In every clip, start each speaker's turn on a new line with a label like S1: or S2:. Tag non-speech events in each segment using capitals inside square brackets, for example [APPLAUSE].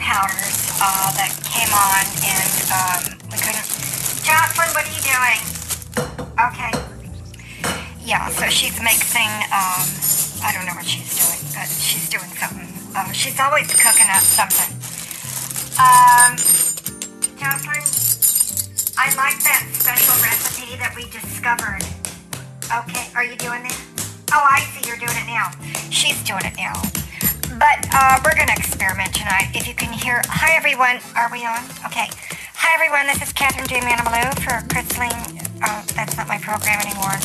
S1: hours uh, that came on and um, we couldn't. Jocelyn, what are you doing? Okay. Yeah, so she's mixing, um, I don't know what she's doing, but she's doing something. Uh, she's always cooking up something. Um, Jocelyn, I like that special recipe that we discovered. Okay, are you doing this? Oh, I see you're doing it now. She's doing it now. But uh, we're going to experiment tonight. If you can hear, hi everyone. Are we on? Okay. Hi everyone. This is Catherine J. Manimalou for Crystalline. Oh, that's not my program anymore.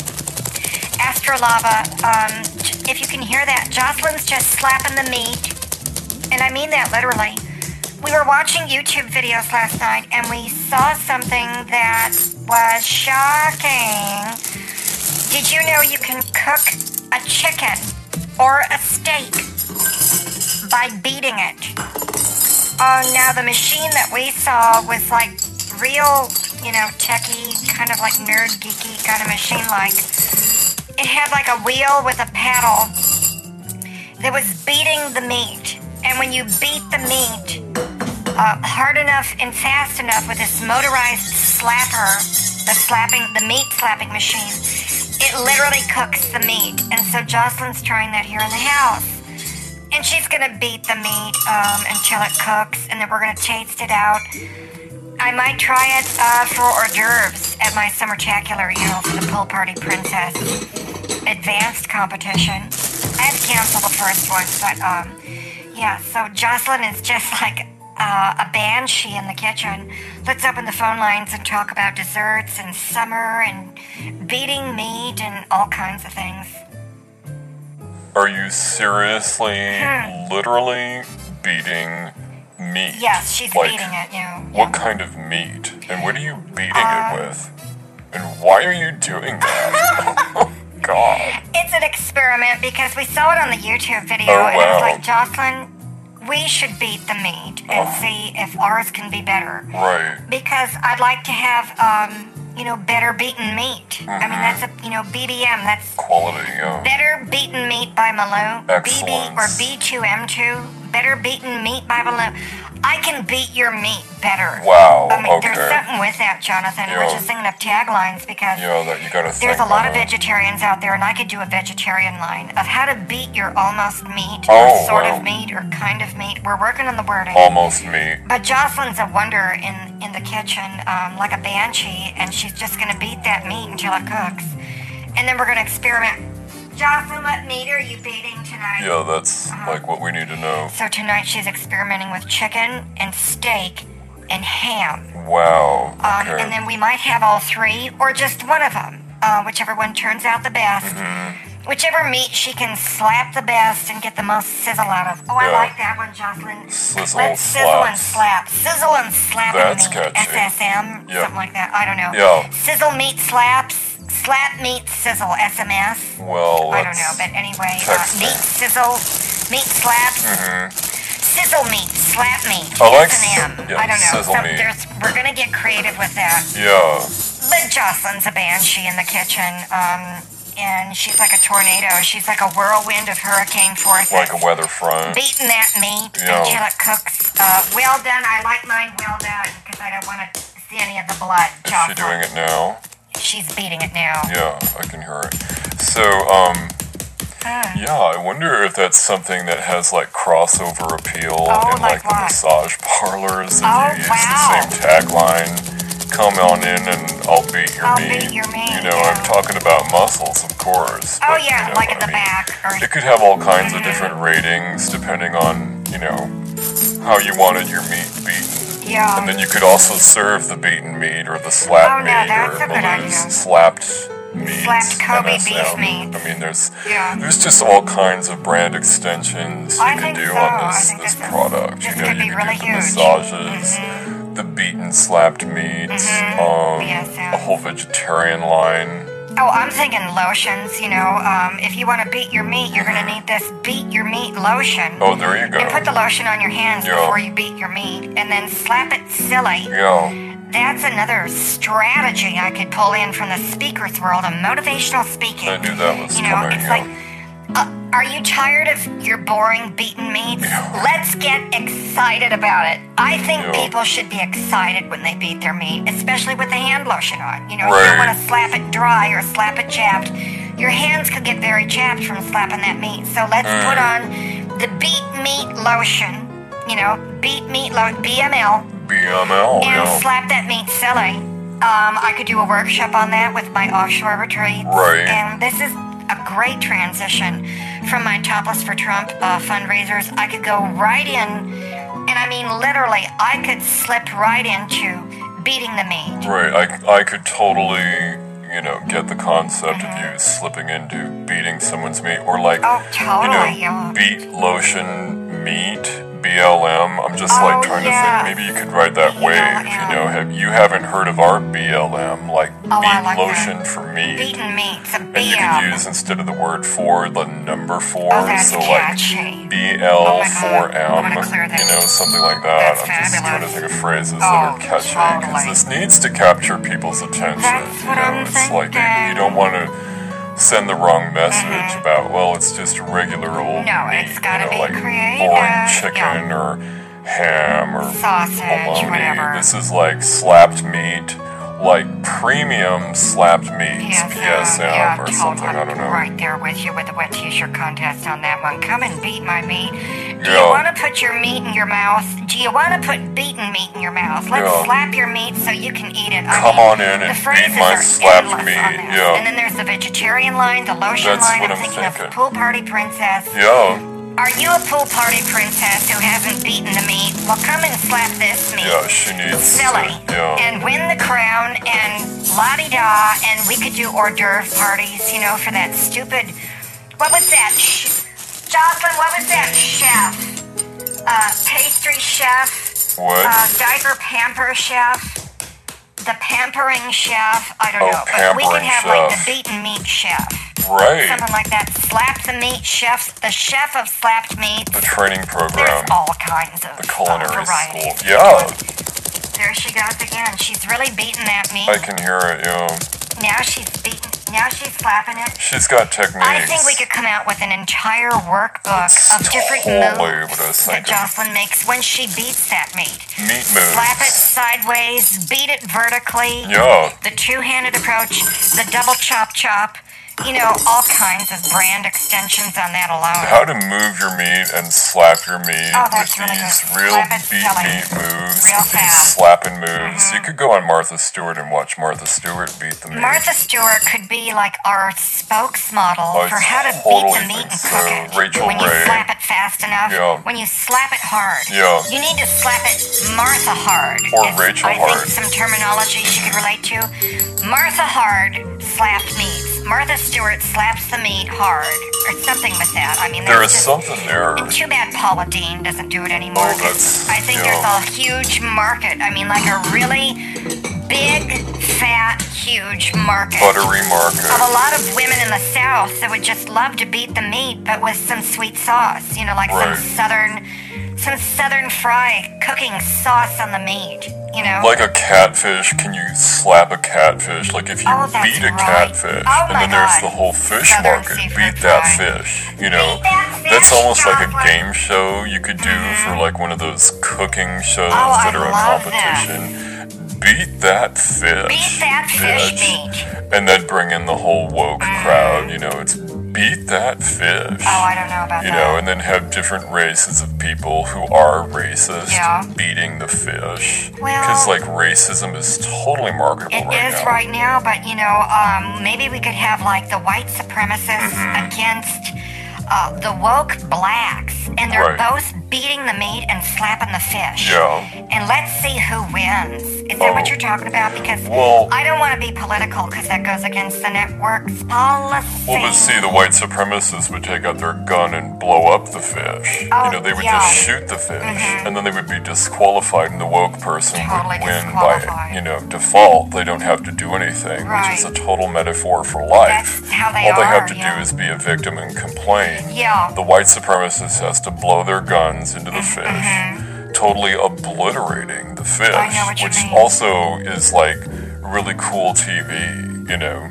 S1: Astrolava. Um, j- if you can hear that, Jocelyn's just slapping the meat and I mean that literally. We were watching YouTube videos last night and we saw something that was shocking. Did you know you can cook a chicken or a steak by beating it? Oh no, the machine that we saw was like real, you know, techie, kind of like nerd geeky kind of machine like. It had like a wheel with a paddle that was beating the meat. And when you beat the meat uh, hard enough and fast enough with this motorized slapper, the slapping, the meat slapping machine, it literally cooks the meat. And so Jocelyn's trying that here in the house. And she's gonna beat the meat um, until it cooks, and then we're gonna taste it out. I might try it uh, for hors d'oeuvres at my summertacular, you know, for the pool party princess advanced competition. I had to cancel the first one, but um, yeah. So Jocelyn is just like uh, a banshee in the kitchen. Let's open the phone lines and talk about desserts and summer and beating meat and all kinds of things.
S2: Are you seriously,
S1: Hmm.
S2: literally beating meat?
S1: Yes, she's
S2: like,
S1: beating it. Uh, You know.
S2: What kind of meat? And what are you beating it with? And why are you doing that? [LAUGHS] oh, God.
S1: It's an experiment because we saw it on the YouTube video,
S2: Oh,
S1: and it's
S2: wow.
S1: like Jocelyn. We should beat the meat and
S2: Oh.
S1: see if ours can be better.
S2: Right.
S1: because I'd like to have um, you know better beaten meat. I mean
S2: Mm-hmm.
S1: that's a you know BBM that's
S2: Quality, Oh. yeah.
S1: better beaten meat by Malone. BB or
S2: Excellence.
S1: B2M2 better beaten meat by Malone. I can beat your meat better.
S2: Wow,
S1: I mean, there's
S2: okay.
S1: something with that, Jonathan. We're
S2: Yeah.
S1: just thinking of taglines because
S2: Yeah, that you gotta think
S1: there's a lot of
S2: on it.
S1: vegetarians out there, and I could do a vegetarian line of how to beat your almost meat,
S2: Oh,
S1: or sort
S2: wow.
S1: of meat, or kind of meat. We're working on the wording.
S2: Almost meat.
S1: But Jocelyn's a wonder in, in the kitchen, um, like a banshee, and she's just gonna beat that meat until it cooks. And then we're gonna experiment. Jocelyn, what meat are you beating tonight?
S2: Yeah, that's like what we need to know.
S1: So tonight she's experimenting with chicken and steak and ham.
S2: Wow.
S1: Um,
S2: Okay.
S1: And then we might have all three or just one of them, uh, whichever one turns out the best.
S2: Mm-hmm.
S1: Whichever meat she can slap the best and get the most sizzle out of. Oh, I
S2: Yeah.
S1: like that one, Jocelyn.
S2: Sizzle
S1: Let's sizzle and slap. Sizzle and slap
S2: That's
S1: meat.
S2: catchy.
S1: SSM,
S2: Yeah.
S1: something like that. I don't know.
S2: Yeah.
S1: Sizzle meat slaps. Slap meat sizzle. SMS.
S2: well,
S1: I don't know,
S2: let's-
S1: but anyway, uh,
S2: text Mm-hmm.
S1: meat sizzle, meat slaps. Sizzle meat, slap meat.
S2: I like
S1: S&M.
S2: s- yeah,
S1: I don't know.
S2: sizzle
S1: Some-
S2: meat.
S1: there's- we're gonna get creative with that.
S2: Yeah.
S1: But Jocelyn's a banshee in the kitchen, um, and she's like a tornado. She's like a whirlwind of hurricane forces
S2: Like a weather front.
S1: beating that meat
S2: Yeah.
S1: until it cooks. Uh, well done. I like mine well done because I don't want to see any of the blood.
S2: Is she
S1: Jocelyn.
S2: doing it now?
S1: She's beating it now.
S2: Yeah, I can hear it. So, um,
S1: Ah.
S2: yeah, I wonder if that's something that has like crossover appeal
S1: Oh,
S2: in
S1: like
S2: like,
S1: what?
S2: the massage parlors. If
S1: Oh,
S2: you use
S1: wow.
S2: the same tagline, come on in and I'll beat your
S1: I'll
S2: meat.
S1: beat your meat,
S2: You know,
S1: yeah.
S2: I'm talking about muscles, of course.
S1: Oh
S2: but you
S1: yeah,
S2: know
S1: like at
S2: what I
S1: the
S2: mean.
S1: back Mm-hmm. or
S2: It could have all kinds of different ratings depending on, you know, how you wanted your meat beaten. And
S1: yeah.
S2: then you could also serve the beaten meat or the slapped
S1: Oh, no,
S2: meat
S1: that's a
S2: or
S1: good
S2: Malou's
S1: idea.
S2: slapped meat.
S1: Slapped Kobe
S2: NSM.
S1: beef meat.
S2: I mean, there's
S1: Yeah.
S2: there's just all kinds of brand extensions you
S1: I
S2: can
S1: think
S2: do
S1: so. I
S2: on this,
S1: think
S2: this
S1: this is-
S2: product.
S1: this
S2: you know,
S1: could be
S2: you
S1: really
S2: could do
S1: huge. Mm-hmm.
S2: the massages, the beaten slapped meat, um,
S1: BSM.
S2: a whole vegetarian line.
S1: Oh, I'm thinking lotions. You know, um, if you want to beat your meat, you're gonna need this beat your meat lotion.
S2: Oh, there you go.
S1: And put the lotion on your hands
S2: Yeah.
S1: before you beat your meat, and then slap it silly.
S2: yeah,
S1: That's another strategy I could pull in from the speaker's world of motivational speaking.
S2: I knew that was
S1: you know,
S2: coming.
S1: it's
S2: yeah.
S1: like uh, Are you tired of your boring beaten meats? Let's get excited about it. I think
S2: Yeah.
S1: people should be excited when they beat their meat, especially with the hand lotion on. You know, you
S2: Right.
S1: don't want to slap it dry or slap it chapped. Your hands could get very chapped from slapping that meat. So let's put
S2: Mm.
S1: on the beat meat lotion. You know, beat meat lotion, BML
S2: BML,
S1: and
S2: yeah.
S1: slap that meat selling. Um, I could do a workshop on that with my offshore retreats.
S2: Right.
S1: And this is a great transition from my Topless for Trump uh, fundraisers. I could go right in, and I mean literally, I could slip right into beating the meat.
S2: Right, I, I could totally, you know, get the concept of you slipping into beating someone's meat or like,
S1: Oh,
S2: you
S1: totally.
S2: know, beat lotion meat, BLM. I'm just like
S1: Oh,
S2: trying
S1: yeah.
S2: to think, maybe you could write that wave, you know, have, you haven't heard of our BLM, like
S1: Oh, I like
S2: beat
S1: that.
S2: lotion for meat.
S1: Beaten meat's a
S2: and you could
S1: BL.
S2: use instead of the word for the number four,
S1: Oh, that's
S2: so like
S1: catchy. Oh my God, I
S2: BL4M,
S1: wanna clear that.
S2: you know, something like that.
S1: That's
S2: I'm just trying to
S1: fabulous.
S2: think of phrases that
S1: Oh,
S2: are catchy because
S1: totally.
S2: this needs to capture people's attention.
S1: That's
S2: you
S1: what
S2: know,
S1: I'm
S2: it's like
S1: thinking.
S2: you,
S1: Mm-hmm.
S2: you don't want to send the wrong message about well, it's just a regular old
S1: No,
S2: meat,
S1: it's gotta
S2: you know,
S1: be
S2: like
S1: creative,
S2: boring
S1: yeah.
S2: chicken or ham or
S1: Sausage,
S2: bologna.
S1: whatever.
S2: This is like slapped meat, like premium slapped meats,
S1: Yes, uh,
S2: PSM
S1: yeah,
S2: or
S1: totally.
S2: something. I don't know.
S1: Right there with you with the wet t-shirt contest on that one. Come and beat my meat. Do you
S2: Yeah.
S1: want to put your meat in your mouth? Do you want to put beaten meat in your mouth? Let's
S2: Yeah.
S1: slap your meat so you can eat it. I
S2: Come
S1: mean,
S2: on in and
S1: the
S2: beat
S1: phrases
S2: my
S1: are
S2: slapped
S1: endless on
S2: meat,
S1: this.
S2: yeah.
S1: And then there's the vegetarian line, the lotion
S2: That's
S1: line.
S2: what
S1: I'm
S2: I'm
S1: thinking, of
S2: thinking.
S1: pool party princess.
S2: Yeah,
S1: Are you a pool party princess who hasn't beaten the meat? Well, come and slap this meat
S2: yeah, she needs
S1: silly
S2: to. Yeah.
S1: and win the crown and la di da and we could do hors d'oeuvre parties, you know, for that stupid. What was that? Sh- Jocelyn, what was that chef? Uh, pastry chef,
S2: what?
S1: uh, diaper pamper chef, the pampering chef. I don't
S2: Oh,
S1: know, but we could
S2: pampering
S1: have like the
S2: chef.
S1: beaten meat chef,
S2: right.
S1: something like that. Slap the meat chef, the chef of slapped meat.
S2: the training program,
S1: There's all kinds of
S2: the
S1: uh,
S2: culinary
S1: varieties.
S2: school. Yeah,
S1: There she goes again. She's really beating that meat.
S2: I can hear it. Yeah,
S1: Now she's beating. Now she's slapping it.
S2: she's got techniques.
S1: I think we could come out with an entire workbook
S2: That's
S1: of different
S2: totally
S1: moves
S2: what I was
S1: that
S2: thinking.
S1: Jocelyn makes when she beats that meat.
S2: meat
S1: Slap it
S2: moves.
S1: sideways, beat it vertically.
S2: Yeah,
S1: The two-handed approach, the double chop chop. You know, all kinds of brand extensions on that alone.
S2: how to move your meat and slap your meat
S1: Oh,
S2: with
S1: that's really good.
S2: these real
S1: Slap it,
S2: beat
S1: jelly.
S2: meat moves,
S1: Real fast.
S2: with these
S1: Mm-hmm.
S2: slapping moves. You could go on Martha Stewart and watch Martha Stewart beat the meat.
S1: Martha Stewart could be like our spokesmodel
S2: I
S1: for how to beat
S2: Oh, totally
S1: the meat and
S2: think
S1: cook
S2: so.
S1: it.
S2: Rachel
S1: when you
S2: Ray.
S1: slap it fast enough,
S2: Yeah.
S1: when you slap it hard,
S2: Yeah.
S1: you need to slap it Martha hard.
S2: Or
S1: It's,
S2: Rachel
S1: I
S2: hard.
S1: think some terminology she could relate to. Martha hard slapped meats. Martha Stewart slaps the meat hard, or something with that. I mean,
S2: there
S1: there's
S2: is
S1: just-
S2: something there.
S1: too bad Paula Dean doesn't do it anymore.
S2: Oh, that's-
S1: I think
S2: yeah.
S1: there's a huge market. I mean, like a really big, fat, huge market.
S2: Buttery market.
S1: Of a lot of women in the South that would just love to beat the meat, but with some sweet sauce. You know, like
S2: Right.
S1: some southern, some southern fry cooking sauce on the meat. You know.
S2: Like a catfish, can you slap a catfish? Like if you
S1: Oh, that's
S2: beat a
S1: right.
S2: catfish,
S1: Oh
S2: and
S1: my
S2: then there's
S1: God.
S2: the whole fish
S1: Southern
S2: market.
S1: seafood
S2: Beat that
S1: fry.
S2: fish. You know,
S1: Beat that fish,
S2: that's almost like a
S1: Jocelyn.
S2: game show you could do for like one of those cooking shows
S1: Oh,
S2: that
S1: I
S2: are a
S1: love
S2: competition. Beat that fish.
S1: beat that fish
S2: bitch.
S1: meat.
S2: And then bring in the whole woke crowd. You know, it's beat that fish.
S1: Oh, I don't know about
S2: you
S1: that.
S2: know, and then have different races of people who are racist
S1: Yeah.
S2: beating the fish.
S1: Well-
S2: Because, like, racism is totally marketable
S1: It is
S2: right now.
S1: right now, but you know, um, maybe we could have like the white supremacists
S2: Mm-hmm.
S1: against uh, the woke blacks, and they're
S2: Right.
S1: both beating the meat and slapping the fish.
S2: Yeah.
S1: And let's see who wins. Is that what
S2: Oh.
S1: you're talking about? Because
S2: Well-
S1: I don't want to be political because that goes against the network's policy.
S2: Well, but see, the white supremacists would take out their gun and blow up the fish.
S1: Oh,
S2: you know, they would
S1: yeah. Mm-hmm.
S2: just shoot the fish, and then they would be disqualified, and the woke person
S1: Totally
S2: would win by,
S1: disqualified.
S2: you know, default. They don't have to do anything,
S1: Right.
S2: which is a total metaphor for life.
S1: That's how they
S2: All they
S1: are,
S2: have to
S1: yeah.
S2: do is be a victim and complain.
S1: Yeah.
S2: The white supremacist has to blow their guns into the fish, totally obliterating the fish,
S1: I Mm-hmm. know what you
S2: which
S1: mean.
S2: also is like really cool TV, you know.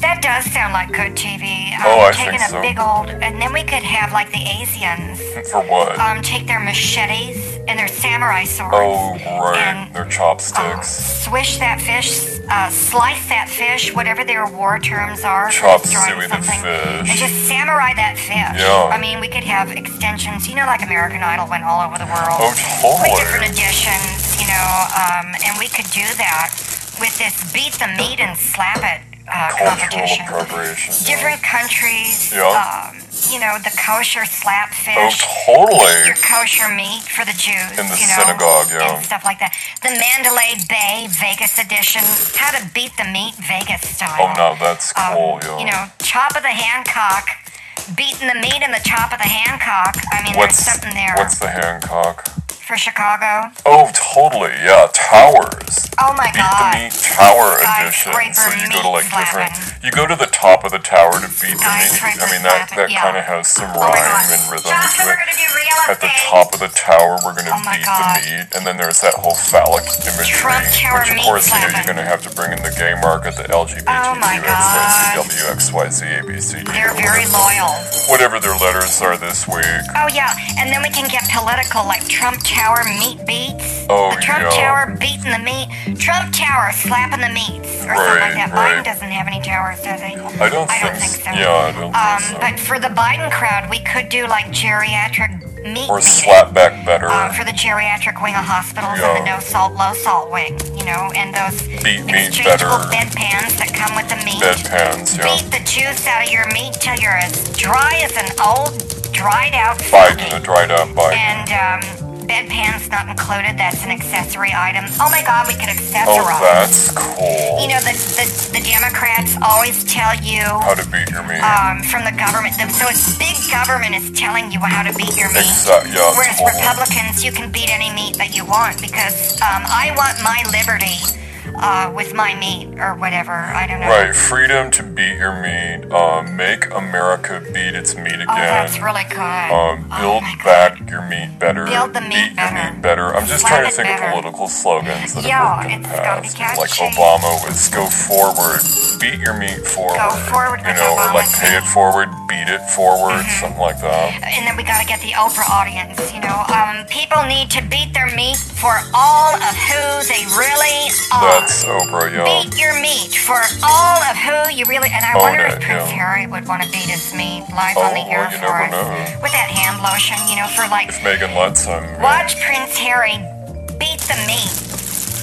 S1: That does sound like good TV. Um,
S2: Oh, I
S1: taking
S2: think
S1: a
S2: so.
S1: big old, and then we could have like the Asians
S2: For what?
S1: um, take their machetes and their samurai swords
S2: oh, right.
S1: and- uh,
S2: They're chopsticks.
S1: swish that fish, uh, slice that fish, whatever their war terms are. for
S2: Chop
S1: destroying
S2: suey the
S1: something, And
S2: fish.
S1: just samurai that fish.
S2: Yeah.
S1: I mean, we could have extensions, you know, like American Idol went all over the world.
S2: Oh,
S1: With
S2: totally.
S1: different editions, you know, um, and we could do that with this beat the meat and slap it uh,
S2: Cultural
S1: competition.
S2: appropriation.
S1: Different countries,
S2: Yeah.
S1: um, you know, the kosher slap fish
S2: Oh,
S1: your
S2: totally.
S1: kosher meat for the Jews.
S2: In the
S1: you know,
S2: synagogue, yeah.
S1: And stuff like that. The Mandalay Bay Vegas edition. How to beat the meat Vegas style.
S2: Oh, no, that's
S1: Um,
S2: cool, yo.
S1: You know, chop of the Hancock. Beating the meat in the chop of the Hancock. I mean,
S2: what's,
S1: there's something there
S2: what's the Hancock?
S1: for Chicago.
S2: Oh, totally. Yeah, towers.
S1: Oh my
S2: Beat the
S1: God.
S2: meat tower edition.
S1: Skyscraper
S2: So you go to like
S1: meat slapping.
S2: different. You go to the top of the tower to beat the meat.
S1: Skyscraper
S2: I mean that
S1: slapping,
S2: that
S1: yeah.
S2: kind of has
S1: Oh
S2: some
S1: my
S2: rhyme
S1: God.
S2: and rhythm
S1: Joshua,
S2: to
S1: we're
S2: it.
S1: gonna do real
S2: At the
S1: estate.
S2: top of the tower, we're gonna
S1: Oh my
S2: beat
S1: God.
S2: the meat, and then there's that whole phallic imagery,
S1: Trump Tower
S2: which of
S1: meat
S2: course you know
S1: slapping.
S2: you're gonna have to bring in the gay market, the LGBTQ,
S1: Oh my God. They're very loyal.
S2: whatever their letters are this week.
S1: Oh yeah, and then we can get political, like Trump Tower meat beats.
S2: Oh,
S1: the Trump
S2: yeah.
S1: Tower beating the meat. Trump Tower slapping the meats, or something like
S2: Right,
S1: that.
S2: right.
S1: Biden doesn't have any towers, does he?
S2: I don't
S1: I
S2: think.
S1: don't think so.
S2: Yeah, I don't
S1: Um,
S2: think so.
S1: but for the Biden crowd, we could do like geriatric meat
S2: or
S1: beating.
S2: slap back better.
S1: Um, for the geriatric wing of hospitals and the
S2: Yeah.
S1: no salt, low salt wing, you know, and those
S2: Beat meat
S1: exchangeable
S2: better.
S1: bedpans that come with the meat.
S2: Bedpans, yeah.
S1: Beat the juice out of your meat till you're as dry as an old, dried out
S2: Biden, the dried up Biden.
S1: and um, bedpan's not included. That's an accessory item. Oh my God, we could
S2: Oh,
S1: accessorize.
S2: that's cool.
S1: you know, the, the the Democrats always tell you
S2: How to beat your meat.
S1: um, from the government. the- So it's big government is telling you how to beat your meat.
S2: Exact- yeah,
S1: Whereas
S2: totally.
S1: Republicans, you can beat any meat that you want because um, I want my liberty uh, with my meat or whatever. I don't know.
S2: Right, freedom to beat your meat. Um, make America beat its meat again.
S1: Oh, that's really good.
S2: um,
S1: oh
S2: build
S1: my God.
S2: back your meat better.
S1: Build the meat
S2: Eat
S1: better.
S2: your meat better. I'm just
S1: Slap
S2: trying to
S1: it
S2: think
S1: better.
S2: of political slogans that
S1: Yeah,
S2: have worked in the
S1: it's gotta be
S2: past. Like
S1: catchy.
S2: Obama was "Go forward, beat your meat forward."
S1: forward
S2: you
S1: with Mm-hmm.
S2: know, or like
S1: Obama's
S2: "Pay it forward, beat it forward," something like that.
S1: and then we gotta get the Oprah audience. You know, um, people need to beat their meat for all of who they really are.
S2: That's um, Oprah, yeah.
S1: Uh, beat your meat for all of who you really. And I
S2: Own
S1: wonder
S2: it,
S1: if Prince
S2: yeah.
S1: Harry would want to beat his meat live
S2: Oh,
S1: on the
S2: well,
S1: air
S2: you
S1: for
S2: never
S1: us
S2: know.
S1: with that hand lotion. You know, for like
S2: If Megan lets him. yeah.
S1: watch Prince Harry beat the meat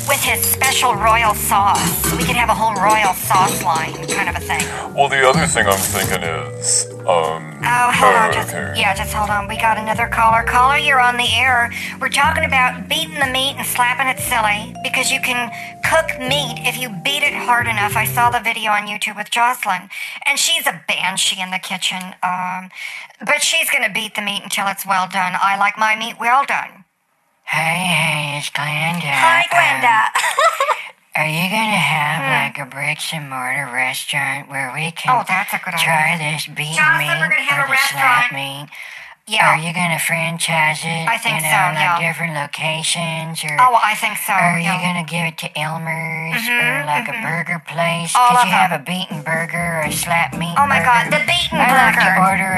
S1: with his special royal sauce. We could have a whole royal sauce line kind of a thing.
S2: Well, the other thing I'm thinking is, um,
S1: Oh, hold on.
S2: Oh,
S1: Just,
S2: okay.
S1: Yeah, just hold on. We got another caller. Caller, you're on the air. We're talking about beating the meat and slapping it silly because you can cook meat if you beat it hard enough. I saw the video on YouTube with Jocelyn, and she's a banshee in the kitchen. Um, but she's going to beat the meat until it's well done. I like my meat well done.
S3: Hey, hey, it's Glenda.
S1: Hi,
S3: Um,
S1: Glenda. Hmm.
S3: are you gonna have like a bricks and mortar restaurant where we can
S1: oh, that's a good idea.
S3: try this beat
S1: Jocelyn,
S3: meat
S1: we're gonna have a
S3: or the
S1: restaurant.
S3: slap meat? Are
S1: Yeah.
S3: you gonna franchise it?
S1: I think
S3: you know,
S1: so,
S3: like
S1: yeah.
S3: different locations, or
S1: Oh, I think so.
S3: are you
S1: yeah. Mm-hmm,
S3: gonna give it to Elmer's or like a burger place?
S1: All of
S3: Could you have
S1: them.
S3: a beaten burger or a slap meat?
S1: oh my God,
S3: burger?
S1: the beaten
S3: I'd like to
S1: burger.
S3: order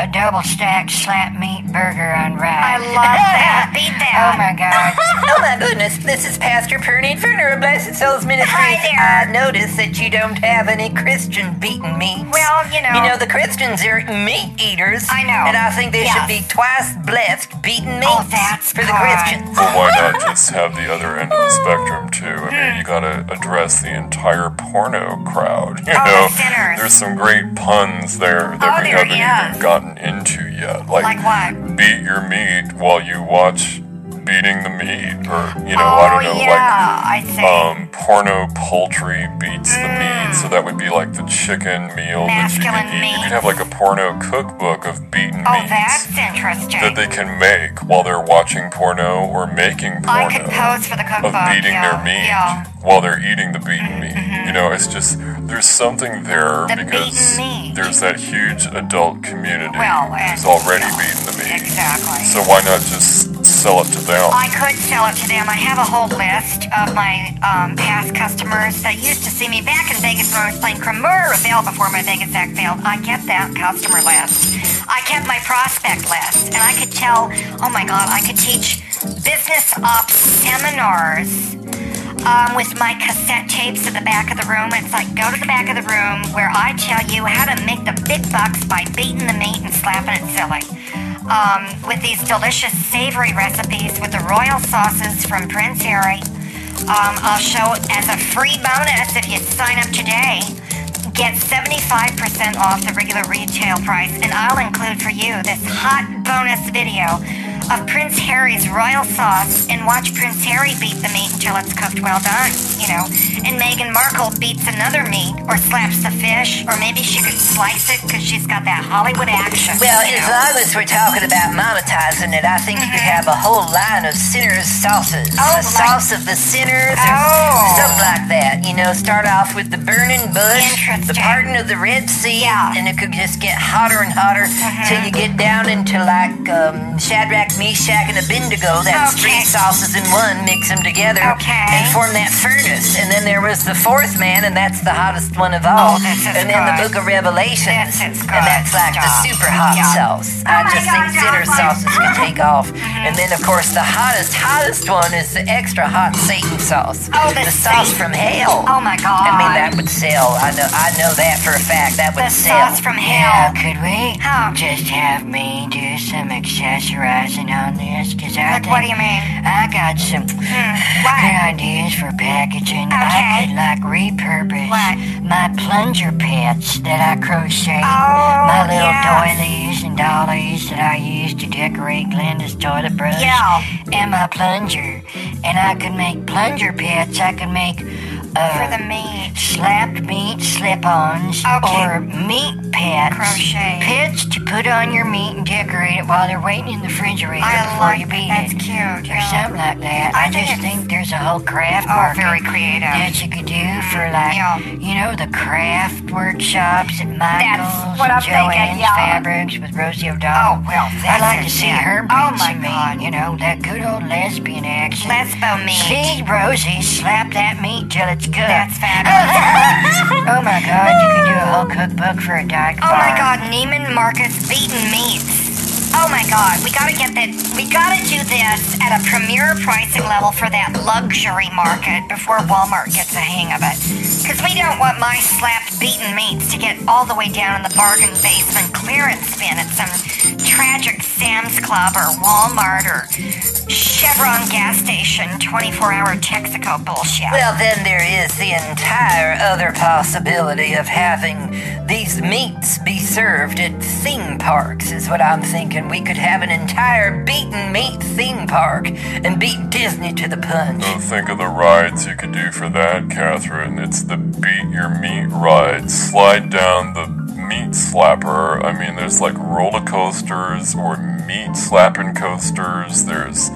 S1: [LAUGHS]
S3: a, a double stack slap meat burger on
S1: I
S3: rice.
S1: love that. Beat that.
S3: [LAUGHS] Oh my God.
S4: Oh my goodness, this is Pastor Perney, Ferner of Blessed Souls Ministries.
S1: Hi there.
S4: I notice that you don't have any Christian beaten meats.
S1: Well, you know.
S4: you know, the Christians are meat eaters.
S1: I know.
S4: And I think they
S1: Yes.
S4: should be twice blessed beaten meats
S1: Oh, that's
S4: for the
S1: good.
S4: Christians.
S2: Well, why not just have the other end of the spectrum too? I mean, you gotta address the entire porno crowd. You
S1: Oh, the
S2: know,
S1: sinners.
S2: there's some great puns there that
S1: Oh,
S2: we
S1: there
S2: haven't
S1: is.
S2: even gotten into yet. Like,
S1: Like what?
S2: beat your meat while you watch beating the meat, or you know,
S1: oh,
S2: I don't know, like.
S1: yeah, I see.
S2: Um, porno poultry beats the meat, so that would be like the chicken meal that
S1: Mm. Masculine
S2: you could eat. You
S1: meats.
S2: could have like a porno cookbook of beaten
S1: Oh,
S2: meats
S1: that's interesting.
S2: that they can make while they're watching porno or making porno
S1: I could pose for the
S2: of
S1: cookbook.
S2: beating
S1: yeah,
S2: their meat
S1: Yeah. Mm-hmm,
S2: while they're eating the beaten meat. You know, it's just there's something there
S1: The
S2: because
S1: beaten meat.
S2: there's that huge adult community
S1: Well, and-
S2: who's already
S1: yeah,
S2: beaten the meat.
S1: Exactly.
S2: So why not just sell it to them.
S1: I could sell it to them. I have a whole list of my um, past customers that used to see me back in Vegas when I was playing Cremura Veil before my Vegas act failed. I kept that customer list. I kept my prospect list, and I could tell. Oh my God, I could teach business ops seminars um, with my cassette tapes at the back of the room. It's like go to the back of the room where I tell you how to make the big bucks by beating the meat and slapping it silly. Um, with these delicious savory recipes with the royal sauces from Prince Harry. Um, I'll show as a free bonus if you sign up today. Get 75% off the regular retail price, and I'll include for you this hot bonus video of Prince Harry's royal sauce and watch Prince Harry beat the meat until it's cooked well done, you know. And Meghan Markle beats another meat or slaps the fish, or maybe she could slice it because she's got that Hollywood action.
S4: Well, uh,
S1: you
S4: as
S1: know.
S4: long as we're talking about monetizing it, I think you could have a whole line of sinners sauces.
S1: Oh,
S4: the
S1: like-
S4: sauce of the sinners
S1: Oh.
S4: or something like that. You know, start off with the burning bush, the
S1: Interesting.
S4: parting of the Red Sea,
S1: Yeah. Mm-hmm.
S4: and it could just get hotter and hotter till you get down into like um, Shadrach, Meshach, and Abednego. That's three
S1: Okay.
S4: sauces in one. Mix them together
S1: Okay.
S4: and form that furnace. And then there was the fourth man, and that's the hottest one of all.
S1: Oh, this is
S4: and then the
S1: good.
S4: Book of Revelations,
S1: This is
S4: and
S1: good
S4: that's like the
S1: stuff.
S4: super hot
S1: Yeah.
S4: sauce.
S1: Oh
S4: I
S1: my
S4: just
S1: God,
S4: think dinner
S1: Jocelyn.
S4: sauces
S1: [LAUGHS]
S4: can take off. And then, of course, the hottest, hottest one is the extra hot Satan sauce.
S1: Oh, the
S4: sauce
S1: Satan-
S4: from hell.
S1: Oh my God.
S4: I mean, that would sell. I know, I know that for a fact. That would
S1: the
S4: sell.
S1: sauce from hell.
S3: Now, could we
S1: How?
S3: just have me do some accessorizing on this? Because I
S1: Like,
S3: think
S1: what do you mean?
S3: I got some good
S4: [LAUGHS]
S1: What?
S3: ideas for
S1: Okay.
S3: packaging. I could like repurpose
S1: What?
S3: my plunger pets that I crochet.
S1: Oh,
S3: my little
S1: yes.
S3: doilies and dollies that I use to decorate Glenda's toilet brush.
S1: Yeah.
S3: And my plunger. And I could make plunger pets. I could make
S1: For
S3: uh,
S1: the meat.
S3: slapped meat slip-ons
S1: Okay.
S3: or meat pets.
S1: Crochet.
S3: Pets to put on your meat and decorate it while they're waiting in the refrigerator
S1: I
S3: before
S1: like
S3: you
S1: that.
S3: beat
S1: That's
S3: it
S1: cute.
S3: or
S1: yeah.
S3: something like
S1: I
S3: that. I,
S1: think
S3: just
S1: it's-
S3: think there's a whole craft
S1: Oh,
S3: market
S1: very creative. Mm,
S3: that you could do for like,
S1: yeah.
S3: you know, the craft workshops at Michael's
S1: what I'm
S3: and
S1: thinking,
S3: Joann's
S1: yeah.
S3: Fabrics with Rosie
S1: Oh,
S3: O'Donnell.
S1: well, that's
S3: I'd like
S1: it
S3: to see
S1: then.
S3: her
S1: Oh,
S3: beat
S1: my God.
S3: some meat, you know, that good old lesbian action.
S1: Lesbo meat.
S3: See, Rosie, slap that meat till it's good. [LAUGHS]
S1: That's fabulous.
S3: oh my God, you could do a whole cookbook for a dyke
S1: oh my God, Neiman Marcus beaten meats. Oh my God, we gotta get that. We gotta do this at a premier pricing level for that luxury market before Walmart gets a hang of it. Because we don't want my slapped beaten meats to get all the way down in the bargain basement clearance bin at some tragic Sam's Club or Walmart or Chevron gas station 24 hour Texaco bullshit.
S4: Well, then there is the entire other possibility of having these meats be served at theme parks, is what I'm thinking. We could have an entire beaten meat theme park and beat Disney to the punch.
S2: So think of the rides you could do for that, Catherine. It's the beat your meat ride, slide down the meat slapper. I mean, there's like roller coasters or meat slapping coasters. There's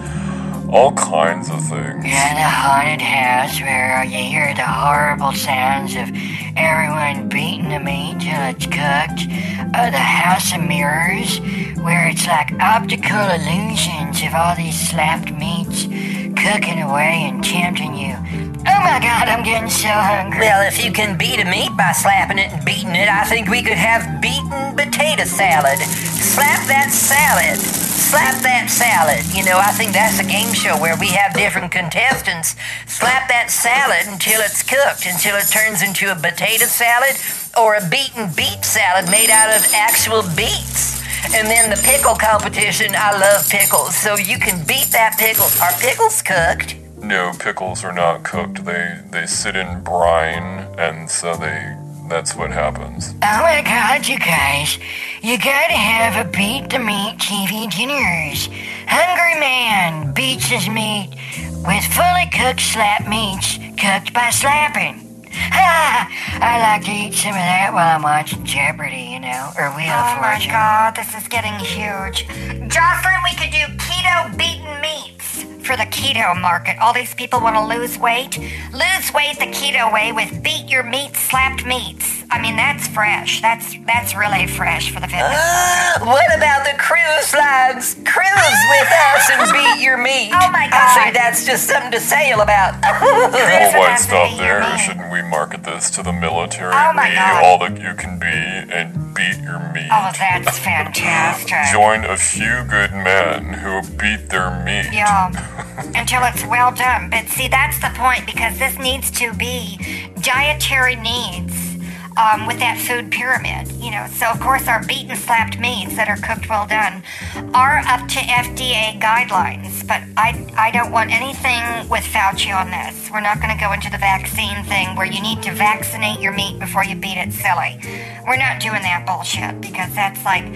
S2: all kinds of things.
S3: Yeah, the haunted house where you hear the horrible sounds of everyone beating the meat till it's cooked. Uh, the house of mirrors where it's like optical illusions of all these slapped meats cooking away and tempting you. Oh my god, I'm getting so hungry.
S4: Well, if you can beat a meat by slapping it and beating it, I think we could have beaten potato salad. Slap that salad. Slap that salad. You know, I think that's a game show where we have different contestants. Slap that salad until it's cooked, until it turns into a potato salad or a beaten beet salad made out of actual beets. And then the pickle competition. I love pickles. So you can beat that pickle. Are pickles cooked?
S2: No, pickles are not cooked. They they sit in brine, and so they that's what happens.
S3: Oh my god, you guys. You gotta have a beat the meat TV dinners. Hungry man beats his meat with fully cooked slap meats cooked by slapping. [LAUGHS] Ha! I like to eat some of that while I'm watching Jeopardy, you know, or Wheel
S1: Oh
S3: of
S1: my
S3: Fortune.
S1: god, this is getting huge. Jocelyn, we could do keto beaten meats for the keto market. All these people want to lose weight. Lose weight the keto way with beat your meat slapped meats. I mean, that's fresh. That's that's really fresh for the fitness.
S4: Uh, what about the cruise lines? Cruise with us and beat your meat.
S1: Oh, my
S4: I say
S1: God.
S4: that's just something to sail [LAUGHS] about.
S2: Well,
S1: Cruise
S2: why
S1: has to
S2: stop
S1: be your
S2: there?
S1: meat.
S2: Shouldn't we market this to the military?
S1: Oh my
S2: be
S1: God.
S2: all that you can be and beat your meat.
S1: Oh, that's fantastic.
S2: Join a few good men who beat their meat.
S1: Yeah, until it's well done. But see, that's the point because this needs to be dietary needs um, with that food pyramid. You know, so of course our beaten slapped meats that are cooked well done are up to FDA guidelines. But I I don't want anything with Fauci on this. We're not going to go into the vaccine thing where you need to vaccinate your meat before you beat it. Silly. We're not doing that bullshit because that's like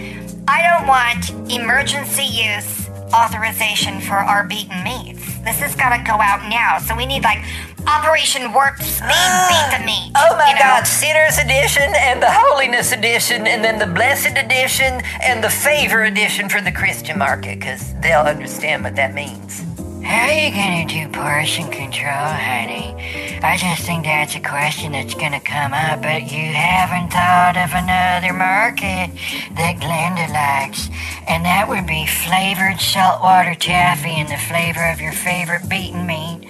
S1: I don't want emergency use authorization for our beaten meats. This has got to go out now. So we need like Operation Warp Speed beat the meat.
S4: Oh my
S1: you know?
S4: God, Sinners Edition and the Holiness Edition and then the Blessed Edition and the Favor Edition for the Christian market because they'll understand what that means.
S3: How are you gonna do portion control, honey? I just think that's a question that's gonna come up, but you haven't thought of another market that Glenda likes, and that would be flavored saltwater taffy in the flavor of your favorite beaten meat,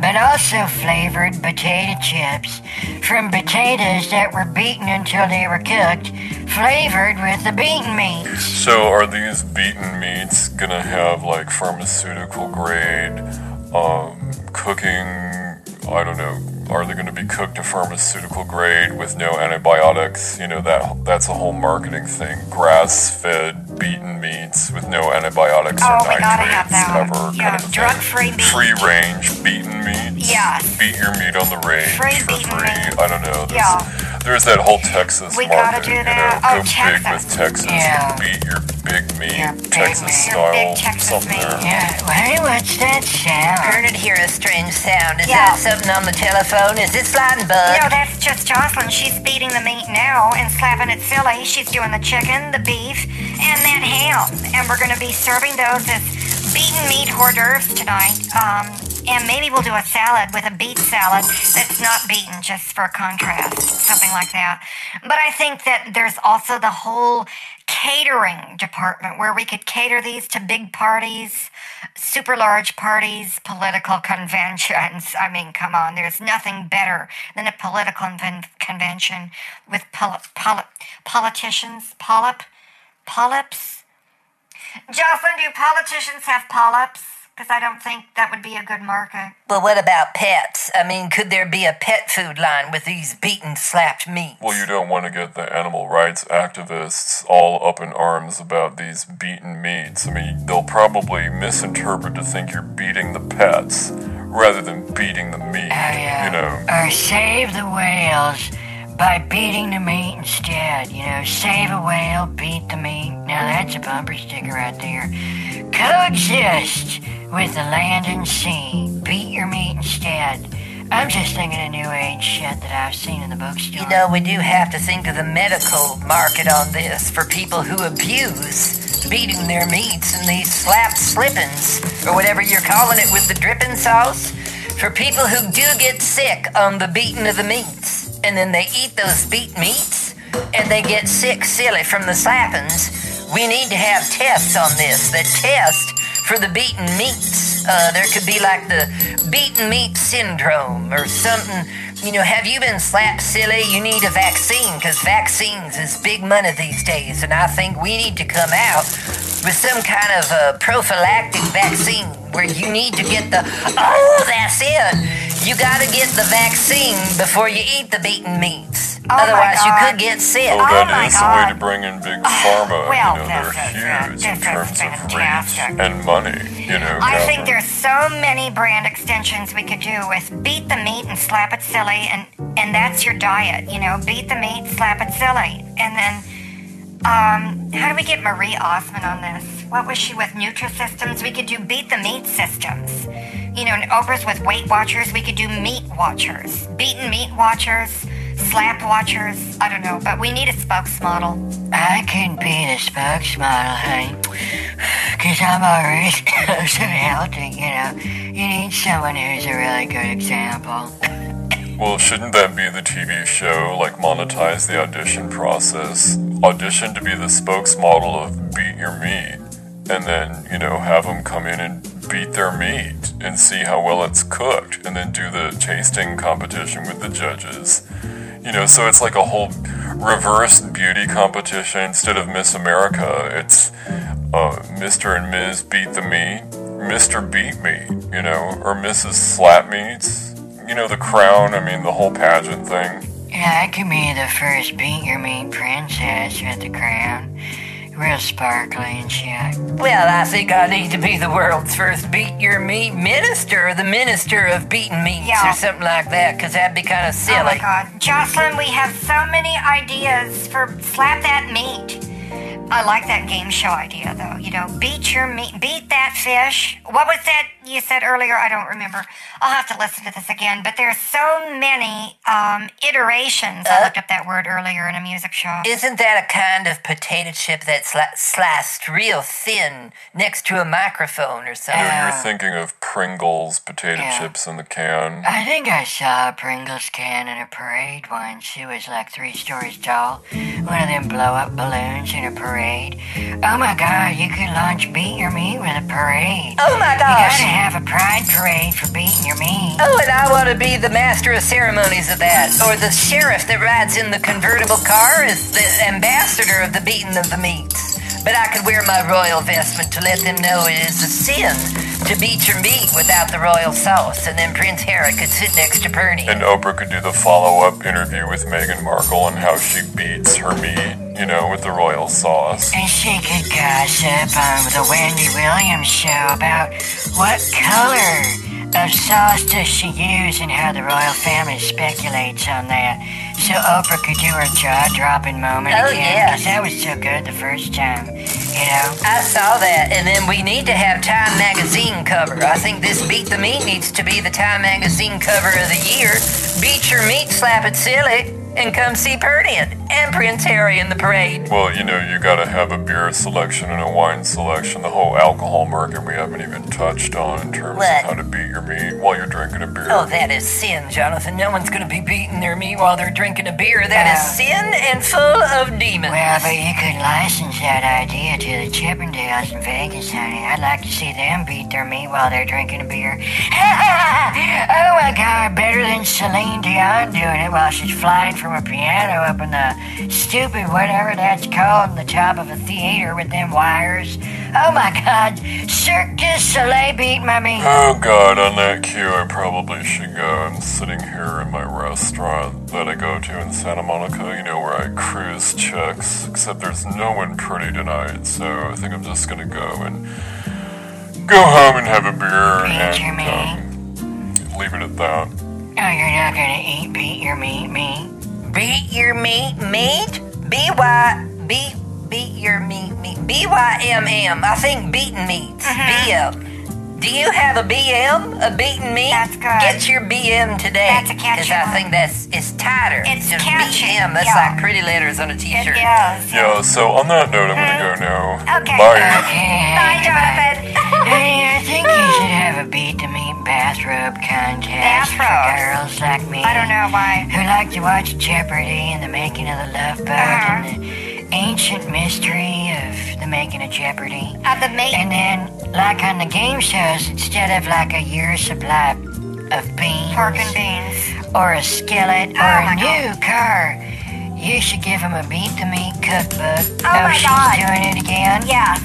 S3: but also flavored potato chips from potatoes that were beaten until they were cooked, flavored with the beaten meats.
S2: So, are these beaten meats gonna have like pharmaceutical grade um, cooking? I don't know. Are they gonna be cooked to pharmaceutical grade with no antibiotics? You know that that's a whole marketing thing. Grass-fed beaten meats with no antibiotics
S1: Oh,
S2: or
S1: we
S2: nitrates
S1: gotta have that.
S2: ever.
S1: Yeah,
S2: kind of a thing.
S1: drug-free meat.
S2: Free-range beaten meats.
S1: Yeah.
S2: Beat your meat on the range
S1: Free
S2: for
S1: beaten
S2: free.
S1: meat.
S2: I don't know. There's,
S1: Yeah.
S2: there's that whole Texas
S1: We gotta
S2: market.
S1: do
S2: you know,
S1: that.
S2: go
S1: Oh,
S2: big
S1: Texas.
S2: with Texas.
S3: Yeah.
S2: Beat your big meat,
S3: Your big
S2: Texas
S3: meat.
S1: Your big
S2: style,
S1: Texas
S2: something
S1: meat.
S2: there.
S3: Yeah, hey, what's that sound?
S4: Heard it hear a strange sound. Is
S1: Yeah.
S4: that something on the telephone? Is this line bug?
S1: No, that's just Jocelyn. She's beating the meat now and slapping it silly. She's doing the chicken, the beef, and that ham. And we're going to be serving those as beaten meat hors d'oeuvres tonight. Um, and maybe we'll do a salad with a beet salad that's not beaten, just for contrast, something like that. But I think that there's also the whole catering department where we could cater these to big parties, super large parties, political conventions. [LAUGHS] I mean, come on, there's nothing better than a political inven- convention with pol- pol- politicians, polyp, polyps. Jocelyn, do politicians have polyps? Because I don't think that would be a good market.
S4: But what about pets? I mean, could there be a pet food line with these beaten, slapped meats?
S2: Well, you don't want to get the animal rights activists all up in arms about these beaten meats. I mean, they'll probably misinterpret to think you're beating the pets rather than beating the meat.
S1: Oh,
S3: yeah.
S2: You know,
S3: Or save the whales by beating the meat instead. You know, save a whale, beat the meat. Now that's a bumper sticker right there. Coexist with the land and sea. Beat your meat instead. I'm just thinking of new age shit that I've seen in the bookstore.
S4: You know, we do have to think of the medical market on this for people who abuse beating their meats and these slap slippins, or whatever you're calling it with the dripping sauce, for people who do get sick on the beating of the meats. And then they eat those beat meats and they get sick silly from the slappings. We need to have tests on this that test for the beaten meats. Uh, there could be like the beaten meat syndrome or something. You know, have you been slapped silly? You need a vaccine because vaccines is big money these days, and I think we need to come out with some kind of a prophylactic vaccine where you need to get the oh, that's it. You got to get the vaccine before you eat the beaten meats.
S1: Oh my
S4: Otherwise, you
S1: God.
S4: could get sick.
S2: oh,
S1: my
S2: that is a way
S1: God. Oh,
S2: to bring in big pharma.
S1: Well,
S2: you know,
S1: this is-
S2: they're huge
S1: this
S2: in
S1: is
S2: terms of
S1: fantastic.
S2: reach and money. You know,
S1: I think
S2: Catherine.
S1: there's so many brand extensions we could do with beat the meat and slap it silly, and and that's your diet, you know, beat the meat, slap it silly, and then, um, how do we get Marie Osmond on this? What was she with Nutrisystems? We could do beat the meat systems, you know, and Oprah's with Weight Watchers. We could do meat watchers, beaten meat watchers, slap watchers. I don't know, but we need a spokesmodel.
S3: I can be the spokesmodel, honey. Because I'm already [LAUGHS] so healthy, you know. You need someone who's a really good example.
S2: Well, shouldn't that be the TV show? Like, monetize the audition process. Audition to be the spokesmodel of Beat Your Meat. And then, you know, have them come in and beat their meat and see how well it's cooked. And then do the tasting competition with the judges. You know, so it's like a whole reverse beauty competition instead of Miss America. It's uh, Mr. and Ms. Beat the Meat, Mr. Beat Me, you know, or Mrs. Slap Meats. You know, the crown, I mean, the whole pageant thing.
S3: Yeah, I could be the first beat your meat princess with the crown. Real sparkly and shit.
S4: Well, I think I need to be the world's first beat your meat minister, or the minister of beaten meats,
S1: Yeah.
S4: or something like that, because that'd be kind of silly.
S1: Oh my god. Jocelyn, we have so many ideas for Slap That Meat. I like that game show idea though, you know. Beat your meat beat that fish. What was that you said earlier? I don't remember. I'll have to listen to this again. But there's so many um, iterations.
S4: Uh.
S1: I looked up that word earlier in a music shop.
S4: Isn't that a kind of potato chip that's sli- sliced real thin next to a microphone or something?
S2: You're thinking of Pringles, potato
S3: Yeah.
S2: chips in the can.
S3: I think I saw a Pringles can in a parade once. It was like three stories tall. One of them blow up balloons in a parade. Oh my god, you could launch beat your meat with a parade.
S4: oh my
S3: You
S4: gosh!
S3: gotta have a pride parade for beating your meat.
S4: Oh, and I want to be the master of ceremonies of that, or the sheriff that rides in the convertible car is the ambassador of the beating of the meats. But I could wear my royal vestment to let them know it is a sin to beat your meat without the royal sauce, and then Prince Harry could sit next to Bernie.
S2: And Oprah could do the follow up interview with Meghan Markle on how she beats her meat, you know, with the royal sauce.
S3: And she could gossip on the Wendy Williams show about what color of sauce does she use and how the royal family speculates on that. So Oprah could do her jaw dropping moment
S4: Oh,
S3: again.
S4: yeah.
S3: 'cause that was so good the first time, you know?
S4: I saw that, and then we need to have Time Magazine cover. I think this Beat the Meat needs to be the Time Magazine cover of the year. Beat your meat, slap it silly, and come see Purdy and Prince Harry in the parade.
S2: Well, you know, you gotta have a beer selection and a wine selection. The whole alcohol market we haven't even touched on in terms of
S4: What?
S2: how to beat your meat while you're drinking a beer.
S4: Oh, that is sin, Jonathan. No one's going to be beating their meat while they're drinking a beer. That is sin and full of demons.
S3: Well, but you could license that idea to the Chippendales in Vegas, honey. I'd like to see them beat their meat while they're drinking a beer. [LAUGHS] oh my god, better than Celine Dion doing it while she's flying from a piano up in the stupid whatever that's called in the top of a theater with them wires. Oh my god, Cirque du Soleil beat my meat.
S2: Oh god, on that cue, I probably should go. I'm sitting here in my restaurant that I go to in Santa Monica, you know, where I cruise chicks, except there's no one pretty tonight, so I think I'm just gonna go and go home and have a beer
S3: Beat your
S2: and um, leave it at that.
S3: Oh, you're not gonna eat beat your meat, meat.
S4: Beat your meat, meat. B Y B beat your meat, meat. B Y M M. I think beaten meats. BM. Do you have a BM? A beaten meat?
S1: That's good.
S4: Get your BM today.
S1: That's a catchy
S4: Because I
S1: one.
S4: think that's it's tighter.
S1: It's
S4: Just
S1: catchy,
S4: BM. That's
S1: yeah.
S4: like pretty letters on a T-shirt.
S1: Yes.
S2: Yeah, so on that note, I'm gonna go now.
S1: Okay.
S2: Bye.
S4: uh,
S3: Okay.
S1: Bye, Jonathan. [LAUGHS]
S3: Hey, I think you should have a beat to meet bathrobe contest for
S1: Bathrobe?
S3: girls like me.
S1: I don't know why.
S3: Who like to watch Jeopardy and the making of the Love Bug
S1: Uh-huh.
S3: and the ancient mystery of the making of Jeopardy.
S1: Of the meat.
S3: And then, like on the game shows, instead of like a year's supply of beans
S1: Pork and beans.
S3: or a skillet or
S1: Oh,
S3: a
S1: my
S3: new car, you should give them a beat to meat cookbook.
S1: Oh, my
S3: she's
S1: God.
S3: doing it again.
S1: Yeah.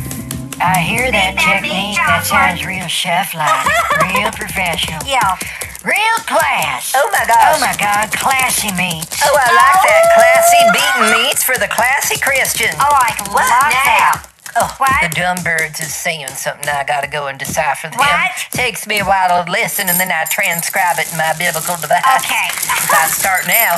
S3: I hear
S1: Beat
S3: that
S1: that beat,
S3: technique. That
S1: Jocelyn.
S3: sounds real chef like,
S1: [LAUGHS]
S3: real professional,
S1: Yeah.
S3: real class.
S4: Oh my
S3: Oh
S4: gosh.
S3: my God, classy meats.
S4: Oh, I like that classy beaten meats for the classy Christian.
S1: Oh, I love that.
S4: Oh,
S1: What?
S4: the dumb birds is saying something. I gotta go and decipher them.
S1: What?
S4: Takes me a while to listen, and then I transcribe it in my biblical device.
S1: Okay.
S4: if I start now,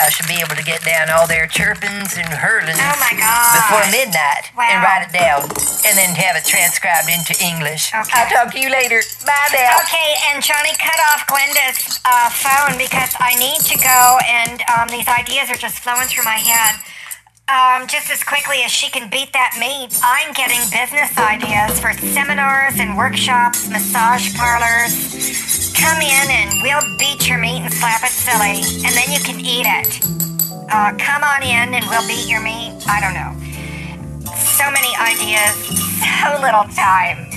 S4: I should be able to get down all their chirpings and hurlings
S1: Oh my God.
S4: before midnight
S1: Wow.
S4: and write it down, and then have it transcribed into English.
S1: Okay.
S4: I'll talk to you later. Bye now.
S1: Okay, and Johnny, cut off Gwenda's uh, phone because I need to go, and um, these ideas are just flowing through my head. Um, just as quickly as she can beat that meat, I'm getting business ideas for seminars and workshops, massage parlors, Come in and we'll beat your meat and slap it silly, and then you can eat it. Uh, come on in and we'll beat your meat. I don't know. So many ideas, so little time.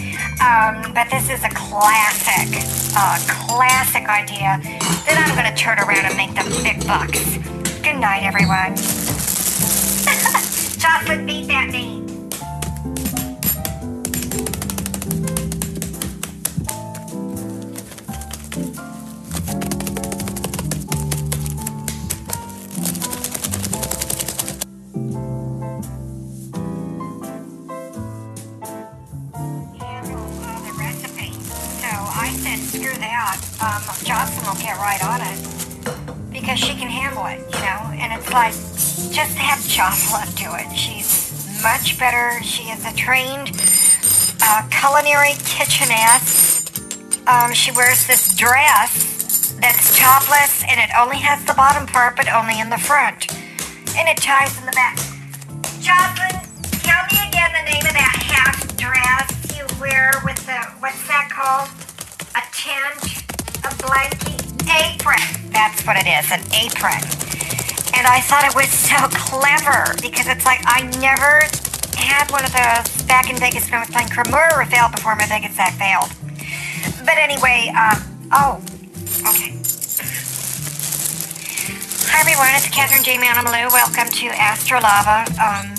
S1: Um, but this is a classic, uh, classic idea that I'm going to turn around and make the big bucks. Good night, everyone. [LAUGHS] Chocolate beat that meat. handle uh, the recipe. So I said, screw that. Um, Jocelyn will get right on it because she can handle it, you know. And it's like, just have Jocelyn do it. She's much better. She is a trained uh, culinary kitchenette. Um, she wears this dress that's topless and it only has the bottom part, but only in the front, and it ties in the back. Jocelyn, tell me again the name of that half dress you wear with the, what's that called? A tent? A blanket? Apron. That's what it is, an apron. And I thought it was so clever because it's like I never had one of those back in Vegas when I was playing Cremor Reveal before my Vegas act failed. But anyway, uh, oh, okay. Hi everyone, it's Catherine J. Manimalou. Welcome to Astrolava. Um,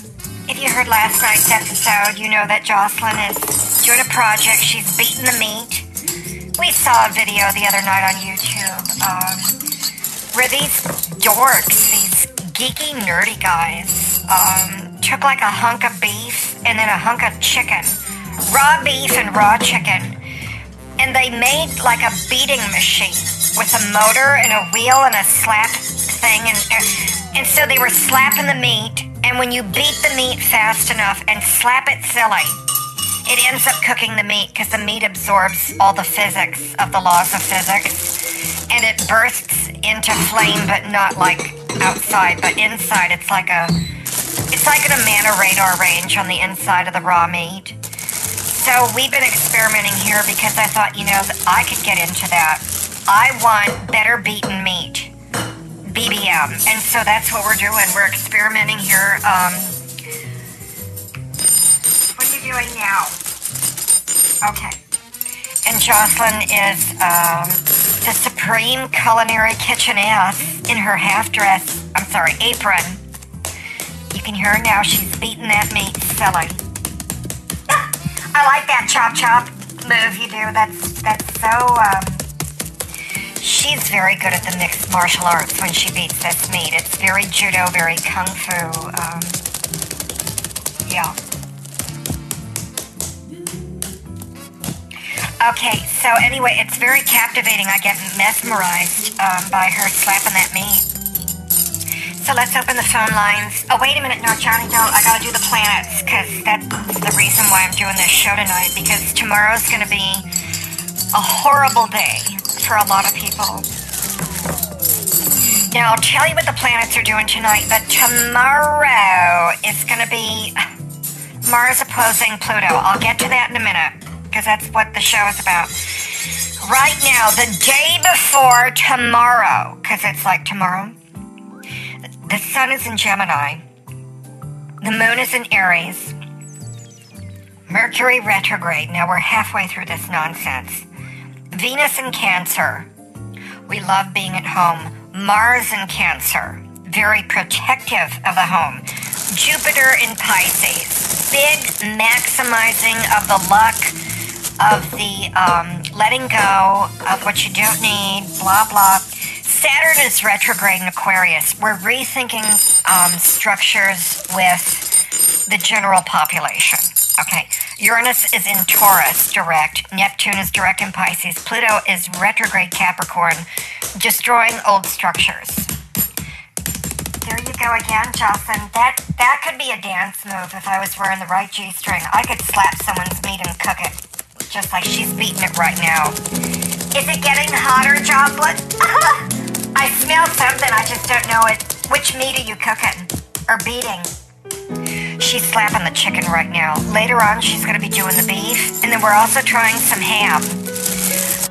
S1: if you heard last night's episode, you know that Jocelyn is doing a project. She's beating the meat. We saw a video the other night on YouTube um, where these dorks, these geeky, nerdy guys, um, took like a hunk of beef and then a hunk of chicken, raw beef and raw chicken, and they made like a beating machine with a motor and a wheel and a slap thing and and so they were slapping the meat and when you beat the meat fast enough and slap it silly it ends up cooking the meat because the meat absorbs all the physics of the laws of physics and it bursts into flame but not like outside but inside it's like a it's like an amana radar range on the inside of the raw meat so we've been experimenting here because I thought, you know, that I could get into that. I want better beaten meat, BBM, and so that's what we're doing. We're experimenting here. Um, what are you doing now? Okay. And Jocelyn is um, the supreme culinary kitchenette in her half dress. I'm sorry, apron. You can hear her now. She's beating that meat silly. I like that chop chop move you do. That's that's so. Um, she's very good at the mixed martial arts when she beats this meat. It's very judo, very kung fu. Um, yeah. Okay, so anyway, it's very captivating. I get mesmerized um, by her slapping that meat. So let's open the phone lines. Oh, wait a minute. No, Johnny, don't. I gotta do the planets, because that's the reason why I'm doing this show tonight, because tomorrow's gonna be a horrible day for a lot of people. Now, I'll tell you what the planets are doing tonight, but tomorrow it's gonna be Mars opposing Pluto. I'll get to that in a minute, because that's what the show is about right now, the day before tomorrow, because it's like tomorrow, the sun is in Gemini, the moon is in Aries, Mercury retrograde. Now we're halfway through this nonsense. Venus in Cancer. We love being at home. Mars in Cancer, very protective of the home. Jupiter in Pisces, big maximizing of the luck, of the um, letting go of what you don't need, blah, blah. Saturn is retrograde in Aquarius. We're rethinking um, structures with the general population. Okay. Uranus is in Taurus, direct. Neptune is direct in Pisces. Pluto is retrograde Capricorn, destroying old structures. There you go again, Jocelyn. That that could be a dance move if I was wearing the right G string. I could slap someone's meat and cook it. Just like she's beating it right now. Is it getting hotter, Jocelyn? [LAUGHS] I smell something, I just don't know it. Which meat are you cooking? Or beating? She's slapping the chicken right now. Later on, she's gonna be doing the beef, and then we're also trying some ham.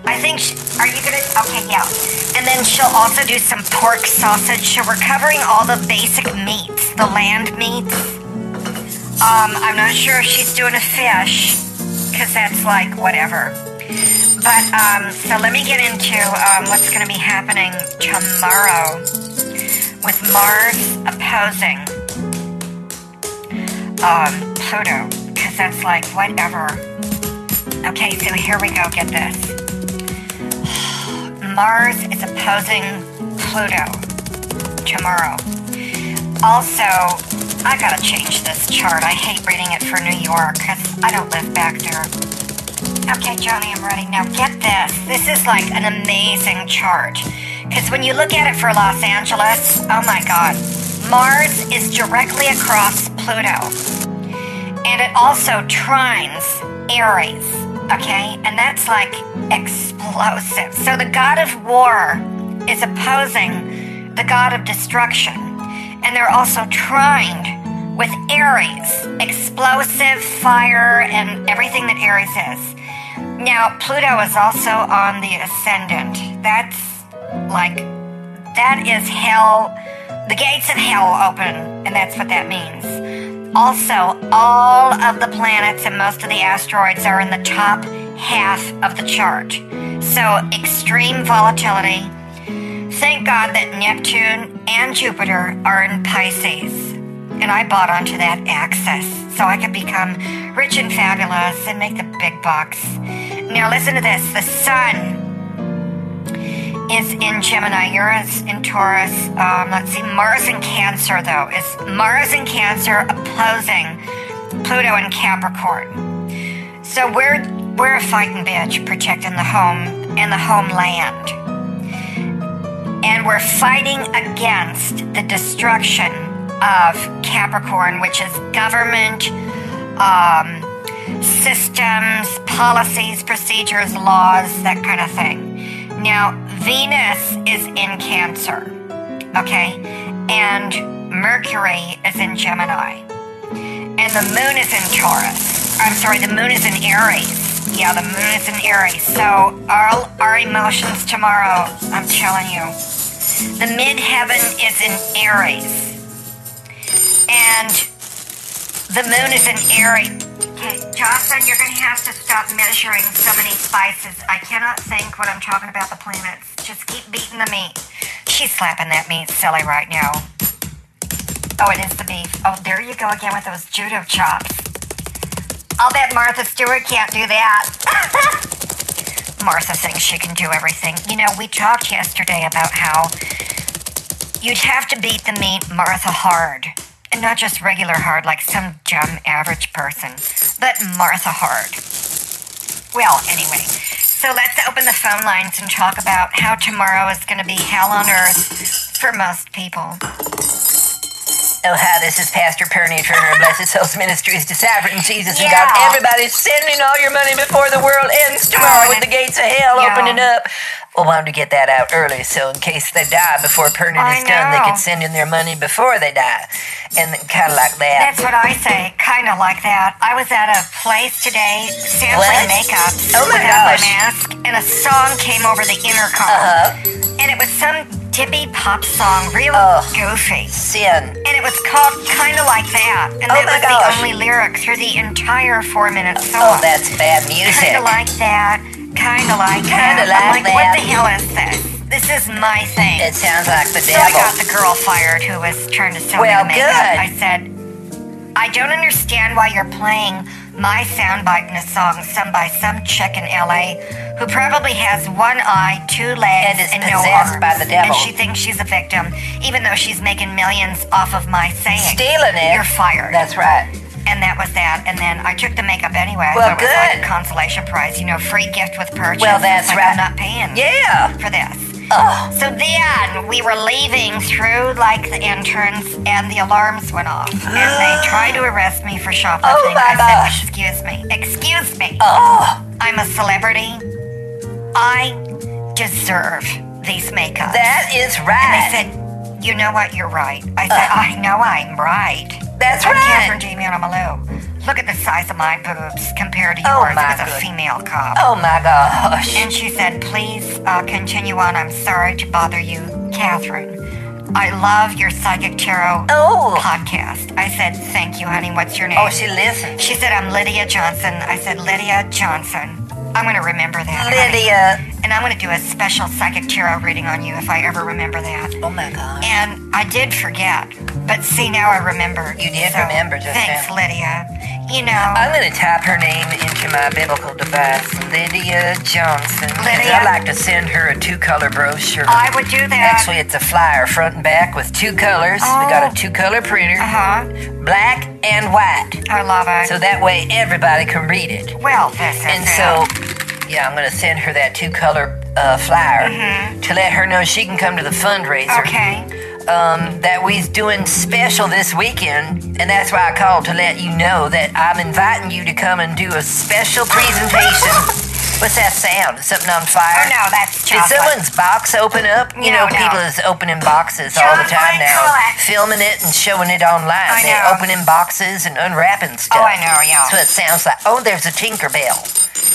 S1: I think. She, are you after this? Okay, yeah. And then she'll also do some pork sausage. She'll recovering all the basic meats, the land meats. Um, I'm not sure if she's doing a fish, because that's like whatever. But um, so let me get into um, what's going to be happening tomorrow with Mars opposing um, Pluto, because that's like whatever. Okay, so here we go. Get this. [SIGHS] Mars is opposing Pluto tomorrow. Also, I gotta change this chart. I hate reading it for New York because I don't live back there. Okay, Johnny, I'm ready. Now get this. This is like an amazing chart. Because when you look at it for Los Angeles, oh my god, Mars is directly across Pluto and it also trines Aries, okay? And that's like explosive. So the god of war is opposing the god of destruction, and they're also trined with Aries, explosive fire and everything that Aries is. Now, Pluto is also on the ascendant. That's like that is hell. The gates of hell open, and that's what that means. Also, all of the planets and most of the asteroids are in the top half of the chart. So, extreme volatility. Thank God that Neptune and Jupiter are in Pisces. And I bought onto that axis so I could become rich and fabulous and make the big bucks. Now, listen to this the sun is in Gemini, Uranus in Taurus. Um, let's see, Mars in Cancer, though. Is Mars in Cancer opposing Pluto in Capricorn? So we're, we're a fighting bitch protecting the home and the homeland and we're fighting against the destruction of Capricorn, which is government, um, systems, policies, procedures, laws, that kind of thing. Now, Venus is in Cancer, okay? And Mercury is in Gemini. And the moon is in Taurus. I'm sorry, the moon is in Aries. Yeah, the moon is in Aries. So all our emotions tomorrow, I'm telling you. The midheaven is in Aries. And the moon is in Aries. Okay, Jocelyn, you're going to have to stop measuring so many spices. I cannot think when I'm talking about the planets. Just keep beating the meat. She's slapping that meat silly right now. Oh, it is the beef. Oh, there you go again with those judo chops. I'll bet Martha Stewart can't do that. [LAUGHS] Martha thinks she can do everything. You know, we talked yesterday about how you'd have to beat the meat Martha hard. And not just regular hard, like some dumb average person, but Martha hard. Well, anyway, so let's open the phone lines and talk about how tomorrow is going to be hell on earth for most people.
S4: Oh, hi, this is Pastor Perny from Her Blessed Souls Ministries, Deciphering Jesus and
S1: Yeah.
S4: God. Everybody sending all your money before the world ends tomorrow
S1: Oh,
S4: with the gates of hell
S1: yeah.
S4: opening up. Well, wanted to get that out early, so in case they die before Perny
S1: I
S4: is done, they
S1: know.
S4: can send in their money before they die. And kind of like that.
S1: That's what I say, kind of like that. I was at a place today, sampling
S4: What?
S1: makeup
S4: Oh my
S1: without my
S4: gosh.
S1: mask, and a song came over the intercom,
S4: Uh-huh.
S1: and it was some dippy pop song, real
S4: Ugh.
S1: goofy,
S4: Sin.
S1: and it was called kind of like that, and
S4: Oh
S1: that
S4: my
S1: was the
S4: gosh.
S1: only lyric through the entire four-minute
S4: Oh,
S1: song.
S4: that's bad music.
S1: kind of like that, kind of like
S4: Kinda
S1: that. I'm
S4: like
S1: like, what
S4: that.
S1: the hell is this? This is my thing.
S4: it sounds like the
S1: So I got
S4: devil.
S1: the girl fired who was trying to sell
S4: Well,
S1: me the makeup.
S4: good.
S1: I said, I don't understand why you're playing my soundbite in a song sung by some chick in LA who probably has one eye, two legs,
S4: And is
S1: and no
S4: possessed
S1: arms.
S4: by the devil.
S1: And she thinks she's a victim, even though she's making millions off of my saying.
S4: Stealing it.
S1: You're fired.
S4: That's right.
S1: and that was that. And then I took the makeup anyway. I
S4: Well,
S1: thought it was like
S4: good.
S1: a consolation prize, you know, free gift with purchase.
S4: Well, that's
S1: It's like,
S4: right.
S1: I'm not paying
S4: Yeah.
S1: for this.
S4: Oh,
S1: So then we were leaving through like the entrance, and the alarms went off, and they
S4: [GASPS]
S1: tried to arrest me for shoplifting.
S4: Oh, my
S1: I
S4: gosh.
S1: said, "Excuse me, excuse me.
S4: oh,
S1: I'm a celebrity. I deserve these makeups."
S4: that is
S1: and they
S4: right.
S1: said, You know what? You're right. I said,
S4: Uh.
S1: I know I'm right.
S4: That's
S1: I'm
S4: right.
S1: Catherine Jamie on a Malou. Look at the size of my boobs compared to
S4: Oh,
S1: yours
S4: my
S1: as a
S4: good-
S1: female cop.
S4: Oh my gosh.
S1: And she said, please uh, continue on. I'm sorry to bother you, Catherine. I love your Psychic Tarot
S4: Oh.
S1: podcast. I said, thank you, honey. What's your name?
S4: Oh, she listens.
S1: She said, I'm Lydia Johnson. I said, Lydia Johnson. I'm going to remember that. honey.
S4: Lydia.
S1: And I'm going to do a special psychic tarot reading on you if I ever remember that.
S4: Oh my gosh.
S1: And I did forget, but see, now I remember.
S4: You did remember just
S1: Thanks,
S4: now.
S1: Lydia. You know,
S4: I'm gonna type her name into my biblical device, Lydia Johnson.
S1: Lydia?
S4: I like to send her a two-color brochure.
S1: I would do that.
S4: Actually, it's a flyer, front and back, with two colors. We got
S1: Oh.
S4: a two-color printer,
S1: uh-huh.
S4: black and white,
S1: I love it.
S4: so that way everybody can read it.
S1: well, this is
S4: And
S1: it.
S4: so, yeah, I'm gonna send her that two-color uh, flyer to let her know she can come to the fundraiser.
S1: Mm-hmm. Okay.
S4: um, that we's doing special this weekend, and that's why I called to let you know that I'm inviting you to come and do a special presentation. What's that sound? Something on
S1: Oh,
S4: fire?
S1: no, that's
S4: Did
S1: chocolate.
S4: someone's box open up? You
S1: No,
S4: know,
S1: no.
S4: people is opening boxes all the time
S1: Chocolate
S4: now,
S1: collect.
S4: filming it and showing it online.
S1: I
S4: They're
S1: know.
S4: opening boxes and unwrapping stuff.
S1: Oh, I know, yeah.
S4: That's what it sounds like. Oh, there's a Tinker Bell.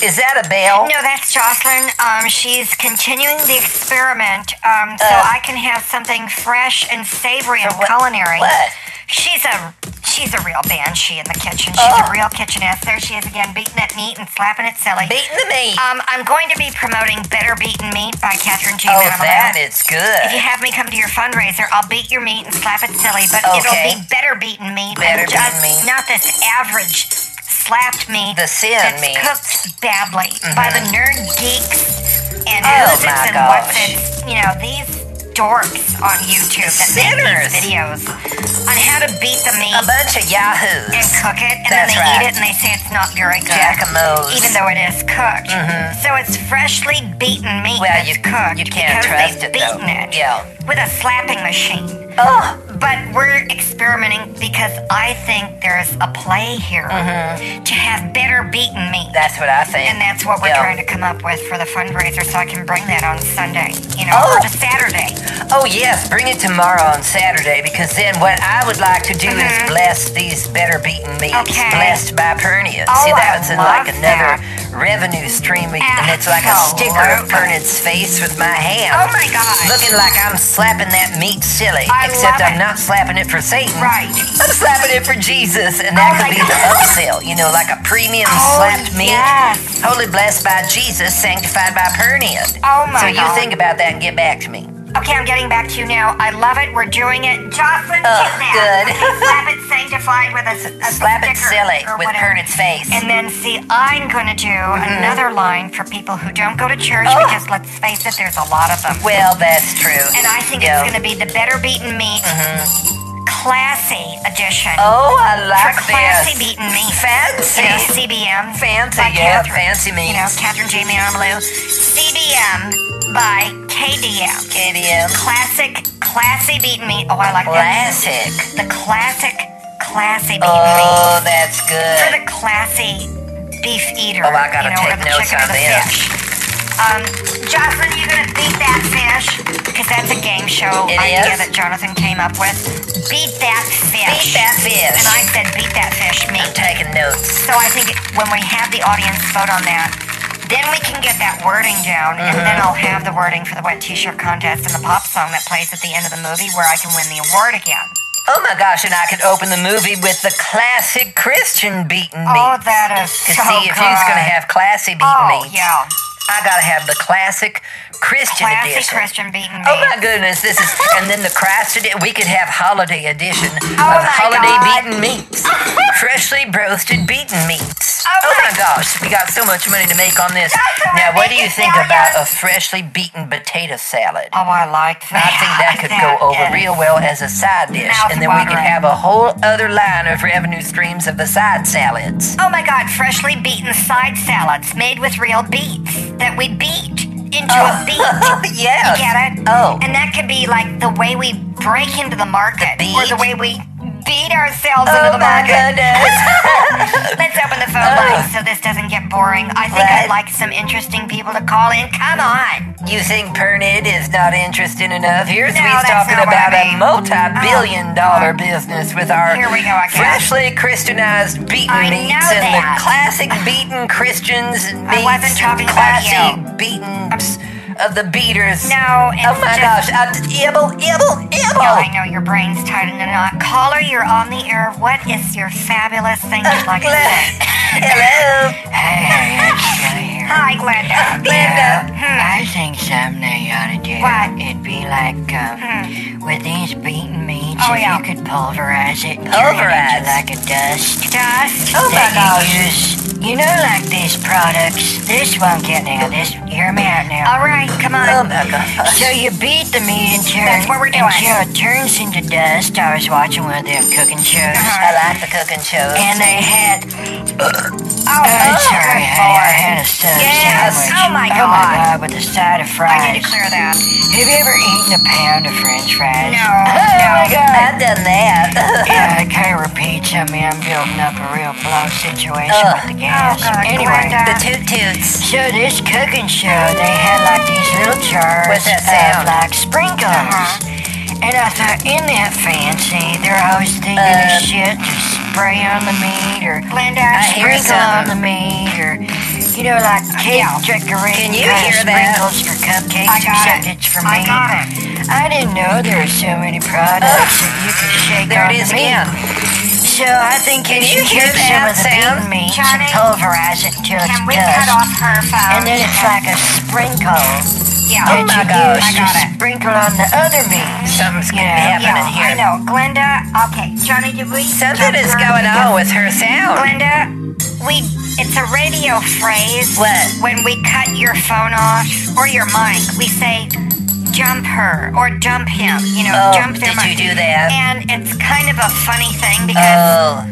S4: Is that a bell?
S1: No, that's Jocelyn. Um, she's continuing the experiment, um, so
S4: Uh,
S1: I can have something fresh and savory and
S4: For what-
S1: culinary.
S4: what?
S1: She's a she's a real banshee in the kitchen. She's
S4: Oh.
S1: a real kitchenette. There she is again, beating it neat and slapping it silly.
S4: Beating the meat.
S1: um, I'm going to be promoting Better Beaten Meat by Catherine G.
S4: oh,
S1: Manilow.
S4: that is good.
S1: If you have me come to your fundraiser, I'll beat your meat and slap it silly, but it'll
S4: Okay.
S1: be better beaten meat.
S4: Better
S1: and just
S4: beaten meat.
S1: Not this average slapped meat.
S4: The sin
S1: that's
S4: meat.
S1: cooked badly by the nerd geeks and
S4: Mm-hmm. Oh,
S1: who's it's
S4: my
S1: and what's
S4: gosh.
S1: it's. You know, these dorks on YouTube that
S4: Sinners.
S1: make these videos on how to beat the meat
S4: a bunch of yahoos.
S1: and cook it, and then
S4: That's
S1: they
S4: right.
S1: eat it and they say it's not very good.
S4: Jacamos.
S1: Even though it is cooked, so it's freshly beaten meat
S4: Mm-hmm. Well,
S1: that's
S4: you-
S1: cooked
S4: you can't
S1: because
S4: trust
S1: they've
S4: it, though.
S1: beaten it
S4: Yeah.
S1: with a slapping machine.
S4: Oh,
S1: But we're experimenting because I think there's a play here
S4: Mm-hmm.
S1: to have better beaten meat.
S4: that's what I think.
S1: and that's what we're
S4: Yeah.
S1: trying to come up with for the fundraiser, so I can bring that on Sunday, you know,
S4: Oh.
S1: or to Saturday.
S4: Oh yes, bring it tomorrow on Saturday because then what I would like to do is bless these better beaten meats,
S1: Mm-hmm. Okay.
S4: blessed by Pernia.
S1: Oh,
S4: See,
S1: I
S4: that's
S1: love
S4: like another revenue stream, we, and it's like a sticker of
S1: Absolutely.
S4: Pernia's face with my hand.
S1: Oh my God!
S4: Looking like I'm slapping that meat silly,
S1: I
S4: except
S1: love
S4: I'm
S1: it.
S4: not slapping it for Satan.
S1: right.
S4: I'm slapping it for Jesus,
S1: Oh
S4: and that
S1: my
S4: could be the
S1: God.
S4: upsell. You know, like a premium
S1: Oh,
S4: slapped meat,
S1: yes.
S4: holy blessed by Jesus, sanctified by Pernia.
S1: Oh my
S4: So you
S1: God.
S4: think about that and get back to me.
S1: Okay, I'm getting back to you now. I love it. We're doing it. Jocelyn,
S4: Oh,
S1: get that.
S4: good.
S1: Okay, slap it sanctified with a, s- a
S4: [LAUGHS] Slap it
S1: sticker
S4: silly
S1: or
S4: with
S1: whatever.
S4: Pernit's face.
S1: And then see, I'm going to do another line for people who don't go to church
S4: Oh.
S1: because let's face it, there's a lot of them.
S4: well, that's true.
S1: And I think
S4: Yeah. Mm-hmm.
S1: it's going to be the better beaten meat, classy edition.
S4: Oh, I like
S1: for classy
S4: this.
S1: beaten meat.
S4: Fancy.
S1: You know, CBM.
S4: Fancy,
S1: by
S4: yeah,
S1: Catherine.
S4: fancy meat.
S1: You know, Catherine J. Manilow. CBM by KDM.
S4: KDM.
S1: Classic, classy beaten meat. Oh, I like that.
S4: Classic.
S1: The classic, classy beef meat.
S4: Oh, that's
S1: For
S4: good.
S1: the classy beef eater.
S4: Oh, I gotta
S1: you know, or
S4: take
S1: the
S4: notes
S1: chicken or
S4: on
S1: the
S4: this.
S1: Fish. Um, Jocelyn, you gonna beat that fish? Because that's a game show
S4: It
S1: idea
S4: is?
S1: that Jonathan came up with. Beat that
S4: Beat
S1: fish.
S4: that fish.
S1: And I said, beat that fish
S4: I'm
S1: meat.
S4: taking notes.
S1: So I think when we have the audience vote on that, then we can get that wording down, and then
S4: Mm-hmm.
S1: I'll have the wording for the wet T-shirt contest and the pop song that plays at the end of the movie, where I can win the award again.
S4: Oh my gosh, and I could open the movie with the classic Christian beaten
S1: Oh,
S4: meat.
S1: that is
S4: to
S1: so
S4: see if
S1: good.
S4: he's gonna have classy beaten
S1: Oh
S4: meat.
S1: yeah,
S4: I gotta have the classic Christian
S1: classy
S4: edition.
S1: Christian beaten meat.
S4: Oh my goodness, this is and then the Christ edition we could have holiday edition
S1: Oh
S4: of
S1: my
S4: holiday
S1: God.
S4: beaten meats. Freshly roasted beaten meats.
S1: Oh my-
S4: my gosh, we got so much money to make on this.
S1: That's what
S4: Now
S1: I'm
S4: what do you
S1: thinking
S4: think
S1: now,
S4: about a
S1: yes.
S4: freshly beaten potato salad?
S1: Oh, I like that. [LAUGHS]
S4: I think that could go over real well as a side dish, and then we could
S1: Mouth-watering.
S4: have a whole other line of revenue streams of the side salads.
S1: Oh my God! Freshly beaten side salads made with real beets that we beat into a
S4: [LAUGHS]
S1: beet.
S4: yes.
S1: Get it?
S4: Oh.
S1: And that could be like the way we break into the market,
S4: The beet?
S1: or the way we beat ourselves
S4: Oh
S1: into the
S4: my
S1: market.
S4: goodness.
S1: Let's open the phone line so this doesn't get boring. I think I'd
S4: Right.
S1: like some interesting people to call in. Come on.
S4: You think Pernid is not interesting enough? Here's
S1: No,
S4: me
S1: that's
S4: talking
S1: not what I
S4: about
S1: mean. Uh-huh.
S4: a multi-billion dollar business with our
S1: Here we go again.
S4: freshly Christianized beaten
S1: I
S4: meats
S1: know
S4: and the
S1: that.
S4: classic beaten Christians meats.
S1: wasn't
S4: and
S1: talking about
S4: classy
S1: you.
S4: beatens of the beaters.
S1: No, it's
S4: Oh my
S1: just-
S4: gosh! Oh. I'm just ibble, ibble, ibble.
S1: No, I know your brain's tied in a knot. Caller, you're on the air. What is your fabulous thing you'd like to say?
S4: [LAUGHS] Hello.
S3: Hey, it's Junior.
S1: Hi, Glenda.
S4: Glenda.
S3: I think something they ought to do.
S1: Hmm. What? Hmm.
S3: It'd be like, um, with these beaten meats,
S1: Oh,
S3: if
S1: yeah.
S3: you could pulverize it, turn it
S4: Pulverize?
S3: into like a dust.
S1: Dust.
S4: Oh my
S3: that
S4: gosh!
S3: you use. You know, like these products. This one, get now. This, hear me out now.
S1: All right, come on.
S4: Oh my gosh!
S3: So you beat the meat until
S1: That's what we're doing.
S3: until it turns into dust. I was watching one of them cooking shows,
S1: Uh-huh.
S4: I like the cooking shows.
S3: and they had
S1: oh, oh,
S3: sorry,
S1: good
S3: hey, I
S1: lord.
S3: had a sub
S1: Yes.
S3: sandwich.
S1: Oh, my
S3: Oh my
S1: God.
S3: god, with a side of fries.
S1: I need to clear that.
S3: Have you ever eaten a pound of French fries? [LAUGHS]
S1: No.
S4: Oh
S1: no.
S4: my god! I've done [LAUGHS] that.
S3: Yeah, I can't repeat. I mean, I'm building up a real blow situation
S4: Ugh.
S3: with the gas.
S1: Oh, God,
S3: anyway,
S1: Glenda.
S4: the toot toots.
S3: so this cooking show, they had like these little jars
S4: What's that sound? Uh-huh.
S3: of like sprinkles. And I thought, isn't that fancy? They're always thinking
S4: Uh,
S3: of shit to spray on the meat or
S1: Glenda,
S4: I hear
S3: sprinkle on the
S4: something.
S3: meat or, you know, like cake
S1: Yeah.
S3: decoration.
S4: Can you
S3: kind of
S4: hear that?
S3: sprinkles for cupcakes,
S1: I got
S3: except
S1: it.
S3: it's for
S1: I
S3: meat.
S1: got it.
S3: I didn't know there were so many products that you could shake
S4: There
S3: on
S4: it is
S3: the meat.
S4: again.
S3: So I think
S4: Can
S3: if you
S4: you hear
S3: take
S4: that
S3: some of the
S4: sound?
S3: beaten meats
S1: Johnny?
S3: and pulverize it till it's
S1: Can we
S3: dust,
S1: cut off her phone?
S3: and then it's like oh a sprinkle
S1: yeah.
S3: that
S4: my
S3: you
S4: gosh.
S3: use
S1: I
S3: to
S1: got it.
S3: sprinkle on the other meats.
S4: Something's
S3: Yeah.
S1: Yeah,
S4: happening
S1: I
S4: here.
S1: know. Glenda, okay. Johnny, did we?
S4: Something is going on with her sound.
S1: Glenda, we. It's a radio phrase.
S4: What?
S1: When we cut your phone off or your mic, we say, jump her or dump him. You know,
S4: Oh,
S1: jump their
S4: did you
S1: mic.
S4: do that?
S1: And it's kind of a funny thing because
S4: Oh,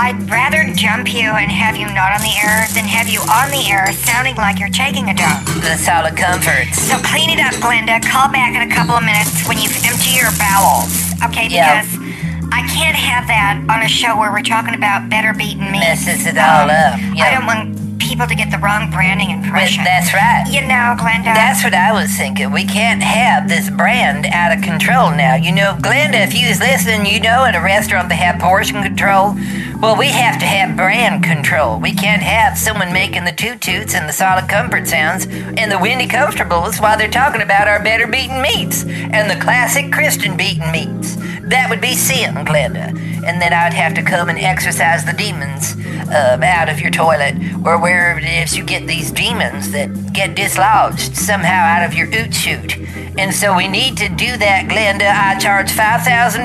S1: I'd rather jump you and have you not on the air than have you on the air sounding like you're taking a dump.
S4: the solid comforts.
S1: So clean it up, Glenda. Call back in a couple of minutes when you've emptied your bowels. Okay,
S4: Yeah.
S1: because I can't have that on a show where we're talking about better beaten meat.
S4: Messes it all up.
S1: Oh, I
S4: Yeah,
S1: don't want people to get the wrong branding
S4: But
S1: impression.
S4: that's right.
S1: you know, Glenda.
S4: That's what I was thinking. We can't have this brand out of control now. You know, Glenda, if you's listening, you know at a restaurant they have portion control. Well, we have to have brand control. We can't have someone making the toot toots and the solid comfort sounds and the windy comfortables while they're talking about our better beaten meats and the classic Christian beaten meats. That would be sin, Glenda. And then I'd have to come and exorcise the demons um, out of your toilet or wherever it is you get these demons that get dislodged somehow out of your oot shoot. And so we need to do that, Glenda. I charge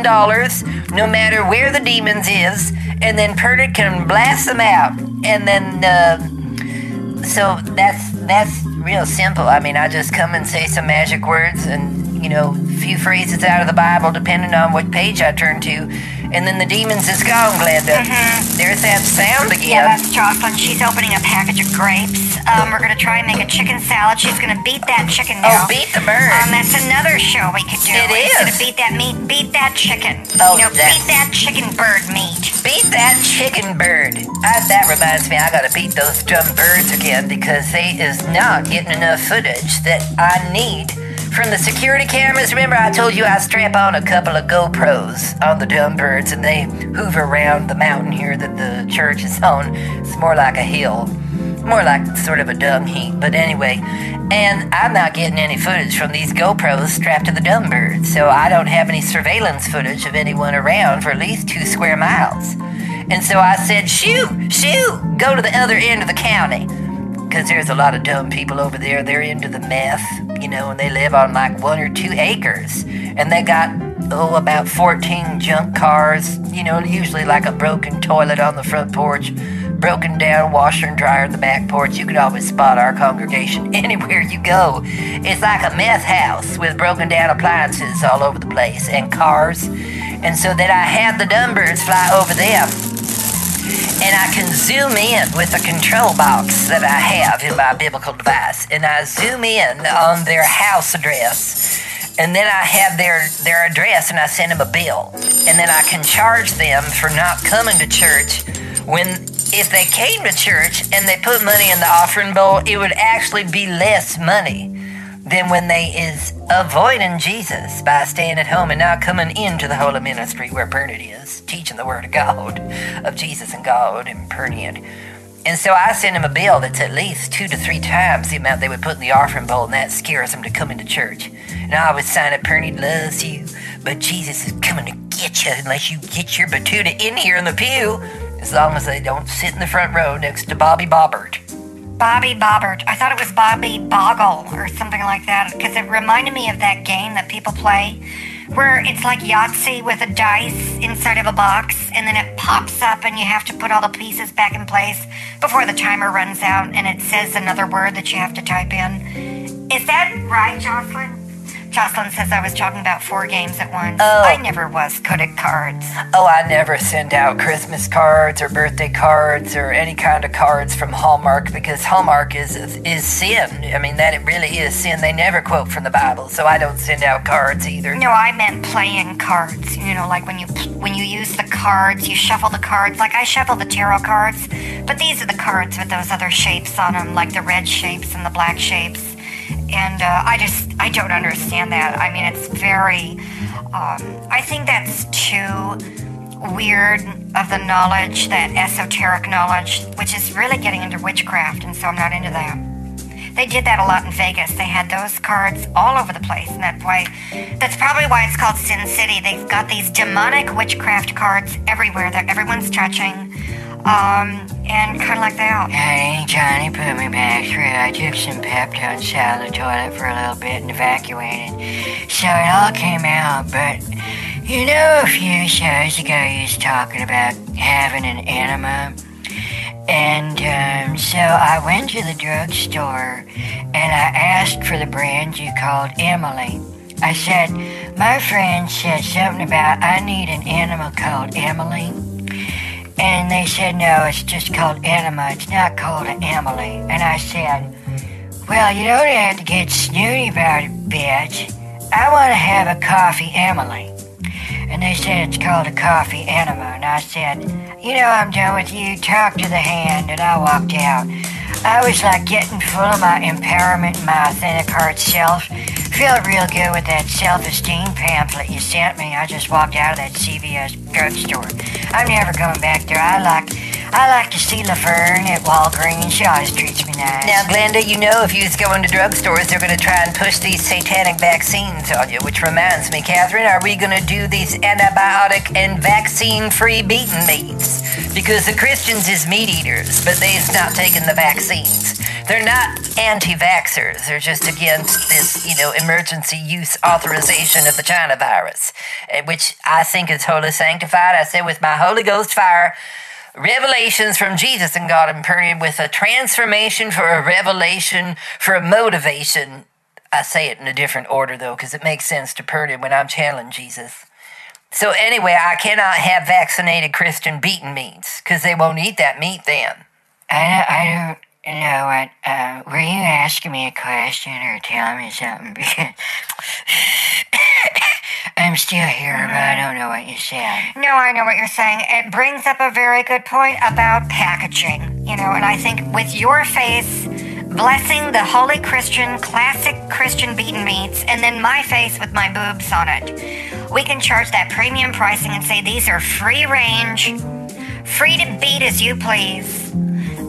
S4: $5,000 no matter where the demons is, and then Perdit can blast them out. And then, uh, so that's that's real simple. I mean, I just come and say some magic words and, you know, a few phrases out of the Bible, depending on what page I turn to. And then the demons is gone, Glenda. There's that sound
S1: Mm-hmm. Yeah,
S4: again.
S1: that's Jocelyn. She's opening a package of grapes. Um, we're gonna try and make a chicken salad. She's gonna beat that chicken
S4: Oh,
S1: now.
S4: beat the bird.
S1: Um, that's another show we could do.
S4: It
S1: It's
S4: is.
S1: gonna beat that meat, beat that chicken.
S4: Oh,
S1: you know,
S4: that-
S1: beat that chicken bird meat.
S4: beat that chicken bird. I, that reminds me, I gotta beat those dumb birds again because they is not getting enough footage that I need from the security cameras. Remember, I told you I strap on a couple of GoPros on the dumb birds and they hoover around the mountain here that the church is on. It's more like a hill more like sort of a dumb heat. But anyway, and I'm not getting any footage from these GoPros strapped to the dumb bird, so I don't have any surveillance footage of anyone around for at least two square miles. And so I said, shoo, shoo, go to the other end of the county. Because there's a lot of dumb people over there. They're into the meth, you know, and they live on like one or two acres. And they got, oh, about 14 junk cars, you know, usually like a broken toilet on the front porch, broken down washer and dryer in the back porch. You could always spot our congregation [LAUGHS] anywhere you go. It's like a meth house with broken down appliances all over the place and cars. And so then I had the dumb birds fly over them and I can zoom in with the control box that I have in my biblical device, and I zoom in on their house address. and then I have their their address and I send them a bill, and then I can charge them for not coming to church. When if they came to church and they put money in the offering bowl, it would actually be less money than when they is avoiding Jesus by staying at home and not coming into the holy ministry where Bernard is teaching the word of God, of Jesus and God and Bernard. And so I send them a bill that's at least two to three times the amount they would put in the offering bowl, and that scares them to come into church. And I always sign it, Pernie loves you, but Jesus is coming to get you unless you get your batuta in here in the pew, as long as they don't sit in the front row next to Bobby Bobbert.
S1: Bobby Bobbert. I thought it was Bobby Boggle or something like that because it reminded me of that game that people play where it's like Yahtzee with a dice inside of a box and then it pops up and you have to put all the pieces back in place before the timer runs out and it says another word that you have to type in. Is that right, Jocelyn? Jocelyn says I was talking about four games at once.
S4: Oh.
S1: I never was good at cards.
S4: Oh, I never send out Christmas cards or birthday cards or any kind of cards from Hallmark because Hallmark is is sin. I mean, that it really is sin. They never quote from the Bible, so I don't send out cards either.
S1: No, I meant playing cards. You know, like when you when you use the cards, you shuffle the cards. Like I shuffle the tarot cards, but these are the cards with those other shapes on them, like the red shapes and the black shapes. And uh, I just I don't understand that. I mean, it's very. Um, I think that's too weird of the knowledge, that esoteric knowledge, which is really getting into witchcraft, and so I'm not into that. They did that a lot in Vegas. They had those cards all over the place, and that's why that's probably why it's called Sin City. They've got these demonic witchcraft cards everywhere that everyone's touching, um, and kind of like they all.
S3: Honey, Johnny put me back through. I took some Pepto and sat on the toilet for a little bit and evacuated. So it all came out, but you know, a few shows ago you was talking about having an enema. And um, so I went to the drugstore and I asked for the brand you called Emily. I said, my friend said something about I need an enema called Emily. And they said, no, it's just called enema. It's not called an Emily. And I said, well, you don't have to get snooty about it, bitch. I want to have a coffee Emily. And they said, it's called a coffee enema. And I said, you know, I'm done with you. Talk to the hand. And I walked out. I was like getting full of my empowerment and my authentic heart self. Felt real good with that self-esteem pamphlet you sent me. I just walked out of that CVS drugstore. I'm never going back there. I like, I like to see Laverne at Walgreens. She always treats me nice.
S4: Now, Glenda, you know if you was going to drugstores, they're going to try and push these satanic vaccines on you, which reminds me, Catherine, are we going to do these antibiotic and vaccine-free beaten meats? Because the Christians is meat eaters, but they's not taking the vaccines. They're not anti-vaxxers. They're just against this, you know, emergency use authorization of the China virus, eh, which I think is wholly sanctified. I said with my Holy Ghost fire, revelations from Jesus and God imparted with a transformation for a revelation for a motivation. I say it in a different order though, because it makes sense to Purdy when I'm channeling Jesus. So anyway, I cannot have vaccinated Christian beaten meats because they won't eat that meat then.
S3: I don't, I don't know what. Uh, were you asking me a question or telling me something? [LAUGHS] Because I'm still here, but I don't know what you said.
S1: No, I know what you're saying. It brings up a very good point about packaging, you know, and I think with your face blessing the holy Christian, classic Christian beaten meats, and then my face with my boobs on it, we can charge that premium pricing and say these are free range, free to beat as you please.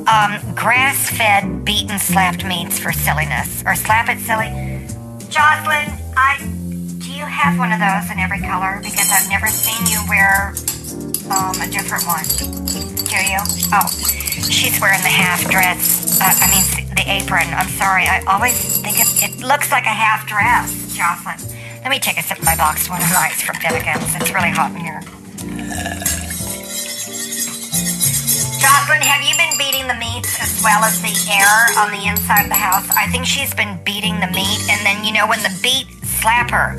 S1: Um, grass fed, beaten, slapped meats for silliness, or slap it silly. Jocelyn, I do you have one of those in every color? Because I've never seen you wear um, a different one. Do you? Oh, she's wearing the half dress. Uh, I mean, the apron. I'm sorry. I always think it, it looks like a half dress, Jocelyn. Let me take a sip of my boxed one of ice from Finnegans. It's really hot in here. Jocelyn, have you been beating the meats as well as the air on the inside of the house? I think she's been beating the meat, and then you know when the beat slapper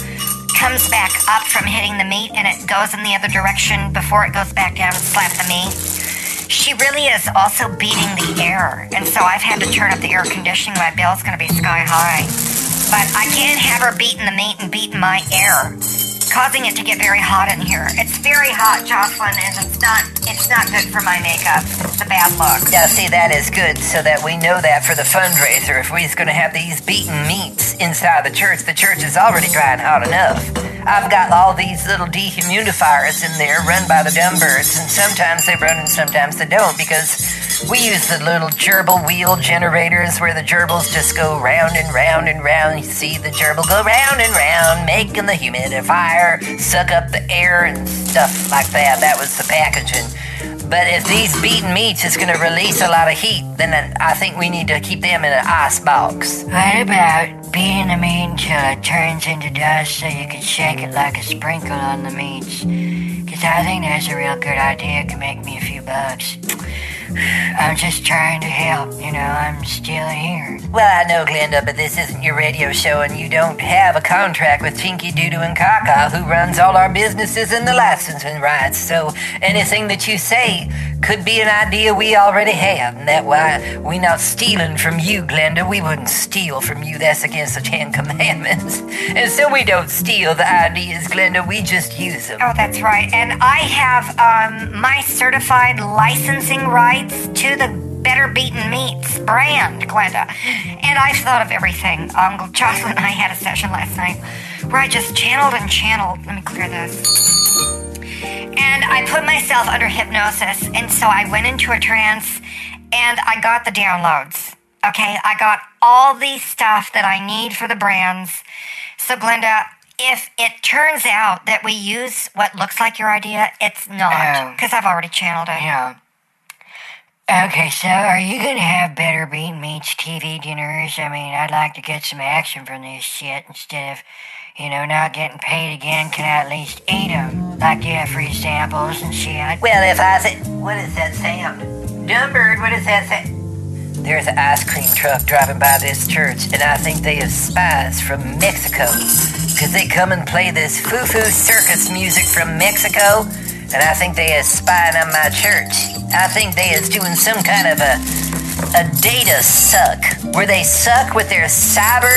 S1: comes back up from hitting the meat and it goes in the other direction before it goes back down and slap the meat. She really is also beating the air, and so I've had to turn up the air conditioning. My bill's going to be sky high. But I can't have her beating the meat and beating my air, causing it to get very hot in here. It's very hot, Jocelyn, and it's not it's not good for my makeup. It's a bad look.
S4: Now, see, that is good so that we know that for the fundraiser. If we're going to have these beaten meats inside the church, the church is already drying hot enough. I've got all these little dehumidifiers in there run by the dumb birds, and sometimes they run and sometimes they don't because we use the little gerbil wheel generators where the gerbils just go round and round and round. You see the gerbil go round and round, making the humidifier suck up the air and stuff like that. That was the packaging. But if these beaten meats is going to release a lot of heat, then I think we need to keep them in an ice box.
S3: What about beating the meat until it turns into dust so you can shake it like a sprinkle on the meats? Because I think that's a real good idea. It could make me a few bucks. I'm just trying to help, you know, I'm still here.
S4: Well, I know, Glenda, but this isn't your radio show, and you don't have a contract with Tinky Doodoo and Kaka, who runs all our businesses and the licensing rights. So anything that you say could be an idea we already have, and that why we not stealing from you, Glenda. We wouldn't steal from you. That's against the Ten Commandments. [LAUGHS] And so we don't steal the ideas, Glenda. We just use them.
S1: Oh, that's right. And I have um, my certified licensing rights to the Better Beaten Meats brand, Glenda. And I've thought of everything. Uncle Jocelyn and I had a session last night where I just channeled and channeled. Let me clear this. And I put myself under hypnosis. And so I went into a trance and I got the downloads. Okay, I got all the stuff that I need for the brands. So, Glenda, if it turns out that we use what looks like your idea, it's not.
S3: Oh.
S1: Because I've already channeled it.
S3: Yeah. Okay, so are you gonna have better beaten meats TV dinners? I mean, I'd like to get some action from this shit instead of, you know, not getting paid again. Can I at least eat them? Like, do you have free samples and shit?
S4: Well, if I say, what is that sound? Dumbird, what is that sound? There's an ice cream truck driving by this church, and I think they are spies from Mexico. Because they come and play this foo-foo circus music from Mexico, and I think they is spying on my church. I think they is doing some kind of a, a data suck, where they suck with their cyber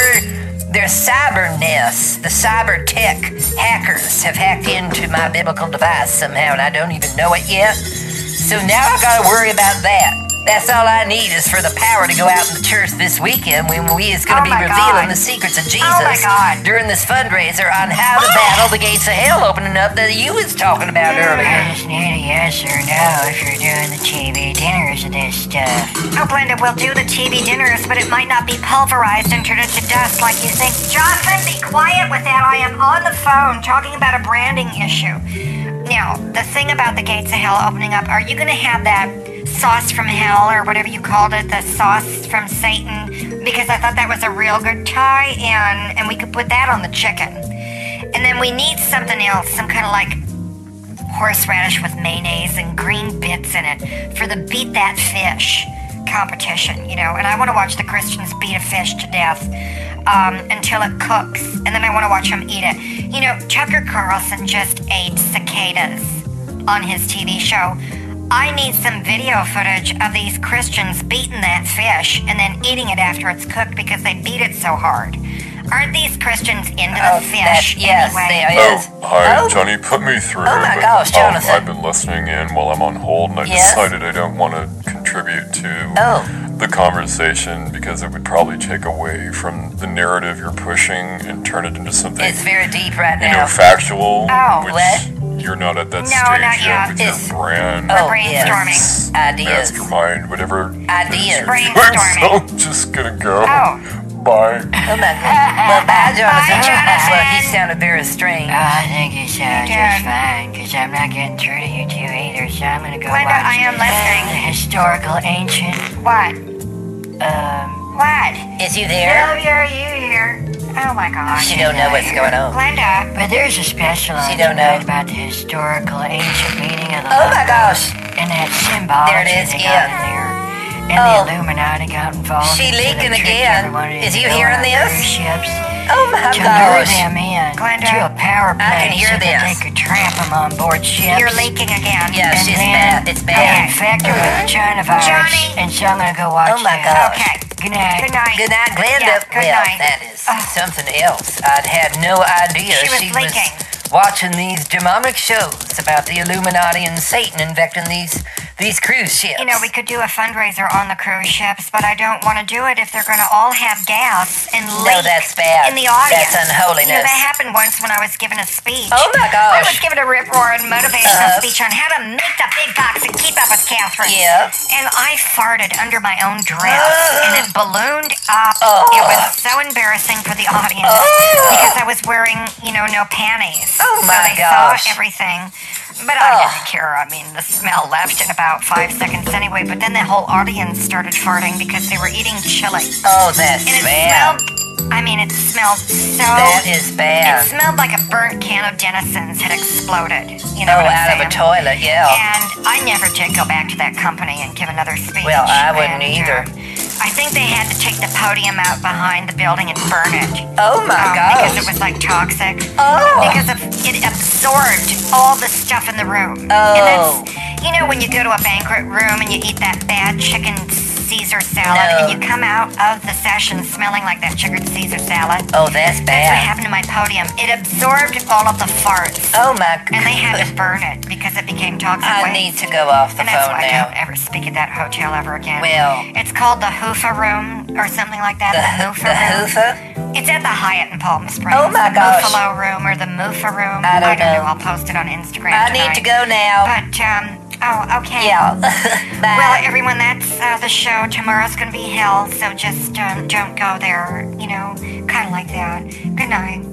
S4: their cyberness, the cyber tech hackers have hacked into my biblical device somehow, and I don't even know it yet. So now I gotta worry about that. That's all I need is for the power to go out in the church this weekend when we is
S1: Oh
S4: gonna be
S1: my God.
S4: revealing
S1: Oh
S4: the secrets of Jesus
S1: my God.
S4: during this fundraiser on how to
S1: Ah!
S4: battle the gates of hell opening up that you was talking
S3: I
S4: about earlier.
S3: just need a yes or no if you're doing the TV dinners of this stuff.
S1: Oh, Glenda, we'll do the TV dinners, but it might not be pulverized and turn into dust like you think. Jocelyn, be quiet with that. I am on the phone talking about a branding issue. Now, the thing about the gates of hell opening up, are you going to have that sauce from hell or whatever you called it, the sauce from Satan? Because I thought that was a real good tie and and we could put that on the chicken. And then we need something else, some kind of like horseradish with mayonnaise and green bits in it for the Beat That Fish competition, you know. And I want to watch the Christians beat a fish to death um, until it cooks, and then I want to watch them eat it. You know, Tucker Carlson just ate cicadas on his TV show. I need some video footage of these Christians beating that fish and then eating it after it's cooked because they beat it so hard. Aren't these Christians into the
S4: Oh, that-
S1: fish?
S4: yes,
S1: anyway?
S4: they are.
S2: Oh,
S4: Yes.
S2: hi,
S4: Oh.
S2: Johnny. Put me through.
S4: Oh my
S2: but,
S4: gosh,
S2: um,
S4: Jonathan.
S2: I've been listening in while I'm on hold, and I
S4: Yes?
S2: decided I don't want to contribute to
S4: Oh.
S2: the conversation because it would probably take away from the narrative you're pushing and turn it into something
S4: It's very deep right
S2: you know
S4: now.
S2: factual,
S1: Oh,
S2: which
S4: what?
S2: you're not at that
S1: No,
S2: stage
S1: not yet.
S2: yet with
S4: It's-
S2: your brand.
S4: Oh,
S1: brainstorming.
S2: It's
S4: Ideas.
S2: Mastermind, whatever.
S4: Ideas.
S2: [LAUGHS] So I'm just gonna go.
S1: Oh.
S2: Bye.
S4: Oh my God. Well, bye, Jonathan.
S1: Jonathan.
S4: Well, he sounded very strange.
S3: Oh, I think it's uh,
S1: Yeah.
S3: just fine because I'm not getting through to you two either, so I'm gonna go
S1: Glenda,
S3: watch
S1: I am
S3: the
S1: listening.
S3: historical ancient.
S1: What?
S3: Um,
S1: What?
S4: Is you there?
S1: Oh, yeah, you here. Oh my gosh.
S4: She don't know what's going on.
S1: Glenda,
S3: but there's a special on
S4: She don't know.
S3: tonight about the historical ancient meaning of the.
S4: Oh my
S3: logo
S4: gosh.
S3: And that symbology
S4: There it is
S3: they
S4: again.
S3: got in there. And
S4: Oh.
S3: the Illuminati got involved.
S4: She
S3: and so they
S4: leaking
S3: tricked
S4: again.
S3: everyone into
S4: Is you
S3: going
S4: hearing
S3: on
S4: this?
S3: cruise Ships
S4: Oh my
S3: to lure
S4: gosh.
S3: them in
S1: Glenda,
S3: to a power
S4: I can
S3: play
S4: hear
S3: so that
S4: this.
S3: they could trap them on board ships.
S1: you're leaking again.
S4: Yeah,
S3: And
S4: she's
S3: then
S4: bad. It's
S3: They
S4: bad.
S3: infected with China virus.
S1: Johnny.
S3: And so I'm gonna go watch
S4: Oh my
S3: that.
S4: God.
S1: Okay.
S3: Good night.
S1: Good night.
S4: Good night, Glenda.
S1: Yeah, good
S4: well,
S1: night.
S4: that is
S1: Ugh.
S4: something else. I'd had no idea
S1: Ah. She was leaking.
S4: watching these demonic shows about the Illuminati and Satan infecting these these cruise ships.
S1: You know, we could do a fundraiser on the cruise ships, but I don't want to do it if they're going to all have gas and leak
S4: no, that's bad.
S1: in the audience.
S4: That's
S1: You know,
S4: unholiness.
S1: that happened once when I was giving a speech.
S4: oh my
S1: I was
S4: gosh.
S1: giving a rip roaring motivational
S4: Uh-huh.
S1: speech on how to make the big bucks and keep up with Catherine.
S4: Yeah.
S1: And I farted under my own dress,
S4: [GASPS]
S1: and it ballooned up.
S4: Ugh.
S1: It was so embarrassing for the audience
S4: Ugh.
S1: because I was wearing, you know, no panties.
S4: Oh,
S1: so
S4: my
S1: they
S4: gosh. Oh.
S1: saw everything. But I
S4: Ugh.
S1: didn't care. I mean, the smell left in about five seconds anyway. But then the whole audience started farting because they were eating chili,
S4: Oh, that's
S1: and it
S4: bad.
S1: smelled. I mean, it smelled so.
S4: That is bad.
S1: It smelled like a burnt can of Denison's had exploded. You
S4: oh,
S1: know, what I'm
S4: out of a
S1: saying?
S4: toilet, yeah.
S1: And I never did go back to that company and give another speech.
S4: Well, I wouldn't
S1: And, uh,
S4: either.
S1: I think they had to take the podium out behind the building and burn it.
S4: oh my
S1: um,
S4: gosh.
S1: Because it was like toxic.
S4: oh.
S1: Because of, it absorbed all the stuff in the room. And
S4: Oh.
S1: that's, you know, when you go to a banquet room and you eat that bad chicken Caesar salad
S4: No.
S1: and you come out of the session smelling like that chicken Caesar salad.
S4: oh,
S1: That's what
S4: that's bad.
S1: happened to my podium. It absorbed all of the farts,
S4: Oh my
S1: and they had to
S4: goodness.
S1: burn it because it became toxic
S4: I
S1: waste.
S4: need to go off the
S1: and that's
S4: phone
S1: why I
S4: now.
S1: don't ever speak at that hotel ever again.
S4: Well.
S1: it's called the Hoofa Room or something like that.
S4: The,
S1: The,
S4: hoo-
S1: Hoofa
S4: the
S1: Room.
S4: hoofa?
S1: It's at the Hyatt in Palm Springs.
S4: Oh my
S1: the
S4: gosh.
S1: Buffalo Room or the Moofa Room.
S4: I don't know.
S1: I'll post it on Instagram.
S4: I need
S1: tonight.
S4: to go now.
S1: But um, oh, okay.
S4: Yeah. [LAUGHS] Bye.
S1: Well, everyone, that's uh, the show. Tomorrow's gonna be hell, so just um, don't go there. You know, kind of like that. Good night.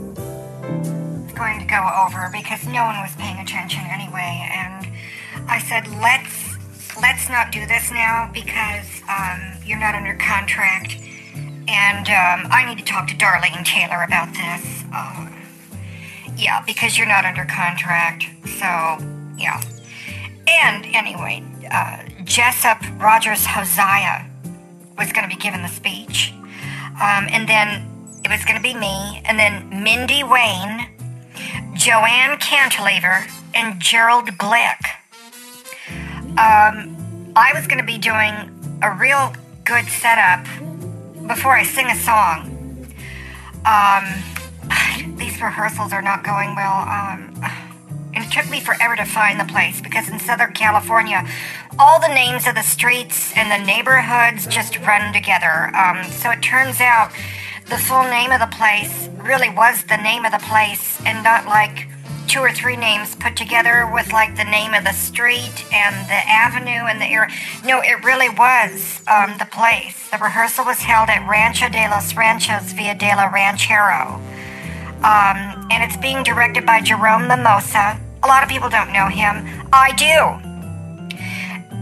S1: It's going to go over because no one was paying attention anyway, and I said let's let's not do this now because um, you're not under contract, and um, I need to talk to Darlene Taylor about this. Uh, yeah, because you're not under contract, so yeah. And anyway, uh, Jessup Rogers Hosiah was going to be giving the speech. Um, and then it was going to be me, and then Mindy Wayne, Joanne Cantilever, and Gerald Glick. Um, I was going to be doing a real good setup before I sing a song. Um, [SIGHS] these rehearsals are not going well. Um, and it took me forever to find the place because in Southern California, all the names of the streets and the neighborhoods just run together. Um, so it turns out the full name of the place really was the name of the place and not like two or three names put together with like the name of the street and the avenue and the area. No, it really was um, the place. The rehearsal was held at Rancho de los Ranchos Via de la Ranchero um, and it's being directed by Jerome Mimosa. A lot of people don't know him. I do.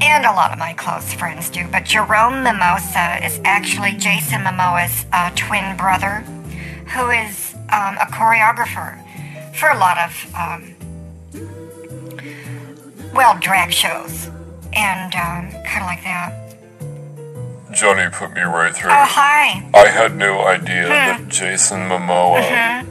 S1: And a lot of my close friends do. But Jerome Mimosa is actually Jason Momoa's uh, twin brother, who is um, a choreographer for a lot of, um, well, drag shows and um, kind of like that.
S2: Joni put me right through.
S1: Oh, Hmm. hi.
S2: I had no idea that Jason Momoa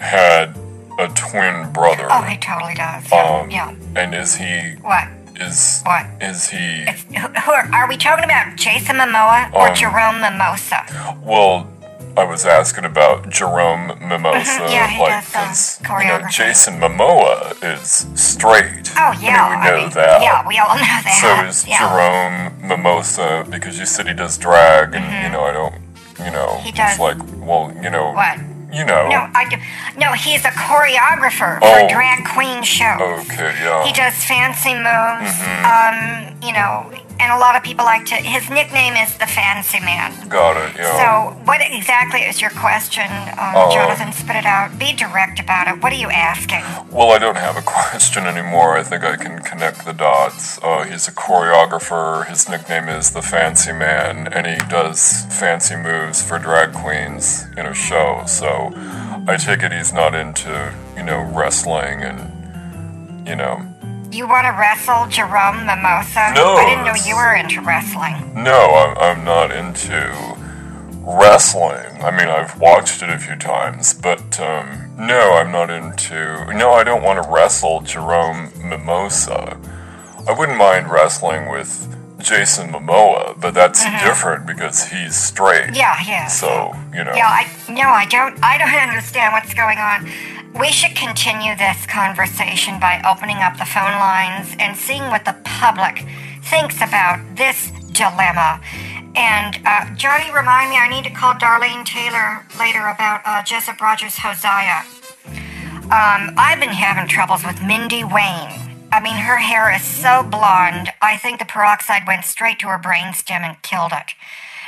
S2: had a twin brother.
S1: Mm-hmm. Oh, he totally does.
S2: um,
S1: yeah.
S2: And is he
S1: What?
S2: is
S1: What?
S2: is he?
S1: Who, who are, are we talking about? Jason Momoa or
S2: Um,
S1: Jerome Mimosa?
S2: Well, I was asking about Jerome Mimosa,
S1: Mhm, [LAUGHS] yeah, he
S2: like
S1: does, um,
S2: 'cause, you know,
S1: choreography.
S2: Jason Momoa is straight.
S1: Oh yeah,
S2: I mean, we know
S1: I mean,
S2: that.
S1: Yeah, we all know
S2: So
S1: that.
S2: is
S1: yeah.
S2: Jerome Mimosa because you said he does drag, and you know I don't, you know,
S1: Mm-hmm. He does.
S2: it's like well, you know,
S1: What?
S2: you know,
S1: No, I do. No, he's a choreographer
S2: Oh.
S1: for drag queen shows.
S2: okay, yeah,
S1: He does fancy moves.
S2: Mm-hmm.
S1: Um, you know, and a lot of people like to. His nickname is the Fancy Man.
S2: got it, yeah.
S1: So, what exactly is your question, um,
S2: Oh.
S1: Jonathan? Spit it out. Be direct about it. What are you asking?
S2: well, I don't have a [LAUGHS] question anymore. I think I can connect the dots. Uh, he's a choreographer. His nickname is the Fancy Man, and he does fancy moves for drag queens in a show. So I take it he's not into you know wrestling and you know.
S1: You want to wrestle Jerome Mimosa?
S2: No,
S1: I didn't know
S2: it's-
S1: you were into wrestling.
S2: No, I'm, I'm not into wrestling. I mean, I've watched it a few times, but um, no, I'm not into. No, I don't want to wrestle Jerome Mimosa. I wouldn't mind wrestling with Jason Momoa, but that's different because he's straight.
S1: Mm-hmm. Yeah, yeah.
S2: So, you know.
S1: Yeah, I no, I don't. I don't understand what's going on. We should continue this conversation by opening up the phone lines and seeing what the public thinks about this dilemma. And uh, Johnny, remind me, I need to call Darlene Taylor later about uh, Jessup Rogers Hosea. Um, I've been having troubles with Mindy Wayne. I mean, her hair is so blonde, I think the peroxide went straight to her brainstem and killed it.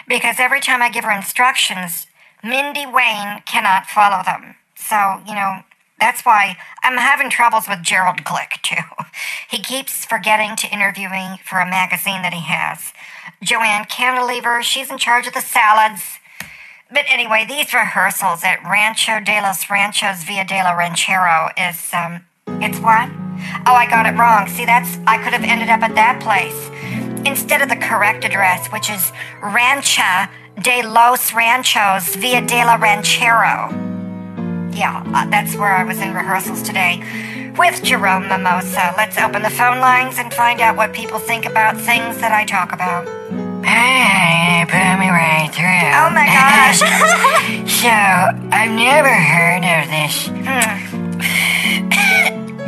S1: Because every time I give her instructions, Mindy Wayne cannot follow them. So, you know, that's why I'm having troubles with Gerald Glick, too. [LAUGHS] He keeps forgetting to interview me for a magazine that he has. Joanne Cantilever, she's in charge of the salads. But anyway, these rehearsals at Rancho de los Ranchos Via de la Ranchero is, um, it's what? Oh, I got it wrong. See, that's, I could have ended up at that place. Instead of the correct address, which is Rancha de los Ranchos Via de la Ranchero. Yeah, uh, that's where I was in rehearsals today with Jerome Mimosa. Let's open the phone lines and find out what people think about things that I talk about.
S3: Hey, you put me right through.
S1: Oh my gosh.
S3: so, I've never heard of this
S4: [LAUGHS]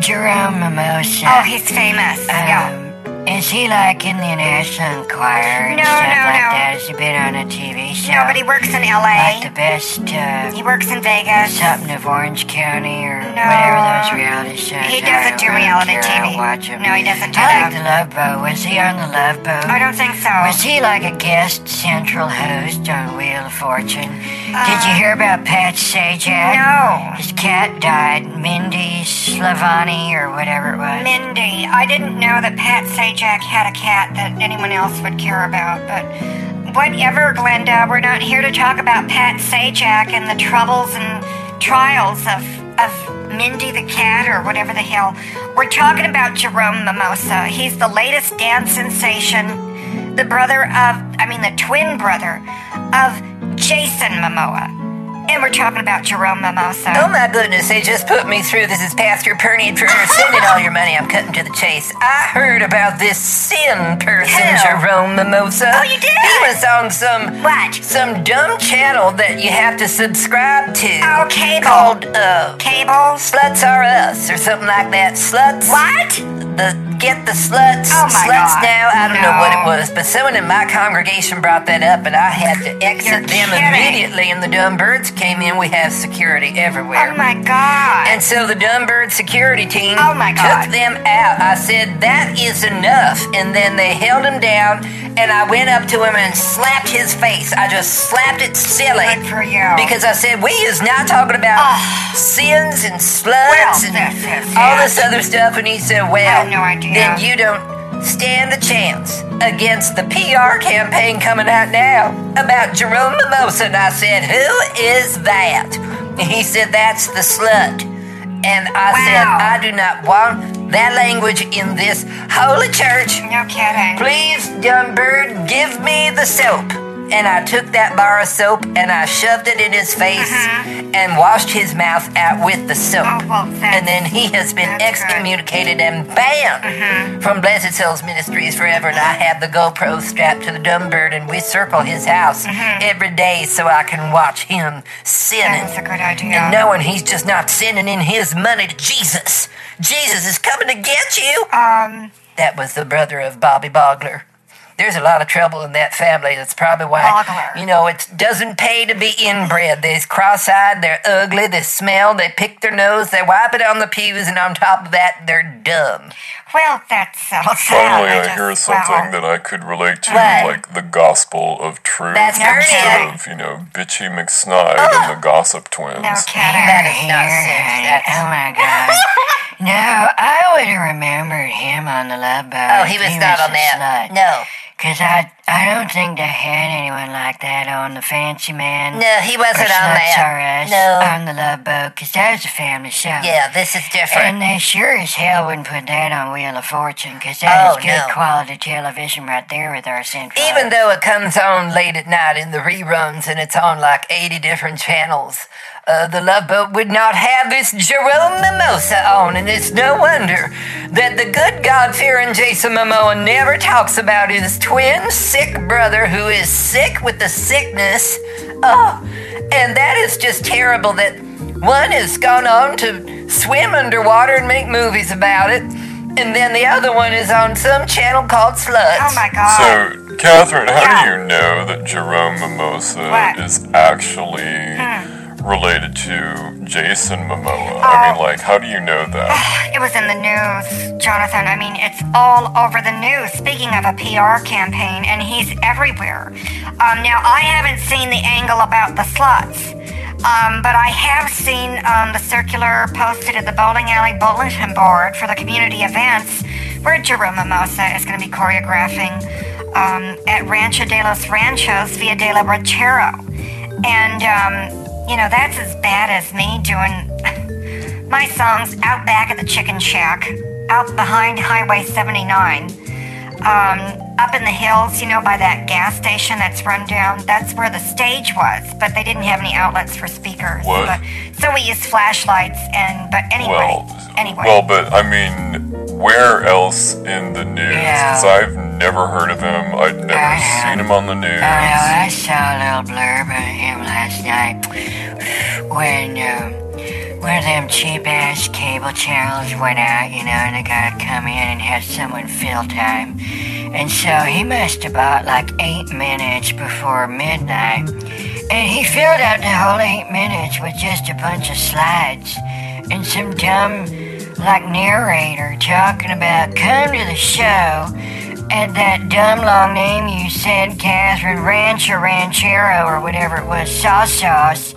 S3: Jerome Mimosa.
S1: oh, he's famous. yeah.
S3: Um, Is he like in the National Enquirer and
S1: No,
S3: stuff
S1: no,
S3: like
S1: no.
S3: that? Has he been on a TV show?
S1: No, but he works in LA.
S3: Like the best, uh,
S1: He works in Vegas.
S3: something of Orange County or
S1: No.
S3: whatever those reality shows
S1: He
S3: are.
S1: doesn't do
S3: I don't
S1: reality
S3: care. I
S1: TV.
S3: don't watch 'em.
S1: No, he doesn't do
S3: I like
S1: that.
S3: The Love Boat. Was he on The Love Boat?
S1: I don't think so.
S3: Was he like a guest central host on Wheel of Fortune? Did you hear about Pat Sajak?
S1: Uh, No.
S3: His cat died, Mindy Slavani or whatever it was.
S1: Mindy, I didn't know that Pat Sajak had a cat that anyone else would care about, but whatever, Glenda, we're not here to talk about Pat Sajak and the troubles and trials of, of Mindy the cat or whatever the hell. We're talking about Jerome Mimosa. He's the latest dance sensation, the brother of, I mean, the twin brother of Jason Momoa. And we're talking about Jerome Mimosa.
S4: Oh my goodness, they just put me through. This is Pastor Pernian Perner sending all your money. I'm cutting to the chase. I heard about this sin person,
S1: Hell.
S4: Jerome Mimosa.
S1: Oh, you did?
S4: He was on some
S1: What?
S4: some dumb channel that you have to subscribe to.
S1: Oh, cable.
S4: Called uh
S1: Cables.
S4: Sluts Are Us or something like that. Sluts
S1: What?
S4: the get the sluts,
S1: Oh my
S4: sluts
S1: God.
S4: now. I don't know what it
S1: No.
S4: was, but someone in my congregation brought that up, and I had to exit them
S1: kidding.
S4: immediately. And the dumb birds came in. We have security everywhere.
S1: Oh my god.
S4: And so the dumb bird security team
S1: Oh my God.
S4: took them out. I said, that is enough. And then they held him down, and I went up to him and slapped his face. I just slapped it silly.
S1: Good for you.
S4: Because I said, we is not talking about sins and
S1: Ah. Well,
S4: sluts and
S1: that's it,
S4: all
S1: yeah.
S4: this other stuff. And he said, well,
S1: I had no idea.
S4: then you don't stand a chance against the PR campaign coming out now about Jerome Mimosa. And I said, who is that? And he said, that's the slut. And I said,
S1: Wow.
S4: I do not want that language in this holy church.
S1: no kidding.
S4: Please, dumb bird, give me the soap. And I took that bar of soap and I shoved it in his face and washed his mouth out with the soap.
S1: Mm-hmm. Oh, well, that's-
S4: and then he has been
S1: that's good. Mm-hmm.
S4: excommunicated and banned from Blessed Souls Ministries forever. And I have the GoPro strapped to the dumb bird and we circle his house
S1: Mm-hmm.
S4: every day so I can watch him
S1: That
S4: sinning.
S1: was a good idea.
S4: And knowing he's just not sending in his money to Jesus. Jesus is coming to get you.
S1: um,
S4: That was the brother of Bobby Bogler. There's a lot of trouble in that family. That's probably why,
S1: Bogler.
S4: you know, it doesn't pay to be inbred. They're cross-eyed, they're ugly, they smell, they pick their nose, they wipe it on the pews, and on top of that, they're dumb.
S1: well, that's
S4: [LAUGHS]
S1: uh,
S2: Finally,
S1: I
S2: I,
S1: just-
S2: hear
S1: wow.
S2: something that I could relate to,
S4: What?
S2: like the gospel of truth
S4: That's
S2: instead
S4: perfect.
S2: of, you know, bitchy McSnide and the gossip twins.
S1: No
S3: That
S1: kidding.
S4: is not serious. That's-
S3: Oh
S4: [LAUGHS]
S3: my gosh. no, I would have remembered him on the Love Boat.
S4: Oh,
S3: if
S4: he was not on
S3: a
S4: that.
S3: slut.
S4: No.
S3: Cause I, I don't think they had anyone like that on the Fancy Man.
S4: No,
S3: or
S4: he wasn't on
S3: Sluts
S4: that.
S3: R Us
S4: No.
S3: on the Love Boat, cause that was a family show.
S4: Yeah, this is
S3: And
S4: different.
S3: they sure as hell wouldn't put that on Wheel of Fortune, cause that is
S4: Oh,
S3: good
S4: no.
S3: quality television right there with our central.
S4: Even though it comes on late at night in the reruns and it's on like 80 different channels, Uh, the love boat would not have its Jerome Mimosa on, and it's no wonder that the good God fearing Jason Momoa never talks about his twin sick brother who is sick with the sickness. Oh, and that is just terrible that one has gone on to swim underwater and make movies about it, and then the other one is on some channel called Sluts.
S1: Oh my god.
S2: So, Catherine, how
S1: Yeah.
S2: do you know that Jerome Mimosa
S1: What?
S2: is actually
S3: Hmm.
S2: related to Jason Momoa?
S3: Oh.
S2: I mean, like, how do you know
S3: [LAUGHS]
S2: that?
S1: It was in the news, Jonathan. I mean, it's all over the news. Speaking of a PR campaign, and he's everywhere. Um, now, I haven't seen the angle about the sluts, um, but I have seen um, the circular posted at the Bowling Alley bulletin board for the community events where Jerome Mimosa is going to be choreographing um, at Rancho de los Ranchos via de la Ranchero. And, um, you know, that's as bad as me doing [LAUGHS] my song's out back at the chicken shack, out behind Highway 79. Um, up in the hills, you know, by that gas station that's run down, that's where the stage was, but they didn't have any outlets for speakers.
S2: What?
S1: But, so we used flashlights and, but anyway,
S2: well,
S1: anyway.
S2: well, but I mean, where else in the news?
S3: Yeah.
S2: Because I've never heard of him. I've never
S3: I have.
S2: seen him on the news.
S3: I know I saw a little blurb of him last night when um, one of them cheap ass cable channels went out, you know, and they gotta come in and have someone fill time. And so he must have bought like eight minutes before midnight. And he filled out the whole eight minutes with just a bunch of slides and some dumb, like, narrator talking about come to the show and that dumb long name you said, Catherine Rancher Ranchero or whatever it was, Sauce Sauce.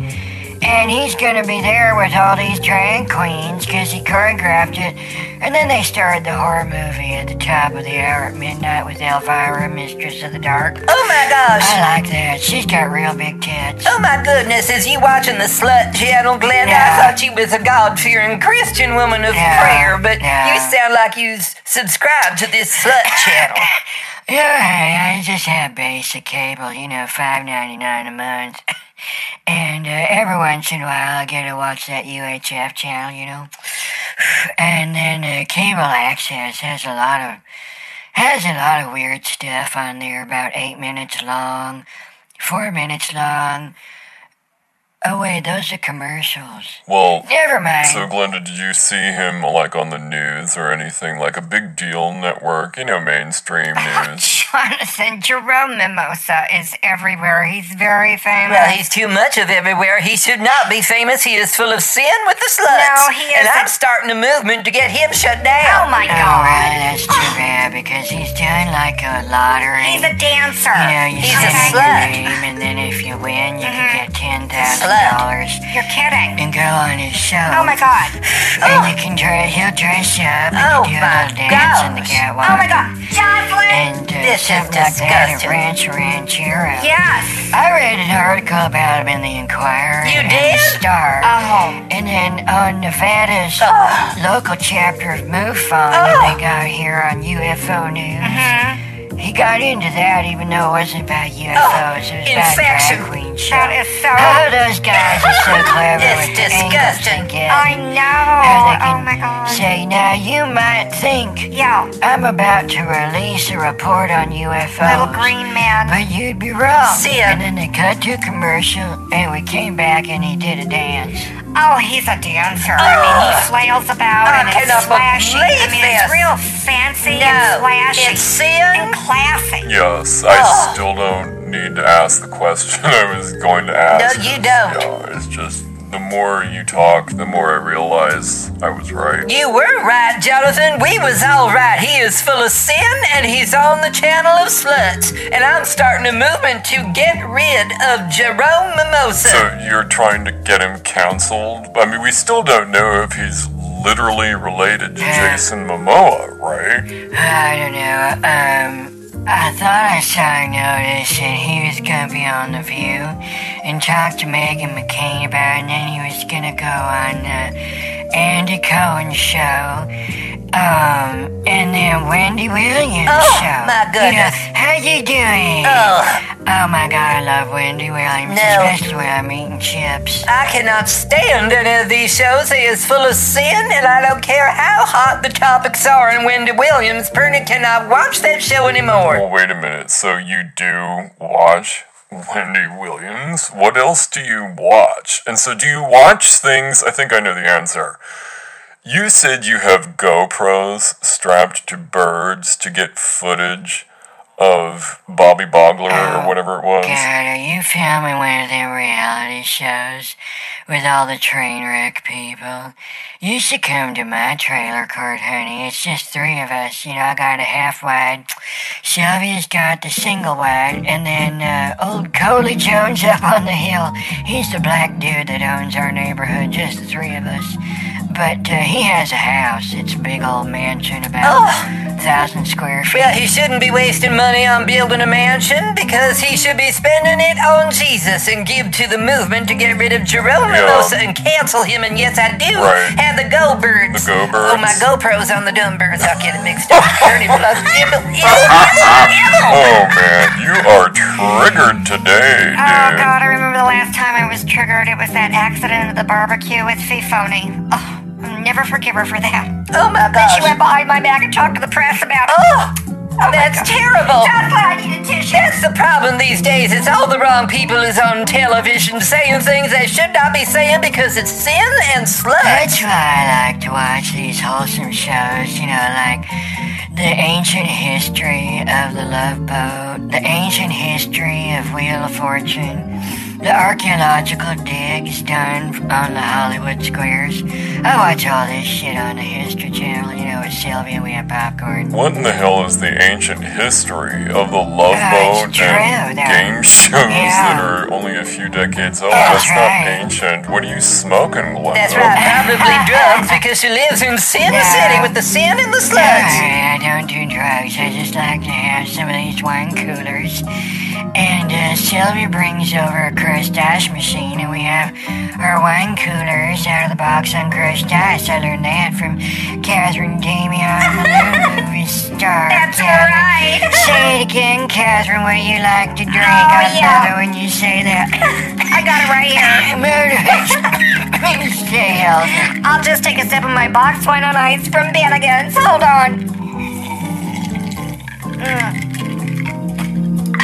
S3: And he's gonna be there with all these drag queens because he choreographed it. And then they started the horror movie at the top of the hour at midnight with Elvira, Mistress of the Dark.
S4: Oh my gosh.
S3: I like that. She's got real big tits.
S4: Oh my goodness, is you watching the Slut Channel, Glenda?
S3: Yeah.
S4: I thought you was a God-fearing Christian woman of
S3: Yeah.
S4: prayer, but
S3: Yeah.
S4: you sound like you s- subscribe to this
S1: [LAUGHS]
S4: Slut Channel.
S3: Yeah, [LAUGHS] I just have basic cable, you know, five ninety nine a month. [LAUGHS] And uh, every once in a while, I get to watch that UHF channel, you know. [SIGHS] And then uh, cable access has a lot of has a lot of weird stuff on there, about eight minutes long, four minutes long. Oh wait, those are commercials.
S2: Well,
S3: Never mind. [LAUGHS]
S2: So, Glenda, did you see him like on the news or anything? Like a big deal network, you know,
S3: [LAUGHS]
S2: mainstream news.
S1: Jonathan Jerome Mimosa is everywhere. He's very famous.
S4: well, he's too much of everywhere. He should not be famous. He is full of sin with the sluts.
S1: No, he
S4: And
S1: isn't.
S4: I'm starting a movement to get him shut
S1: oh
S4: down.
S1: my
S3: Oh,
S1: god.
S3: well, that's too bad because he's doing like a lottery.
S1: He's a dancer.
S3: You know, you
S4: He's a
S3: play the
S4: slut.
S3: game, and then if you win, you can get ten thousand dollars
S4: Slut.
S1: You're kidding.
S3: and go on his show.
S1: Oh my god.
S3: And you can dress. He'll dress you up and
S4: Oh
S3: do a
S4: my
S3: little dance in the
S4: gosh.
S3: catwalk.
S1: Oh my god. Jocelyn!
S3: And uh,
S4: This is
S3: something like that at
S4: disgusting.
S3: Ranch Ranchero.
S1: Yes.
S3: I read an article about him in the Inquirer.
S4: You
S3: and
S4: did?
S3: The Star.
S1: Oh.
S3: And then on Nevada's uh,
S1: Ah.
S3: local chapter of MUFON that they got here on UFO News,
S1: Mm-hmm.
S3: he got into that even though it wasn't about UFOs, it was
S4: infection.
S3: about drag queen show.
S1: Ah, That is so.
S3: Oh, those guys are
S1: [LAUGHS]
S3: so clever.
S4: It's
S3: with the angles
S4: disgusting.
S3: they get.
S1: I
S3: How they
S1: know.
S3: can
S1: Oh my god.
S3: Say, now you might think
S1: Yeah.
S3: I'm about to release a report on UFOs.
S1: Little green man.
S3: But you'd be wrong.
S4: See ya.
S3: And then they cut to a commercial, and we came back, and he did a dance.
S1: Oh, he's a dancer. I mean, he flails about
S4: I
S1: and
S4: cannot
S1: it's flashy. I
S4: believe
S1: mean, it's
S4: this.
S1: real fancy and
S4: no,
S1: flashy
S4: it's sin.
S1: and classy.
S2: Yes,
S4: Ah.
S2: I still don't need to ask the question [LAUGHS] I was going to ask.
S4: No, you
S2: It's-
S4: don't.
S2: yeah, it's just the more you talk, the more I realize I was right.
S4: You were right, Jonathan. We was all right. He is full of sin, and he's on the channel of sluts. And I'm starting a movement to get rid of Jerome Mimosa.
S2: So you're trying to get him counseled? I mean, we still don't know if he's literally related to Jason Momoa, right?
S3: I don't know. Um, I thought I saw a notice that he was gonna be on the View and talk to Megan McCain about, it, and then he was gonna go on uh, Andy Cohen's show, um, and then Wendy Williams'
S4: Oh,
S3: show.
S4: my
S3: You know,
S4: Oh, goodness.
S3: how are you doing?
S4: Ugh,
S3: Oh my god, I love Wendy Williams,
S4: No.
S3: especially when I'm eating chips.
S4: I cannot stand any of these shows. It is full of sin, and I don't care how hot the topics are in Wendy Williams. Perna cannot watch that show anymore.
S2: Well, wait a minute. So you do watch Wendy Williams? What else do you watch? And so do you watch things? I think I know the answer. You said you have GoPros strapped to birds to get footage of Bobby Bogler or whatever it was.
S3: God, are you filming one of them reality shows with all the train wreck people? You should come to my trailer court, honey. It's just three of us. You know, I got a half wide. Sylvia's got the single wide, and then uh, old Coley Jones up on the hill. He's the black dude that owns our neighborhood. Just the three of us. But uh, he has a house. It's a big old mansion, about
S4: Oh.
S3: thousand square feet.
S4: Well, he shouldn't be wasting money on building a mansion because he should be spending it on Jesus and give to the movement to get rid of Geronimo's
S2: Yeah.
S4: and cancel him. And yes, I do
S2: Right.
S4: have the Go Birds.
S2: The Go
S4: Oh, my
S2: Birds.
S4: Go Pros on the Dumb Birds. I'll get it
S2: [LAUGHS]
S4: mixed up. Ernie Bluff. Ew, ew, ew, ew.
S2: Oh man, you are triggered today, dude.
S1: Oh god, I remember the last time I was triggered. It was that accident at the barbecue with Fifoni. Oh, I'll never forgive her for that.
S4: Oh, my
S1: She went
S4: gosh.
S1: behind my back and talked to the press about it.
S4: Oh, that's terrible.
S1: That's why I need a tissue.
S4: That's the problem these days. It's all the wrong people is on television saying things they should not be saying because it's sin and sludge.
S3: That's why I like to watch these wholesome shows, you know, like the ancient history of the love boat, the ancient history of Wheel of Fortune, the archaeological digs done on the Hollywood squares. I watch all this shit on the History Channel, you know, with Sylvia, we have popcorn.
S2: What in the hell is the ancient history of the Love
S3: Uh,
S2: Boat
S3: it's true,
S2: and
S3: though.
S2: game [LAUGHS] shows that
S3: Yeah.
S2: are only a few decades old?
S3: That's
S2: That's
S3: right.
S2: not ancient. What are you smoking, Glenda?
S4: That's right, probably drugs because she lives in Sin
S3: Yeah.
S4: City with the sin and the sludge.
S3: Sorry, I don't do drugs. I just like to have some of these wine coolers. And uh, Sylvia brings over a crushed ice machine, and we have our wine coolers out of the box on crushed ice. I learned that from Catherine Damion,
S1: [LAUGHS]
S3: the movie star.
S1: That's
S3: Catherine.
S1: right.
S3: Say it again, Catherine, what you like to drink.
S1: Oh,
S3: I
S1: yeah.
S3: love it when you say that. [LAUGHS]
S1: I got it right [LAUGHS] here.
S3: Motivates me to [LAUGHS] stay healthy.
S1: I'll just take a sip of my box wine on ice from Bannigan's. Hold on. Mm.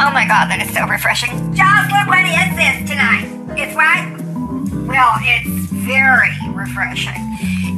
S1: Oh my god, that is so refreshing. Just look what is this tonight? It's what? Well, it's very refreshing.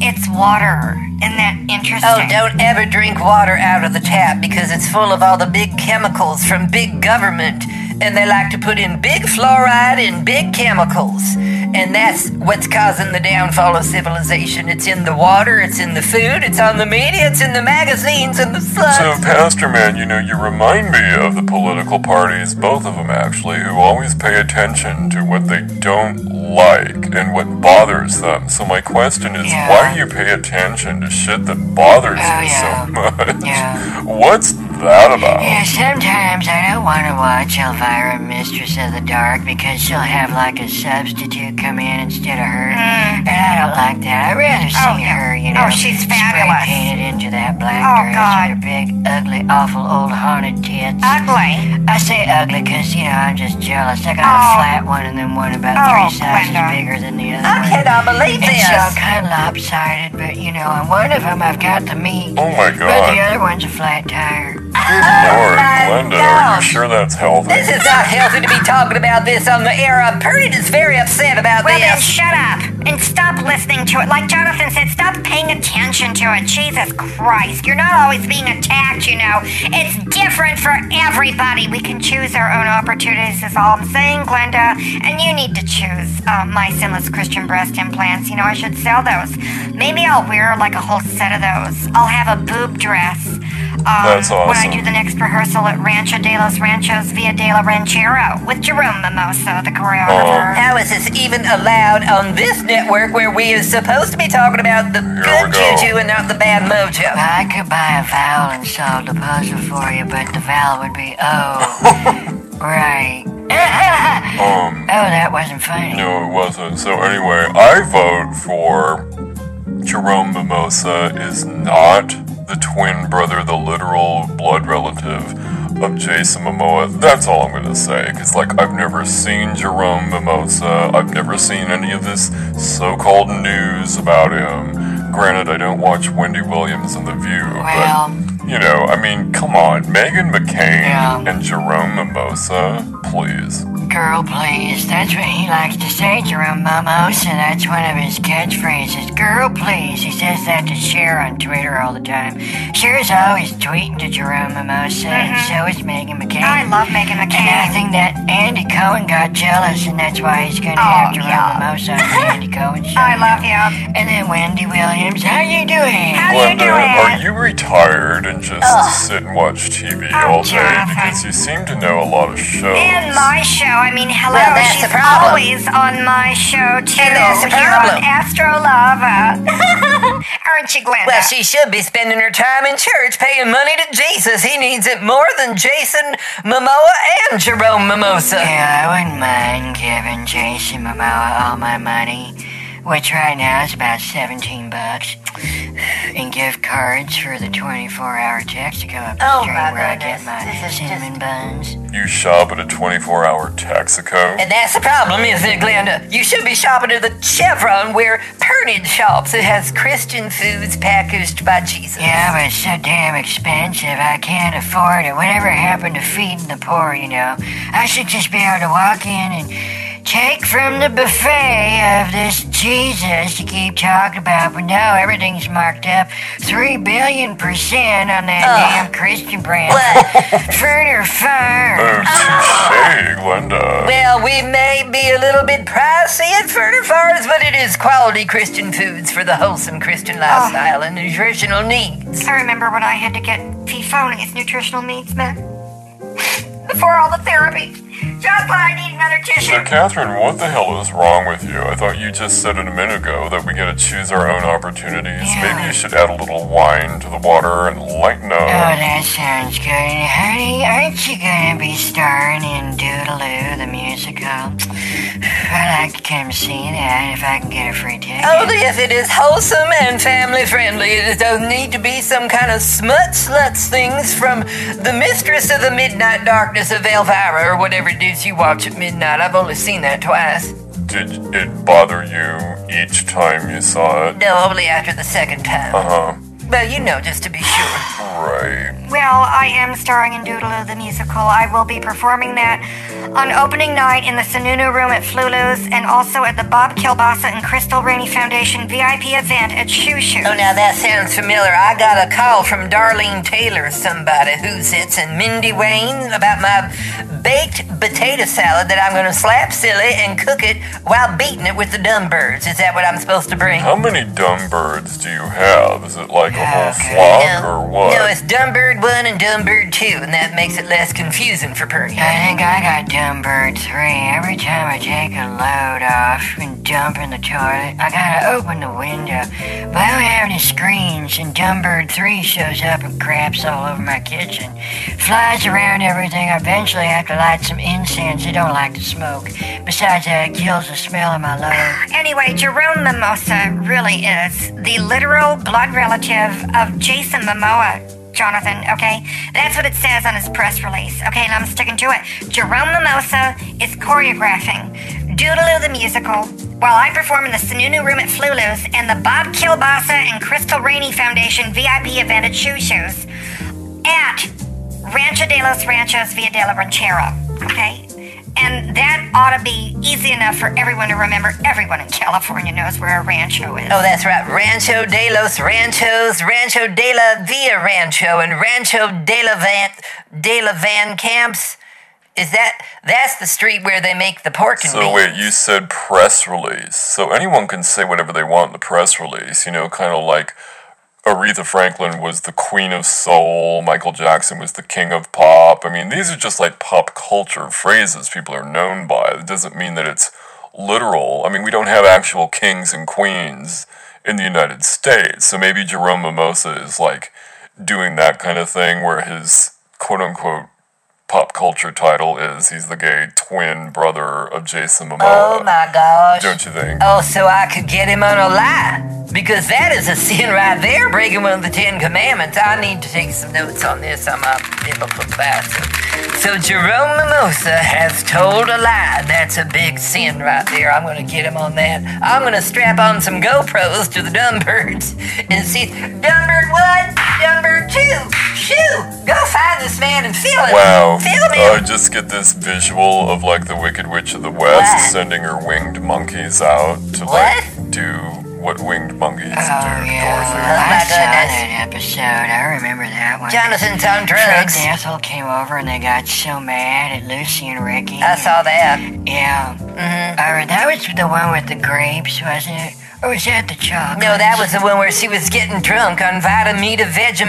S1: It's water. Isn't that interesting?
S4: Oh, don't ever drink water out of the tap because it's full of all the big chemicals from big government. And they like to put in big fluoride and big chemicals. And that's what's causing the downfall of civilization. It's in the water, it's in the food, it's on the media, it's in the magazines and the
S2: So,
S4: slugs.
S2: Pastor Man, you know, you remind me of the political parties, both of them actually, who always pay attention to what they don't like and what bothers them. So, my question is
S3: Yeah.
S2: why do you pay attention to shit that bothers
S3: Oh,
S2: you
S3: yeah.
S2: so [LAUGHS] much?
S3: Yeah.
S2: What's that about?
S3: Yeah, sometimes I don't want to watch Elvira, Mistress of the Dark, because she'll have like a substitute come in instead of her,
S4: Mm.
S3: and I don't like that. I'd rather see
S1: Oh, yeah.
S3: her, you
S1: Oh,
S3: know.
S1: she's
S3: spray
S1: fabulous.
S3: painted into that black
S1: Oh,
S3: dress
S1: God.
S3: with her big, ugly, awful old haunted tits.
S1: Ugly.
S3: I say ugly 'cause you know, I'm just jealous. I got
S1: Oh.
S3: a flat one and then one about
S1: Oh,
S3: three sizes
S1: Glenda.
S3: bigger than the other
S4: I
S3: one.
S4: cannot believe
S3: It's all
S4: this.
S3: kind of lopsided, but you know, on one of them I've got the meat,
S2: Oh my
S3: but the
S2: god.
S3: other one's a flat tire.
S2: Good lord, Glenda, are you
S4: gosh.
S2: sure that's healthy?
S4: This is not healthy to be talking about this on the air. I'm pretty just very upset about
S1: Well, then
S4: this.
S1: shut up and stop listening to it. Like Jonathan said, stop paying attention to it. Jesus Christ. You're not always being attacked, you know. It's different for everybody. We can choose our own opportunities, is all I'm saying, Glenda. And you need to choose uh, my sinless Christian breast implants. You know, I should sell those. Maybe I'll wear like a whole set of those. I'll have a boob dress. Um,
S2: That's
S1: When I
S2: awesome.
S1: do the next rehearsal at Rancho de los Ranchos Via de la Ranchero with Jerome Mimosa, the
S2: Oh,
S1: choreographer.
S4: How is this even allowed on this network where we are supposed to be talking about the
S2: we
S4: good
S2: go.
S4: juju and not the bad mojo?
S3: I could buy a vowel and solve the puzzle for you, but the vowel would be
S2: [LAUGHS]
S3: oh. right. [LAUGHS] oh,
S2: um,
S3: that wasn't funny.
S2: No, it wasn't. So anyway, I vote for Jerome Mimosa is not the twin brother, the literal blood relative of Jason Momoa. That's all I'm gonna say. Cause like I've never seen Jerome Mimosa. I've never seen any of this so-called news about him. Granted, I don't watch Wendy Williams and The View,
S3: Well-
S2: but you know, I mean, come on, Megan McCain
S3: Yeah.
S2: and Jerome Mimosa, please.
S3: Girl, please. That's what he likes to say, Jerome Mamos, and that's one of his catchphrases. Girl, please. He says that to Cher on Twitter all the time. Cher's always tweeting to Jerome Mimosa, and so is Megan McCain.
S1: Mm-hmm. I love Megan
S3: and I
S1: McCain.
S3: think that Andy Cohen got jealous, and that's why he's going to
S1: Oh,
S3: have Jerome
S1: yeah.
S3: Mimosa on the
S1: [LAUGHS]
S3: Andy Cohen show.
S1: I love him.
S3: And then Wendy Williams, how you doing?
S1: How you
S2: Glenda, are
S1: doing?
S2: you retired and just sit and watch TV all day?
S1: Jonathan.
S2: Because you seem to know a lot of shows.
S1: And my show. I mean, hello.
S4: Well, that's
S1: She's
S4: the problem.
S1: always on my show too.
S4: And that's the
S1: here
S4: problem.
S1: on Astrolava. [LAUGHS] Aren't you, Glenda?
S4: Well, she should be spending her time in church paying money to Jesus. He needs it more than Jason Momoa and Jerome Mimosa.
S3: Yeah, I wouldn't mind giving Jason Momoa all my money, which right now is about 17 bucks, and gift cards for the 24-hour Texaco up the
S4: Oh,
S3: street
S4: my
S3: where I get
S4: goodness.
S3: my
S4: This is
S3: cinnamon buns.
S2: You shop at a 24 hour Texaco?
S4: And that's the problem, isn't it, Glenda? You should be shopping at the Chevron where Pernod shops. It has Christian foods packaged by Jesus.
S3: Yeah, but it's so damn expensive, I can't afford it. Whatever happened to feeding the poor, you know? I should just be able to walk in and take from the buffet of this Jesus you keep talking about, but no, everything's marked up 3 billion percent on that damn Christian brand. Further
S2: Oh,
S3: far.
S2: touche, Glenda.
S4: Well, we may be a little bit pricey at Furniture Farms, but it is quality Christian foods for the wholesome Christian lifestyle and nutritional needs.
S1: I remember when I had to get Fifoni's nutritional needs met [LAUGHS] before all the therapy. Just when I need another
S2: So,
S1: tissue.
S2: Catherine, what the hell is wrong with you? I thought you just said it a minute ago that we gotta choose our own opportunities. Maybe you should add a little wine to the water and lighten up.
S3: Oh, that sounds good. And Honey, aren't you gonna be starring in Doodaloo, the musical? [SIGHS] I'd like to come see that if I can get a free ticket.
S4: Oh, yes, it is wholesome and family friendly. It doesn't need to be some kind of smut sluts things from the mistress of the midnight darkness of Elvira or whatever deuce you watch at midnight. I've only seen that twice.
S2: Did it bother you each time you saw it?
S4: No, only after the second time.
S2: Uh huh.
S4: Well, you know, just to be sure.
S2: Right.
S1: Well, I am starring in Doodaloo the musical. I will be performing that on opening night in the Sununu Room at Flulu's and also at the Bob Kilbasa and Crystal Rainey Foundation VIP event at Shoo Shoo.
S4: Oh, now that sounds familiar. I got a call from Darlene Taylor, somebody who's it's, and Mindy Wayne about my baked potato salad that I'm going to slap silly and cook it while beating it with the dumb birds. Is that what I'm supposed to bring?
S2: How many dumb birds do you have? Is it like a whole
S3: Okay.
S2: flock or what?
S4: No, it's dumb bird one and dumb bird two, and that makes it less confusing for Purdy.
S3: I think I got dumb bird three. Every time I take a load off and dump in the toilet, I gotta open the window. But I don't have any screens, and dumb bird three shows up and craps all over my kitchen. Flies around everything. I eventually have to light some incense. It don't like to smoke. Besides that, it kills the smell of my load.
S1: Anyway, Jerome Mimosa really is the literal blood relative of Jason Momoa, Jonathan, okay? That's what it says on his press release, okay? And I'm sticking to it. Jerome Mimosa is choreographing Doodaloo the musical while I perform in the Sununu Room at Flulu's and the Bob Kilbasa and Crystal Rainey Foundation VIP event at Shoo Shoo's at Rancho de los Ranchos Via de la Ranchera. Okay? And that ought to be easy enough for everyone to remember. Everyone in California knows where a rancho is.
S4: Oh, that's right. Rancho de los Ranchos, Rancho de la Villa Rancho, and Rancho de la Van de la Van Camps. Is that that's the street where they make the pork and
S2: So
S4: beans.
S2: wait, you said press release. So anyone can say whatever they want in the press release. You know, kind of like Aretha Franklin was the queen of soul, Michael Jackson was the king of pop. I mean, these are just like pop culture phrases people are known by. It doesn't mean that it's literal. I mean, we don't have actual kings and queens in the United States. So maybe Jerome Mimosa is like doing that kind of thing where his quote unquote pop culture title is he's the gay twin brother of Jason Momoa.
S4: Oh my gosh.
S2: Don't you think?
S4: Oh, so I could get him on a lie. Because that is a [LAUGHS] sin right there, breaking one of the Ten Commandments. I need to take some notes on this. I'm a biblical class. So Jerome Mimosa has told a lie. That's a big sin right there. I'm going to get him on that. I'm going to strap on some GoPros to the dumb birds and see. Dumb bird one, dumb bird two. Shoo! Go find this man and feel him.
S2: Wow.
S4: Feel him.
S2: I just get this visual of like the Wicked Witch of the West
S4: What?
S2: sending her winged monkeys out to like do what winged monkeys do. to
S3: yeah,
S2: Dorothy.
S4: Oh
S3: I
S4: my
S3: saw
S4: goodness.
S3: that episode. I remember that one.
S4: Jonathan's on
S3: Fred
S4: drugs.
S3: the asshole came over and they got so mad at Lucy and Ricky.
S4: I saw that.
S3: Yeah.
S4: Mm-hmm.
S3: Uh, that was the one with the grapes, wasn't it? Or was that the chocolate?
S4: No, that was the one where she was getting drunk on Vitamita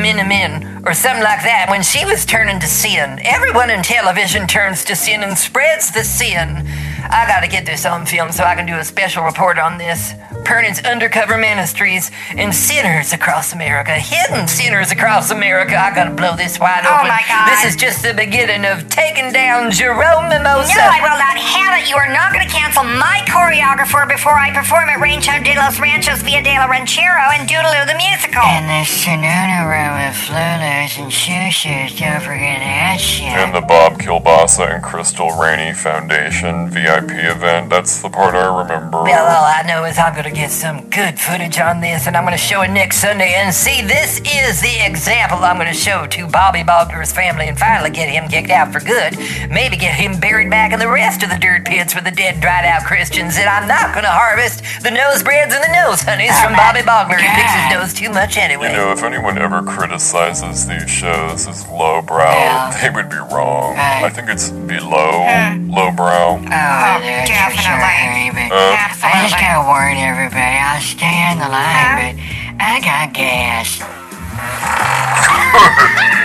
S4: Vegeminimin or something like that when she was turning to sin. Everyone in television turns to sin and spreads the sin. I gotta get this on film so I can do a special report on this. Pernan's undercover ministries and sinners across America, hidden sinners across America. I gotta blow this wide
S1: Oh
S4: open.
S1: my God.
S4: This is just the beginning of taking down Jerome Mimosa.
S1: No, I will not have it. You are not going to cancel my choreographer before I perform at Rancho de los Ranchos Via de la Ranchero and Doodaloo the Musical.
S3: And the Sonona room with Flulus and Shushes. Don't forget that shit.
S2: And the Bob Kilbasa and Crystal Rainey Foundation VIP event. That's the part I remember.
S4: Well, all I know is I'm gonna get some good footage on this, and I'm gonna show it next Sunday. And see, this is the example I'm gonna show to Bobby Bobber's family, and finally get him kicked out for good. Maybe get him buried back in the rest of the dirt pits with the dead, dried-out Christians. And I'm not gonna harvest the nosebreads and the nose honeys from Bobby Bogler. He picks his
S3: God.
S4: nose too much anyway.
S2: Oh You know, if anyone ever criticizes these shows as lowbrow,
S3: Yeah.
S2: they would be wrong.
S3: Right.
S2: I think it's below
S4: Hmm.
S2: lowbrow.
S3: Oh,
S1: Oh,
S3: that's for sure,
S1: definitely.
S3: baby. I just
S1: Absolutely.
S3: gotta warn everybody. I'll stay on the line, but I got gas.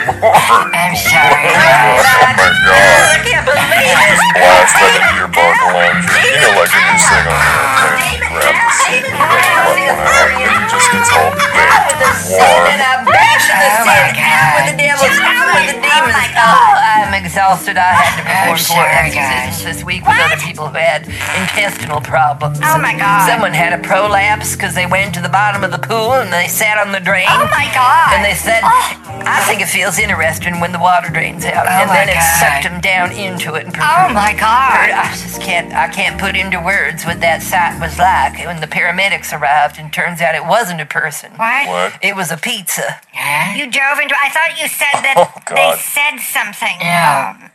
S3: I'm sorry.
S4: [LAUGHS]
S2: oh
S3: guys.
S2: my god.
S4: I can't believe
S2: You
S4: it.
S2: just blast that into your buckle on You know, like when you sing on an airplane, you grab the seat, you pull the button out, and it just gets all
S4: Out
S1: Oh,
S4: with the
S2: baked
S4: sin
S2: warm.
S4: and I bash the
S3: Oh my
S4: sin. Out with the devils. Out with the demons. Oh, I'm exhausted. I had
S1: Oh,
S3: I'm
S4: to perform four
S3: sorry,
S4: exorcisms this week with other people who had intestinal problems.
S1: Oh my God.
S4: Someone had a prolapse because they went to the bottom of the pool and they sat on the drain.
S1: Oh my God.
S4: And they said,
S1: Oh.
S4: I think it feels interesting when the water drains out.
S3: Oh
S4: and then
S3: my
S4: it
S3: God.
S4: sucked them down into it and
S1: Oh my
S4: I
S1: God.
S4: I just can't. I can't put into words what that sight was like when the paramedics arrived, and turns out it wasn't a person.
S1: What?
S2: [LAUGHS] What?
S4: It was a pizza.
S3: Huh?
S1: You dove into. I thought you said that
S2: Oh,
S1: they
S2: God.
S1: said something.
S3: Yeah.
S1: Um,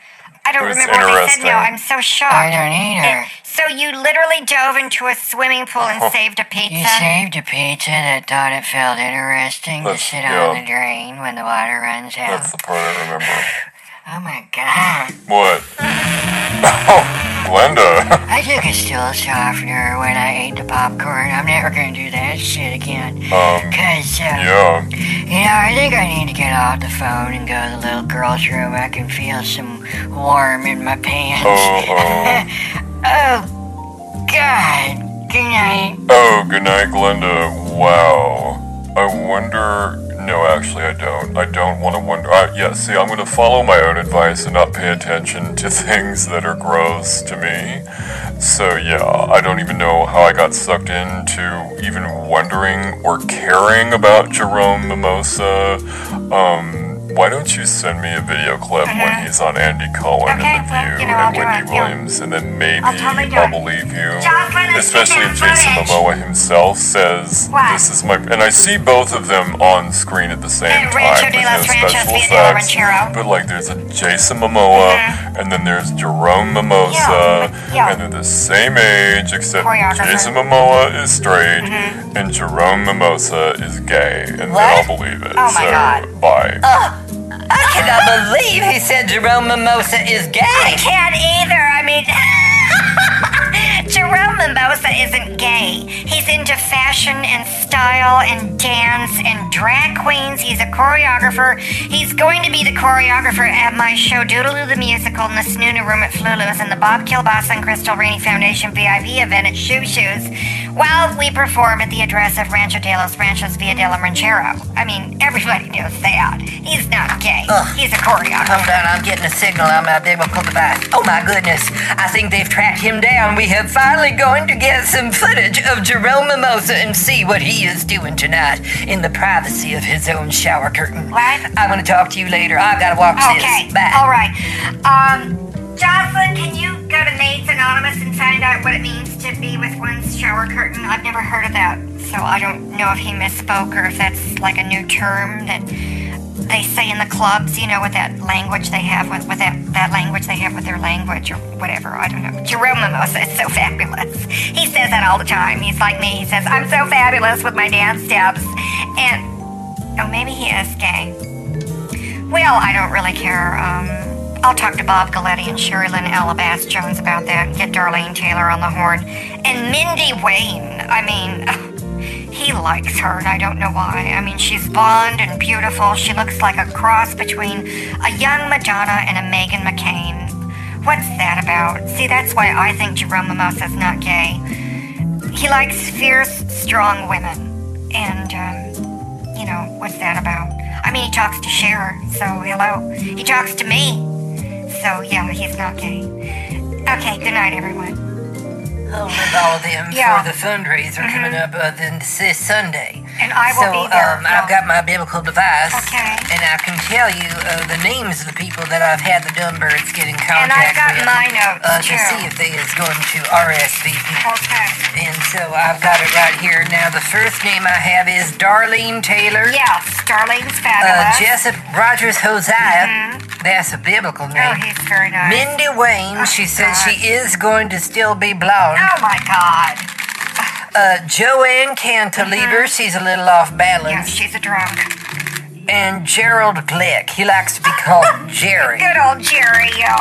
S1: I don't
S2: It was
S1: remember what they said
S2: interesting.
S1: now. I'm so shocked.
S3: I don't either.
S1: So you literally dove into a swimming pool
S2: Oh.
S1: and saved a pizza.
S3: You saved a pizza that thought it felt interesting to
S2: That's-
S3: sit
S2: yeah.
S3: on the drain when the water runs out.
S2: That's the part I remember.
S3: Oh my god.
S2: What? [LAUGHS] Oh, Glenda.
S3: I took a stool softener when I ate the popcorn. I'm never gonna do that shit again.
S2: [LAUGHS] Um,
S3: Cause, uh,
S2: yeah.
S3: You know, I think I need to get off the phone and go to the little girl's room. I can feel some warm in my pants.
S2: Oh, oh.
S3: Oh, God. Good night.
S2: Oh, good night, Glenda. Wow. I wonder. No, actually, I don't. I don't want to wonder. I, yeah, see, I'm going to follow my own advice and not pay attention to [LAUGHS] things that are gross to me. So, yeah, I don't even know how I got sucked into even wondering or caring about Jerome Mimosa. Um, why don't you send me a video clip when he's on Andy Cohen
S1: Uh-huh. Okay,
S2: and The
S1: well,
S2: View
S1: you know, I'll
S2: and
S1: do it,
S2: Wendy
S1: yeah.
S2: Williams, and then maybe
S1: I'll totally do
S2: I'll
S1: it.
S2: believe you.
S1: Jocelyn is
S2: Especially if
S1: taking
S2: Jason
S1: footage.
S2: Momoa himself says,
S1: What?
S2: "This is my," and I see both of them on screen at the same
S1: And
S2: time.
S1: Rancho
S2: with
S1: de los
S2: no
S1: Ranchos
S2: special
S1: via de la
S2: effects.
S1: Ranchero. Mm-hmm.
S2: But like, there's a Jason Momoa, and then there's Jerome Mimosa,
S1: Yeah, yeah.
S2: and they're the same age, except
S1: Choreographer. Mm-hmm.
S2: Jason Momoa is straight, and Jerome Mimosa is gay, and then
S4: What?
S2: I'll believe it.
S1: Oh my
S2: so,
S1: God. Oh.
S2: bye.
S4: I cannot believe he said Jerome Mimosa is
S1: I
S4: gay.
S1: can't either. I mean, [LAUGHS] Jerome Mimosa isn't gay. He's into fashion and style and dance and drag queens. He's a choreographer. He's going to be the choreographer at my show Doodaloo the Musical in the Snoona Room at Flulu's and the Bob Kilbasa and Crystal Rainey Foundation VIP event at Shoe Shoes while we perform at the address of Rancho de los Ranchos Via de la Ranchero. I mean, everybody knows that. He's not gay. He's a choreographer.
S4: Hold on, I'm getting a signal on my biblical device. Oh my goodness, I think they've tracked him down. We have finally definitely going to get some footage of Jerome Mimosa and see what he is doing tonight in the privacy of his own shower curtain.
S1: Right.
S4: I'm going to talk to you later. I've got to walk sis.
S1: Okay. Oh.
S4: Bye.
S1: All right. Um, Jocelyn, can you go to Maids Anonymous and find out what it means to be with one's shower curtain? I've never heard of that, so I don't know if he misspoke or if that's like a new term that they say in the clubs. You know, with that language they have with, with that that language they have with their language or whatever. I don't know. Jerome Mimosa is so fabulous. He says that all the time. He's like me. He says I'm so fabulous with my dance steps, and oh, maybe he is gay. Well, I don't really care. Um, I'll talk to Bob Galletti and Sherilyn Alabas Jones about that and get Darlene Taylor on the horn. And Mindy Wayne, I mean, [LAUGHS] he likes her and I don't know why. I mean, she's blonde and beautiful. She looks like a cross between a young Madonna and a Megan McCain. What's that about? See, that's why I think Jerome Mimosa's not gay. He likes fierce, strong women. And, um, you know, what's that about? I mean, he talks to Cher, so hello. He talks to me, so yeah, he's not gay. Okay, good night, everyone.
S4: I'll with all of them
S1: Yeah. Mm-hmm.
S4: for the fundraiser coming up uh, then this Sunday.
S1: And I will
S4: so,
S1: be there,
S4: Um,
S1: yeah.
S4: I've got my biblical device,
S1: Okay.
S4: and I can tell you uh, the names of the people that I've had the dumb birds get in
S1: And
S4: contact
S1: I've got
S4: with
S1: my notes,
S4: uh, to
S1: too.
S4: see if they is going to RSVP.
S1: Okay.
S4: And so I've got it right here. Now the first name I have is Darlene Taylor.
S1: Yes, Darlene's
S4: Uh,
S1: fabulous.
S4: Jessup Rogers Hosea. That's a biblical
S1: oh,
S4: name.
S1: he's very nice.
S4: Mindy Wayne, she said
S1: God.
S4: she is going to still be blonde.
S1: oh my God.
S4: Uh, Joanne
S1: Mm-hmm.
S4: Cantilever, she's a little off
S1: Yeah,
S4: balance.
S1: she's a drunk.
S4: And Gerald Glick, he likes to be
S1: [LAUGHS]
S4: called Jerry.
S1: Good old Jerry. yo.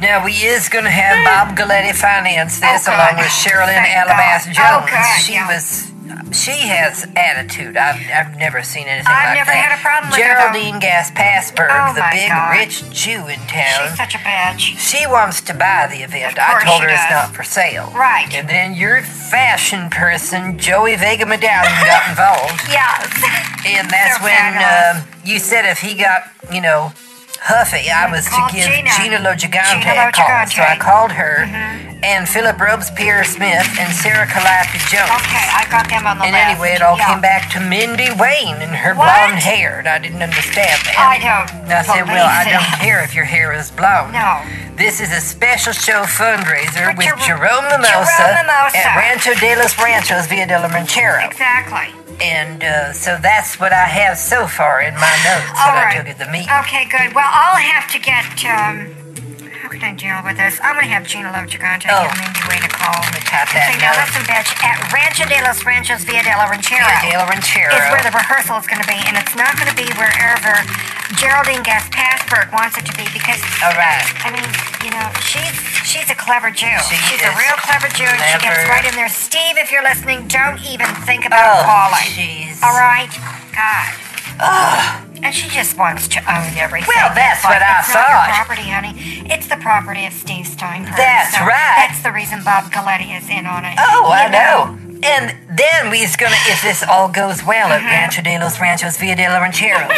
S4: Now, we is going to have Bob Galletti finance this
S1: Oh, God.
S4: along with Sherilyn
S1: Thank
S4: Alabas
S1: God.
S4: Jones.
S1: Oh, God,
S4: she
S1: yeah.
S4: was. She has attitude. I've, I've never seen anything
S1: I've
S4: like
S1: never had
S4: that.
S1: a problem with her, though.
S4: Geraldine Gaspasberg,
S1: Oh,
S4: the
S1: my
S4: big
S1: God.
S4: rich Jew in town.
S1: She's such a bitch.
S4: She wants to buy the event.
S1: Of
S4: I
S1: course
S4: told her
S1: she
S4: it's
S1: does.
S4: not for sale.
S1: Right.
S4: And then your fashion person, Joey Vega Medallion, got involved.
S1: Yes.
S4: And that's
S1: They're
S4: when
S1: fabulous.
S4: um you said if he got, you know, huffy, I was to
S1: Call
S4: give
S1: Gina.
S4: Gina Logigante
S1: Gina Mm-hmm.
S4: a call.
S1: Logigante.
S4: So I called her and Philip Robespierre Smith and Sarah Calliope Jones.
S1: okay, I got them on the
S4: And
S1: list.
S4: anyway, it all
S1: Yeah.
S4: came back to Mindy Wayne and her
S1: What?
S4: blonde hair, and I didn't understand that.
S1: I don't.
S4: And I said,
S1: believe
S4: Well, I
S1: it.
S4: don't care if your hair is blonde.
S1: No.
S4: This is a special show fundraiser
S1: For
S4: with
S1: Jer-
S4: Jerome Mimosa,
S1: Jerome Mimosa.
S4: at Rancho de los Ranchos Villa de la Ranchera.
S1: Exactly.
S4: And uh, so that's what I have so far in my notes
S1: All right.
S4: that I took at the meeting.
S1: Okay, good. Well, I'll have to get. Um, how can I deal with this? I'm gonna have Gina Lo Gigante oh.
S4: Oh.
S1: and Mindy Way to call.
S4: I'm gonna type that
S1: Say, now
S4: down.
S1: listen, bitch. At Rancho de los Ranchos Via de la Ranchera
S4: Villa de la Ranchera.
S1: is where the rehearsal is gonna be, and it's not gonna be wherever Geraldine Gaspasberg wants it to be because.
S4: All right.
S1: I mean, you know, she's she's a clever Jew.
S4: She
S1: she's a
S4: is
S1: real clever Jew, and she gets
S4: clever.
S1: right in there. Steve, if you're listening, don't even think about
S4: Oh,
S1: calling.
S4: jeez.
S1: All right, God. And she just wants to own everything.
S4: Well, that's
S1: But
S4: what I
S1: it's not your
S4: thought.
S1: property, honey. It's the property of Steve Steinberg.
S4: That's right.
S1: That's the reason Bob Galletti is in on it.
S4: Oh, I
S1: You
S4: know. And then we's gonna, if this all goes well at
S1: Uh-huh.
S4: Rancho de los Ranchos Villa de la Ranchera,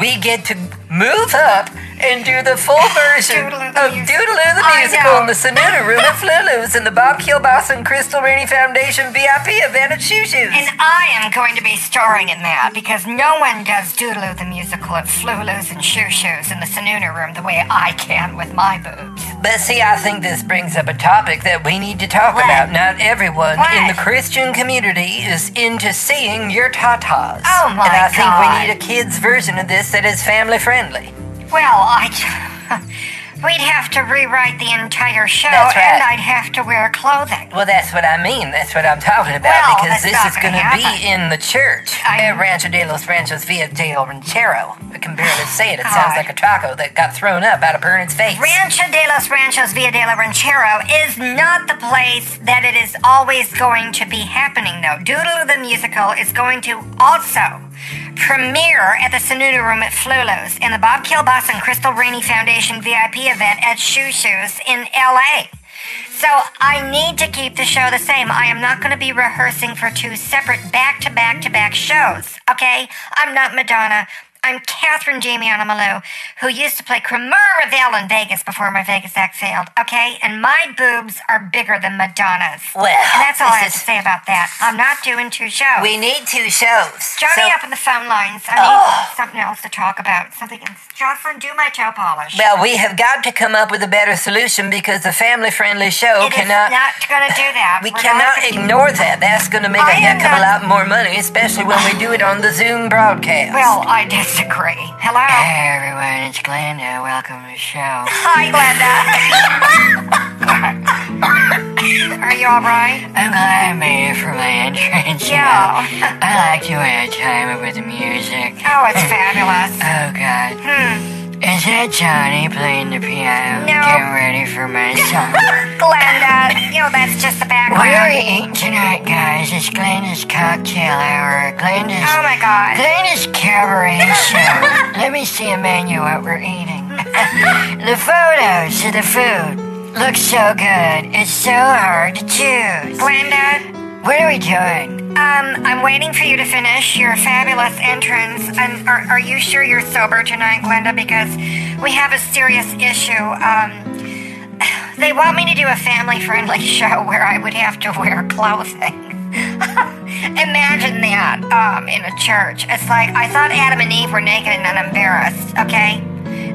S4: we get to move up and do
S1: [LAUGHS]
S4: the full version
S1: Doodle of the
S4: of
S1: music.
S4: Doodle of the
S1: I
S4: Musical
S1: know.
S4: in the Sonata
S1: [LAUGHS]
S4: Room at Flulu's and the Bob Kilboss and Crystal Rainey Foundation VIP event at Shoo Shoo's.
S1: And I am going to be starring in that because no one does Doodaloo the musical at Flulu's and Shoo Shoo's in the Sununa room the way I can with my boobs.
S4: But see, I think this brings up a topic that we need to talk
S1: What?
S4: about. Not everyone in
S1: What?
S4: the Christian community is into seeing your tatas.
S1: Oh, my
S4: And I think
S1: God.
S4: we need a kids' version of this that is family friendly.
S1: Well, I. [LAUGHS] We'd have to rewrite the entire show,
S4: That's right.
S1: and I'd have to wear clothing.
S4: Well, that's what I mean. That's what I'm talking about
S1: Well,
S4: because
S1: that's
S4: this
S1: not
S4: is going to
S1: gonna
S4: be
S1: happen.
S4: in the church
S1: I-
S4: at Rancho de los Ranchos Villa de Ranchero. I can
S1: [SIGHS]
S4: barely say it. It sounds
S1: God.
S4: like a taco that got thrown up out of Bernard's face.
S1: Rancho de los Ranchos Villa de la Ranchero is not the place that it is always going to be happening, though. Doodle the Musical is going to also premiere at the Sununu Room at Flulu's and the Bob Kilboss and Crystal Rainey Foundation VIP event at Shoo Shoo's in LA. So I need to keep the show the same. I am not going to be rehearsing for two separate back to back to back shows, okay? I'm not Madonna. I'm Catherine Jamiana Malou, who used to play Cremor Revel in Vegas before my Vegas act failed, okay? And my boobs are bigger than Madonna's.
S4: Well,
S1: and that's all I have
S4: this
S1: to
S4: is-
S1: say about that. I'm not doing two shows.
S4: We need two shows.
S1: Johnny
S4: So- Oh.
S1: up in the phone lines. I need something else to talk about. Something. Jocelyn, do my toe polish.
S4: Well, we have got to come up with a better solution because the family-friendly show
S1: It is
S4: cannot.
S1: not going to do that.
S4: we
S1: We're not
S4: cannot
S1: gonna do-
S4: ignore that. That's going to make a
S1: I am
S4: heck of a
S1: not-
S4: lot more money, especially when we do it on the Zoom broadcast.
S1: Well, I disagree. Hello.
S3: Hey everyone, it's Glenda. Welcome to the show.
S1: Hi, Glenda. [LAUGHS] Are you all right?
S3: I'm glad I made it for my entrance. you
S1: Yeah.
S3: know. I like the way I time it with the music.
S1: Oh, it's fabulous.
S3: Oh god. Is that Johnny playing the
S1: Hmm.
S3: piano?
S1: No.
S3: Get ready
S1: [LAUGHS]
S3: for my song.
S1: Glenda, you know that's just the
S3: what are
S1: background.
S3: we eating tonight, guys? It's Glenda's cocktail hour. Glenda's
S1: Oh my God.
S3: Glenda's
S1: [LAUGHS]
S3: cabaret show. Let me see a menu what we're eating. [LAUGHS] the photos of the food look so good. It's so hard to choose.
S1: Glenda,
S3: What are we doing?
S1: um, I'm waiting for you to finish your fabulous entrance. And are, are you sure you're sober tonight, Glenda? Because we have a serious issue. Um, [SIGHS] they want me to do a family-friendly [LAUGHS] show where I would have to wear clothing. Imagine that um, in a church. It's like I thought Adam and Eve were naked and unembarrassed. Okay,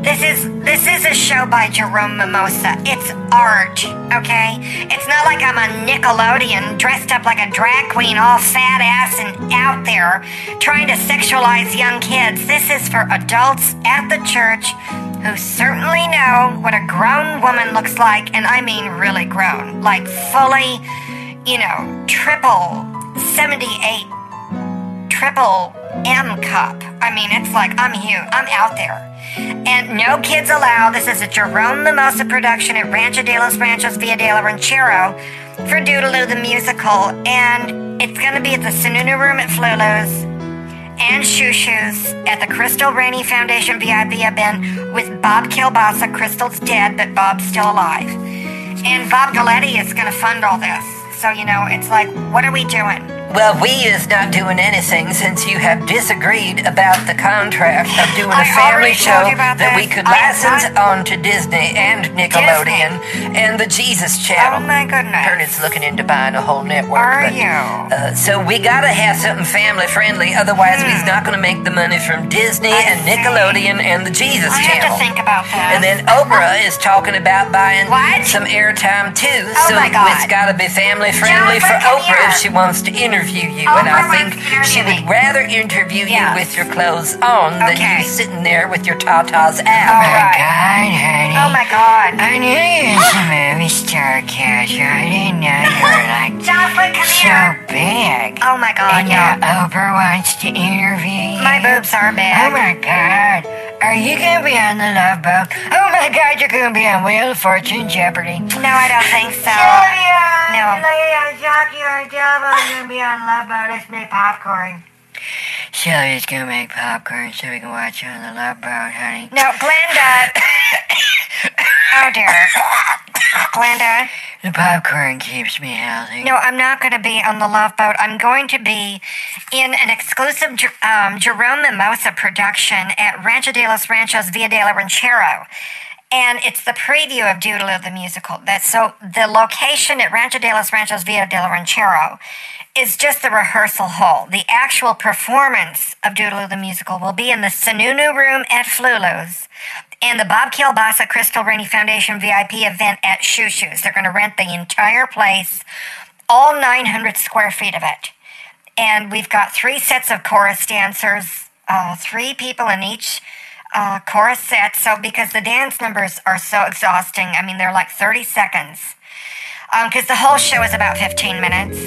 S1: this is this is a show by Jerome Mimosa. It's art. Okay, it's not like I'm on Nickelodeon dressed up like a drag queen, all fat ass and out there trying to sexualize young kids. This is for adults at the church who certainly know what a grown woman looks like, and I mean really grown, like fully you know, triple 78, triple M cup. I mean, it's like I'm huge, I'm out there. And no kids allowed. This is a Jerome Mimosa production at Rancho de los Ranchos Villa de la Ranchero for Doodaloo the Musical. And it's going to be at the Sununu Room at Flulu's and Shoo Shoes at the Crystal Rainey Foundation VIP event with Bob Kilbasa. Crystal's dead, but Bob's still alive. And Bob Galletti is going to fund all this. So, you know, it's like, what are we doing?
S4: Well, we is not doing anything since you have disagreed about the contract of doing a
S1: I already
S4: family
S1: told
S4: show
S1: you about
S4: that we
S1: this.
S4: could
S1: I am
S4: license on to Disney and Nickelodeon and the Jesus
S1: Oh,
S4: Channel.
S1: my goodness.
S4: Vernon's looking into buying a whole network.
S1: Are
S4: but,
S1: you?
S4: Uh, so we gotta have something family friendly, otherwise we's not gonna make the money from Disney
S1: Hmm. I
S4: and
S1: see.
S4: Nickelodeon and the Jesus
S1: I have
S4: Channel.
S1: to think about that.
S4: And then Oprah is talking about buying
S1: What?
S4: some airtime too.
S1: Oh
S4: so
S1: my God.
S4: it's got to be family friendly
S1: Jennifer,
S4: for
S1: come
S4: Oprah if
S1: here.
S4: she wants to interview you. and
S1: Oprah
S4: I
S1: wants
S4: think
S1: to interview
S4: she
S1: me.
S4: would rather interview
S1: Yeah.
S4: you with your clothes on than
S1: Okay.
S4: you sitting there with your tatas
S1: All
S4: out.
S1: right.
S3: Oh, God, honey.
S1: Oh, my God.
S3: I knew you was a movie star character. I didn't know you were like
S1: Jocelyn, come
S3: so
S1: here.
S3: big.
S1: Oh, my God,
S3: and
S1: yeah.
S3: now Oprah wants to
S4: uh,
S3: interview you.
S1: My boobs are big.
S3: Oh my god. Are you gonna be on the love boat? Oh my god, you're gonna be on Wheel of Fortune Jeopardy.
S1: No, I don't think so. No.
S3: Shelly's gonna make popcorn so we can watch it on the love boat, honey.
S1: No, Glenda. [COUGHS] oh, dear. Glenda.
S3: The popcorn keeps me healthy.
S1: No, I'm not going to be on the Love Boat. I'm going to be in an exclusive Jer- um, Jerome Mimosa production at Rancho de los Ranchos Villa de la Ranchero. And it's the preview of Doodle of the Musical. That so the location at Rancho de los Ranchos Villa de la Ranchero is just the rehearsal hall. The actual performance of Doodle of the Musical will be in the Sununu Room at Flulu's and the Bob Kielbasa Crystal Rainey Foundation VIP event at Shoo Shoes. They're going to rent the entire place, all 900 square feet of it. And we've got three sets of chorus dancers, uh, three people in each uh, chorus set. So, because the dance numbers are so exhausting, I mean, they're like 30 seconds. Because the whole show is about 15 minutes.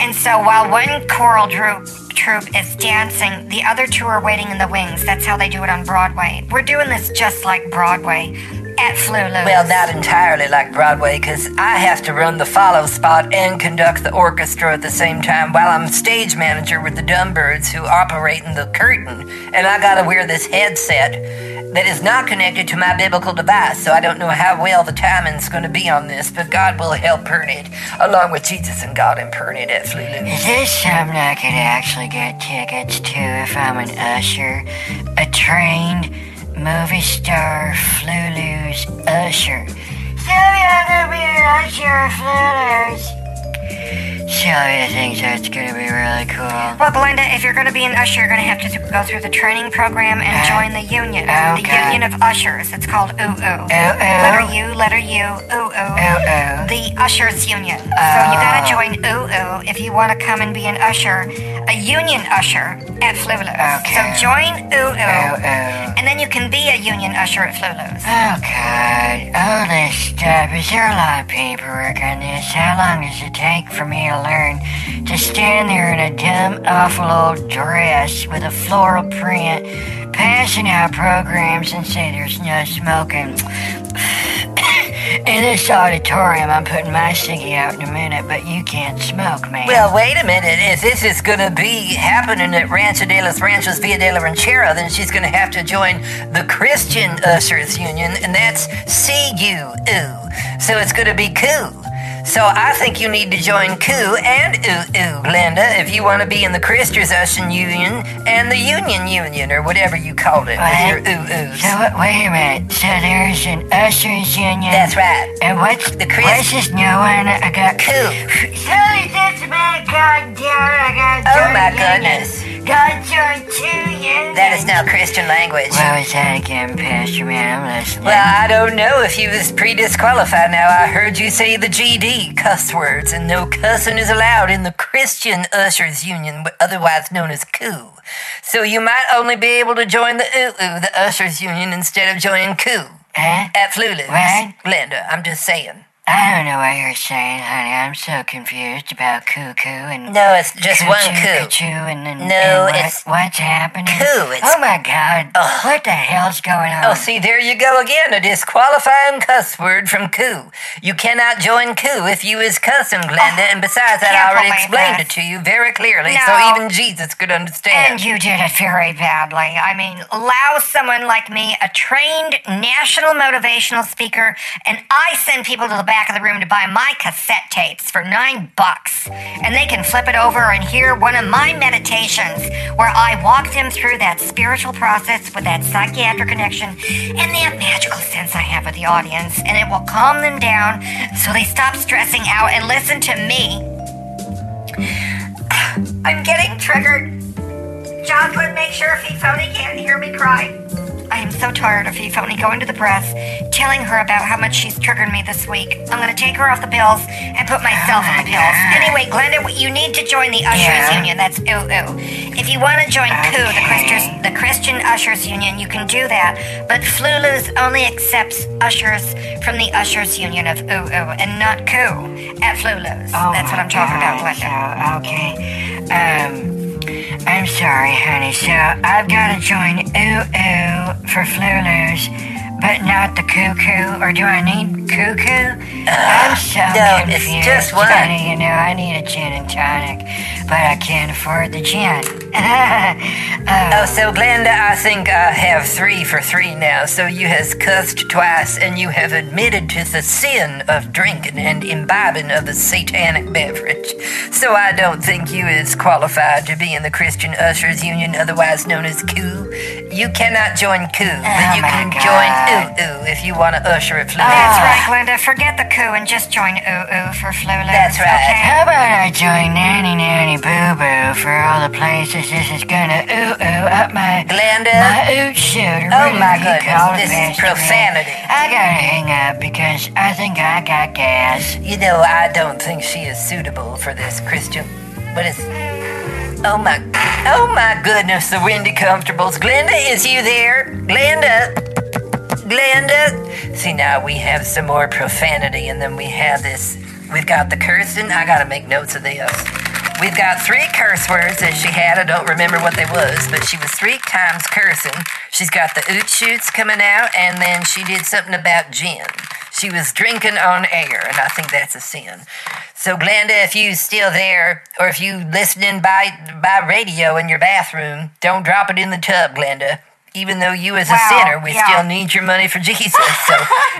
S1: And so while one choral troupe, troupe is dancing, the other two are waiting in the wings. That's how they do it on Broadway. We're doing this just like Broadway. at Flulu.
S4: Well, not entirely like Broadway, because I have to run the follow spot and conduct the orchestra at the same time while I'm stage manager with the dumb birds who operate in the curtain. And I gotta wear this headset that is not connected to my biblical device, so I don't know how well the timing's gonna be on this, but God will help earn it, along with Jesus and God and earn it at Flulu.
S3: Is this something I could actually get tickets to if I'm an usher? A trained movie star Flulu's usher. So I'm gonna be an usher of Flulu's. Sylvia thinks that's gonna be really cool.
S1: Well, Belinda, if you're going to be an usher, you're going to have to th- go through the training program and join the union. The
S3: Uh, okay.
S1: Union of Ushers. It's called UU.
S3: UU.
S1: Letter U, letter U, UU.
S3: Uh-oh.
S1: The Ushers Union. So you
S3: Uh,
S1: got to join UU if you want to come and be an usher, a union usher at Flulu's. So
S3: Okay.
S1: join
S3: oh,
S1: UU,
S3: Uh-oh.
S1: and then you can be a union usher at Flulu's.
S3: Oh god, all Oh, this stuff. Is there a lot of paperwork on this? How long does it take for me to learn to stand there in a dumb, awful old dress with a floral print, passing out programs and say there's no smoking? in this auditorium, I'm putting my ciggy out in a minute, but you can't smoke, man.
S4: Well, wait a minute. If this is going to be happening at Rancho de los Ranchos Villa de la Ranchera, then she's going to have to join the Christian Ushers Union, and that's C-U-U. So it's going to be coup. So I think you need to join coup and oo-oo, Glenda, if you want to be in the Christian's Ushers Union and the Union Union, or whatever you call it, with your
S3: What?
S4: oo-oos.
S3: so, what- wait a minute. So there's an usher's union.
S4: That's right.
S3: And what's
S4: The Chris-
S3: What's this new one? I got
S4: Coup.
S3: Sorry, that's my god damn I got
S4: Oh, my goodness.
S3: Got your two years.
S4: That is now Christian language.
S3: What was that again, Pastor Man? I'm listening.
S4: Well, I don't know if you was pre-disqualified now. I heard you say the GD cuss words, and no cussing is allowed in the Christian Ushers Union, otherwise known as COO. So you might only be able to join the UU, the Ushers Union, instead of joining COO
S3: huh?
S4: at Flulu's.
S3: What?
S4: Glenda, I'm just saying.
S3: I don't know what you're saying, honey. I'm so confused about cuckoo and
S4: No, it's just one
S3: cuckoo,
S4: COO.
S3: cuckoo, and then
S4: No,
S3: and what-
S4: it's-
S3: what's happening?
S4: Coo, it's-
S3: oh my god! What the hell's going on?
S4: Oh, see, there you go again, a disqualifying cuss word from COO. You cannot join COO if you is cussing, Glenda,
S1: Oh,
S4: and besides that, I
S1: can't
S4: already
S1: believe
S4: explained
S1: that.
S4: it to you very clearly,
S1: No.
S4: so even Jesus could understand.
S1: And you did it very badly. I mean, allow someone like me, a trained national motivational speaker, and I send people to the back of the room to buy my cassette tapes for nine bucks. And they can flip it over and hear one of my meditations where I walk them through that spiritual process with that psychiatric connection and that magical sense I have with the audience. And it will calm them down so they stop stressing out and listen to me. [SIGHS] I'm getting triggered. Jocelyn, make sure Fifoni can't hear me cry. I am so tired of Fifoni going to the press, telling her about how much she's triggered me this week. I'm going to take her off the pills and put myself on the pills. Anyway, Glenda, you need to join the Ushers
S3: Yeah.
S1: Union. That's ooh ooh. If you want to join COO, the
S3: Okay.
S1: Christian, the Christian Ushers Union, you can do that. But Flulu's only accepts ushers from the Ushers Union of ooh ooh and not COO at Flulu's.
S3: Oh
S1: That's what
S3: my
S1: I'm talking about,
S3: God,
S1: Glenda.
S3: So, okay. Um, I'm sorry, honey. So I've got to join Ooh Ooh uh, for Flulu's, but not the Cuckoo. Or do I need Cuckoo? I'm so
S4: Uh, no, it's
S3: confused.
S4: just one.
S3: Honey, you know, I need a gin and tonic, but I can't afford the gin. [LAUGHS]
S4: Oh, so Glenda, I think I have three for three now. So you has cussed twice, and you have admitted to the sin of drinking and imbibing of the satanic beverage. So I don't think you is qualified to be in the Christian Ushers Union, otherwise known as COO. You cannot join COO, but
S3: Oh,
S4: you
S3: my
S4: can
S3: God. Oh,
S4: join OO if you want to usher at Fleur.
S1: That's right, Glenda. Forget the coup and just join OO for Flula.
S4: That's right.
S3: How about I join Nanny Nanny Boo Boo for all the places this is gonna ooh ooh up my
S4: Glenda,
S3: My oot shooter.
S4: Oh my
S3: whatever you
S4: goodness,
S3: call it,
S4: this is
S3: Pastor Rick.
S4: profanity.
S3: I gotta hang up because I think I got gas.
S4: You know, I don't think she is suitable for this Christian. What is? Oh my! Oh my goodness! The windy comfortables. Glenda, is you there? Glenda. Glenda. See now we have some more profanity, and then we have this. We've got the cursing. I gotta make notes of this. We've got three curse words that she had. I don't remember what they was, but she was three times cursing. She's got the oot shoots coming out, and then she did something about gin. She was drinking on air, and I think that's a sin. So, Glenda, if you still there, or if you listening by by radio in your bathroom, don't drop it in the tub, Glenda. Even though you as a
S1: Wow,
S4: sinner, we
S1: yeah.
S4: still need your money for Jesus.
S3: [LAUGHS]
S4: So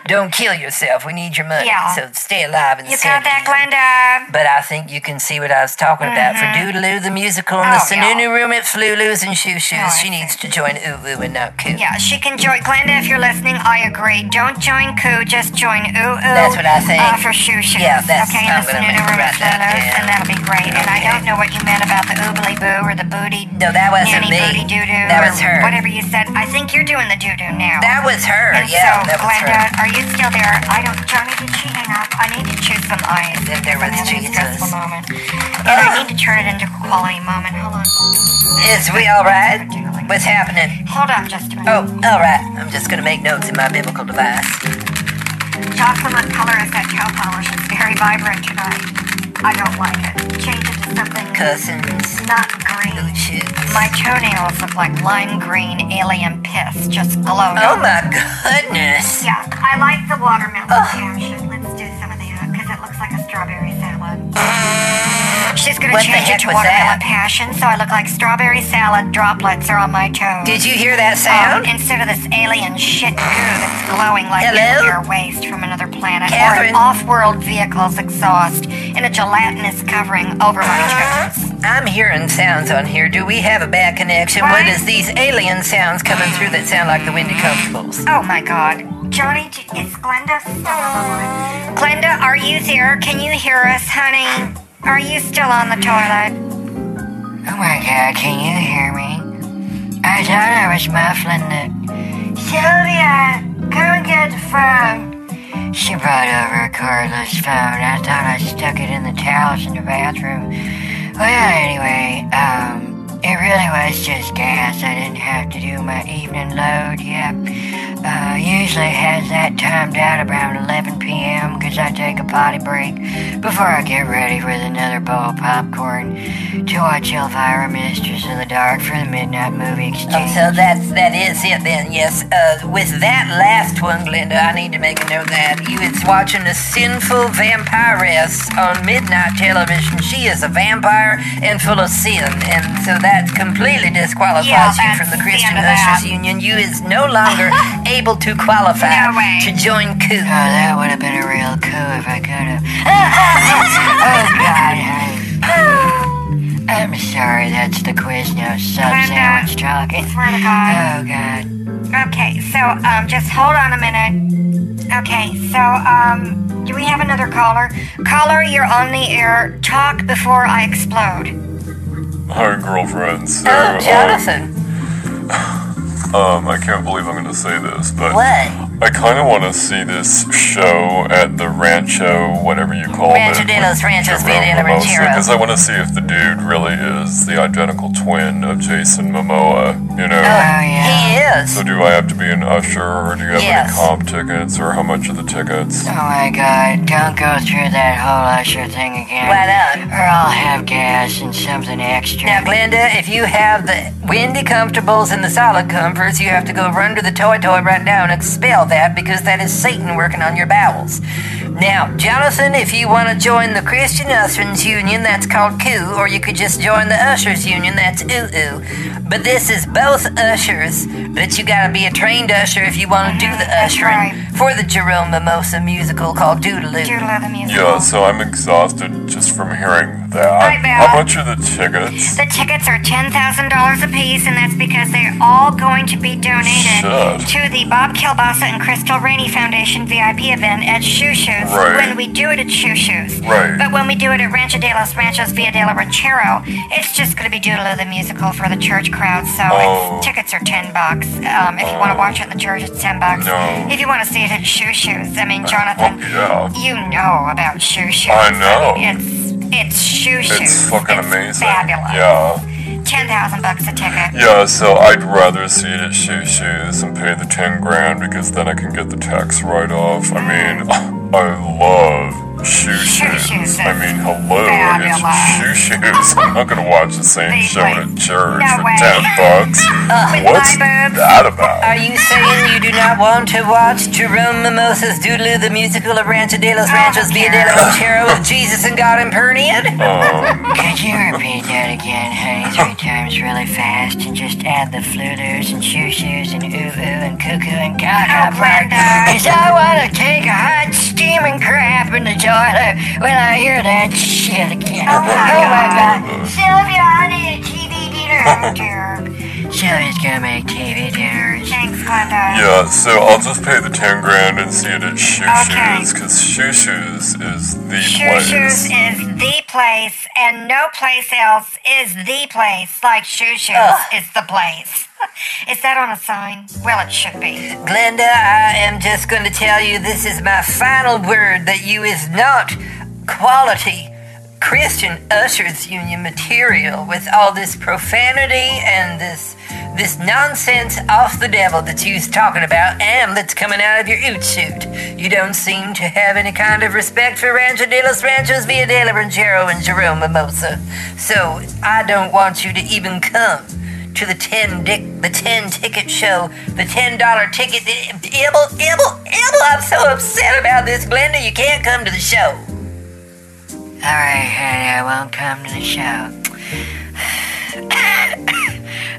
S4: don't kill yourself. We need your money.
S1: Yeah.
S4: So stay alive and
S1: You got that, Glenda?
S4: but I think you can see what I was talking about for
S3: Mm-hmm.
S4: Doodaloo the musical and the
S1: Oh, yeah.
S4: Sununu room at Flulu's and Shoo Shoo's.
S1: Oh, I
S4: she needs to join Ooh Ooh and not Coo.
S1: Yeah, she can join. Glenda, if you're listening, I agree. Don't join Coo, just join Ooh Ooh.
S4: That's what I think.
S1: Uh, for Shoo Shoo.
S4: Yeah, that's-
S1: Okay,
S4: I'm
S1: and listen in a
S4: gonna make-
S1: room
S4: write that down.
S1: and that'll be great. And I
S4: Okay.
S1: don't know what you meant about the oobly boo or the booty.
S4: No, that
S1: nanny
S4: wasn't me.
S1: booty doo doo.
S4: That was her.
S1: Whatever you said. I think you're doing the doo doo now.
S4: That was her.
S1: and
S4: yeah,
S1: so,
S4: that was
S1: Glenda,
S4: her.
S1: are you still there? I don't. Johnny, did she hang up? I need to choose some eyes.
S4: That there was
S1: I'm having a
S4: Jesus. Ah.
S1: stressful moment. And I need to turn it into a quality moment. Hold on.
S4: Is we all right? What's happening?
S1: Hold on just a minute.
S4: Oh, all right. I'm just gonna make notes in my biblical device.
S1: Jocelyn, what color is that nail polish? It's very vibrant tonight. I don't like it. Change it to something
S4: Cousins,
S1: not green.
S4: boot shoots.
S1: My toenails look like lime green alien piss, just glowing.
S4: Oh my goodness.
S1: Yeah, I like the watermelon
S4: Ugh.
S1: passion. Let's do some of that because it looks like a strawberry salad. She's gonna
S4: Mm. What the
S1: change
S4: heck
S1: it to
S4: was
S1: watermelon
S4: that?
S1: passion, so I look like strawberry salad droplets are on my toes.
S4: Did you hear that
S1: Um,
S4: sound?
S1: instead of this alien shit goo that's glowing like
S4: Hello?
S1: nuclear waste from another planet,
S4: Catherine?
S1: or an off-world vehicle's exhaust, and a gelatinous covering over my
S4: Uh-huh.
S1: toes.
S4: I'm hearing sounds on here. Do we have a bad connection?
S1: What?
S4: What is these alien sounds coming through that sound like the Windy Comfortables?
S1: Oh my god. Johnny, d- is Glenda still on the line? Glenda, are you there? Can you hear us, honey? Are you still on the toilet?
S3: Oh my god, can you hear me? I thought I was muffling the.
S1: Sylvia, come and get the phone.
S3: She brought over a cordless phone. I thought I stuck it in the towels in the bathroom. Well, anyway, um, it really was just gas. I didn't have to do my evening load yet. Uh, usually has that timed out around 11 p.m. because I take a potty break before I get ready with another bowl of popcorn to watch Elvira Mistress of the Dark for the Midnight Movie Exchange.
S4: Oh, so that's that is it then. Yes. Uh, with that last one, Glenda, I need to make a note that you is watching a sinful vampiress on midnight television. She is a vampire and full of sin, and so that completely disqualifies
S1: Yeah,
S4: you from
S1: that's
S4: the
S1: the
S4: Christian
S1: end of that.
S4: Ushers Union. You is no
S1: [LAUGHS]
S4: longer able to qualify
S1: No way.
S4: to join
S3: Oh,
S4: coup.
S3: that would have been a real coup if I could have. oh, God, honey. I'm sorry, that's the quiz no sub
S1: Brenda.
S3: sandwich talking.
S1: Swear to God.
S3: Oh, God.
S1: Okay, so um, just hold on a minute. Okay, so um, do we have another caller? Caller, you're on the air. Talk before I explode.
S2: Hi, girlfriend. So,
S4: Oh,
S2: um,
S4: Jonathan,
S2: Um, I can't believe I'm gonna say this, but
S4: what?
S2: I kind of want to see this show at the Rancho, whatever you call
S4: Rancho
S2: it.
S4: de los Ranchos, Vida de la Ranchera.
S2: Because I want to see if the dude really is the identical twin of Jason Momoa. You know.
S4: Oh,
S3: yeah.
S4: he is.
S2: So do I have to be an usher, or do you have
S4: Yes.
S2: any comp tickets, or how much are the tickets?
S3: Oh, my God. Don't go through that whole usher thing again.
S4: Why not?
S3: Or I'll have gas and something extra.
S4: uh, Now, Glenda, if you have the windy comfortables and the solid comforts, you have to go run to the toy toy right now and expel that because that is Satan working on your bowels. Now, Jonathan, if you want to join the Christian Ushers Union, that's called Coup, or you could just join the Ushers Union, that's Ooh Ooh. But this is both ushers, but you gotta be a trained usher if you want to do the
S1: That's
S4: ushering
S1: right.
S4: for the Jerome Mimosa musical called Doodaloo.
S1: Doodle of the music.
S2: Yeah, so I'm exhausted just from hearing that.
S1: Hi, Val.
S2: How much are the tickets?
S1: The tickets are $10,000 apiece, and that's because they're all going to be donated
S2: Shit.
S1: to the Bob Kilbasa and Crystal Rainey Foundation VIP event at Shoo Shoo's
S2: Right.
S1: when we do it at Shoo Shoo's.
S2: Right.
S1: But when we do it at Rancho de los Ranchos Via de la Ranchero, it's just going to be Doodle of the Musical for the church crowd, so
S2: Oh.
S1: it's, tickets are 10 bucks. Um, if you want to watch it in the church, it's 10 bucks.
S2: No.
S1: If you want to see it at Shoo Shoo's, I mean,
S2: Well,
S1: Jonathan,
S2: Oh, yeah.
S1: you know about Shoo Shoo's.
S2: I know.
S1: mean, it's, it's Shoo Shoo's.
S2: It's fucking amazing.
S1: Fabulous
S2: Yeah.
S1: ten thousand bucks a ticket.
S2: Yeah, so I'd rather see it at Shoe Shoes and pay the [LAUGHS] 10 grand because then I can get the tax write off. I mean, I love shoe
S1: Shoe
S2: shoes.
S1: shoes,
S2: I mean, hello, it's shoe
S1: fabulous.
S2: shoes. I'm not gonna watch the same
S1: They
S2: show at
S1: like-
S2: church
S1: no
S2: for
S1: way.
S2: ten bucks.
S1: [LAUGHS] With
S2: What's
S1: my boobs.
S2: that about?
S4: Are you saying you do not want to watch Jerome Mimosas Doodle the musical of Rancho de los
S1: Oh,
S4: Ranchos Via de los Rancheros with Jesus and God and Pernian?
S2: Um,
S3: Could you repeat that again, honey, three times really fast and just add the flutters and shoo shoos and oo oo and cuckoo and
S1: Oh,
S3: gaga part?
S1: Brenda.
S3: Because I want to take a hot steaming crap in the toilet when I hear that shit again.
S1: Oh, my God.
S2: God.
S1: Sylvia, I need a TV
S2: [LAUGHS]
S1: dinner. Oh, dear.
S3: Sylvia's gonna make TV dinners.
S1: Thanks, Linda.
S2: yeah, so I'll just pay the ten grand and see it at shoe
S1: Okay.
S2: shoes because shoe shoes is the
S1: Shoe
S2: place.
S1: Shoes is the place, and no place else is the place. Like Shoe Shoes is the place. [LAUGHS] is that on a sign? Well, it should be.
S4: Glenda, I am just going to tell you this is my final word that you is not quality Christian ushers union material with all this profanity and this this nonsense off the devil that you's talking about and that's coming out of your oot suit. You don't seem to have any kind of respect for Rancho de los Ranchos Via de la Ranchero and Jerome Mimosa. So um, I don't want you to even come to the ten dick, the ten ticket show, the ten dollar ticket. Ibble, ibble, ibble! I'm so upset about this, Glenda. You can't come to the show.
S3: Alright, honey, I won't come to the show.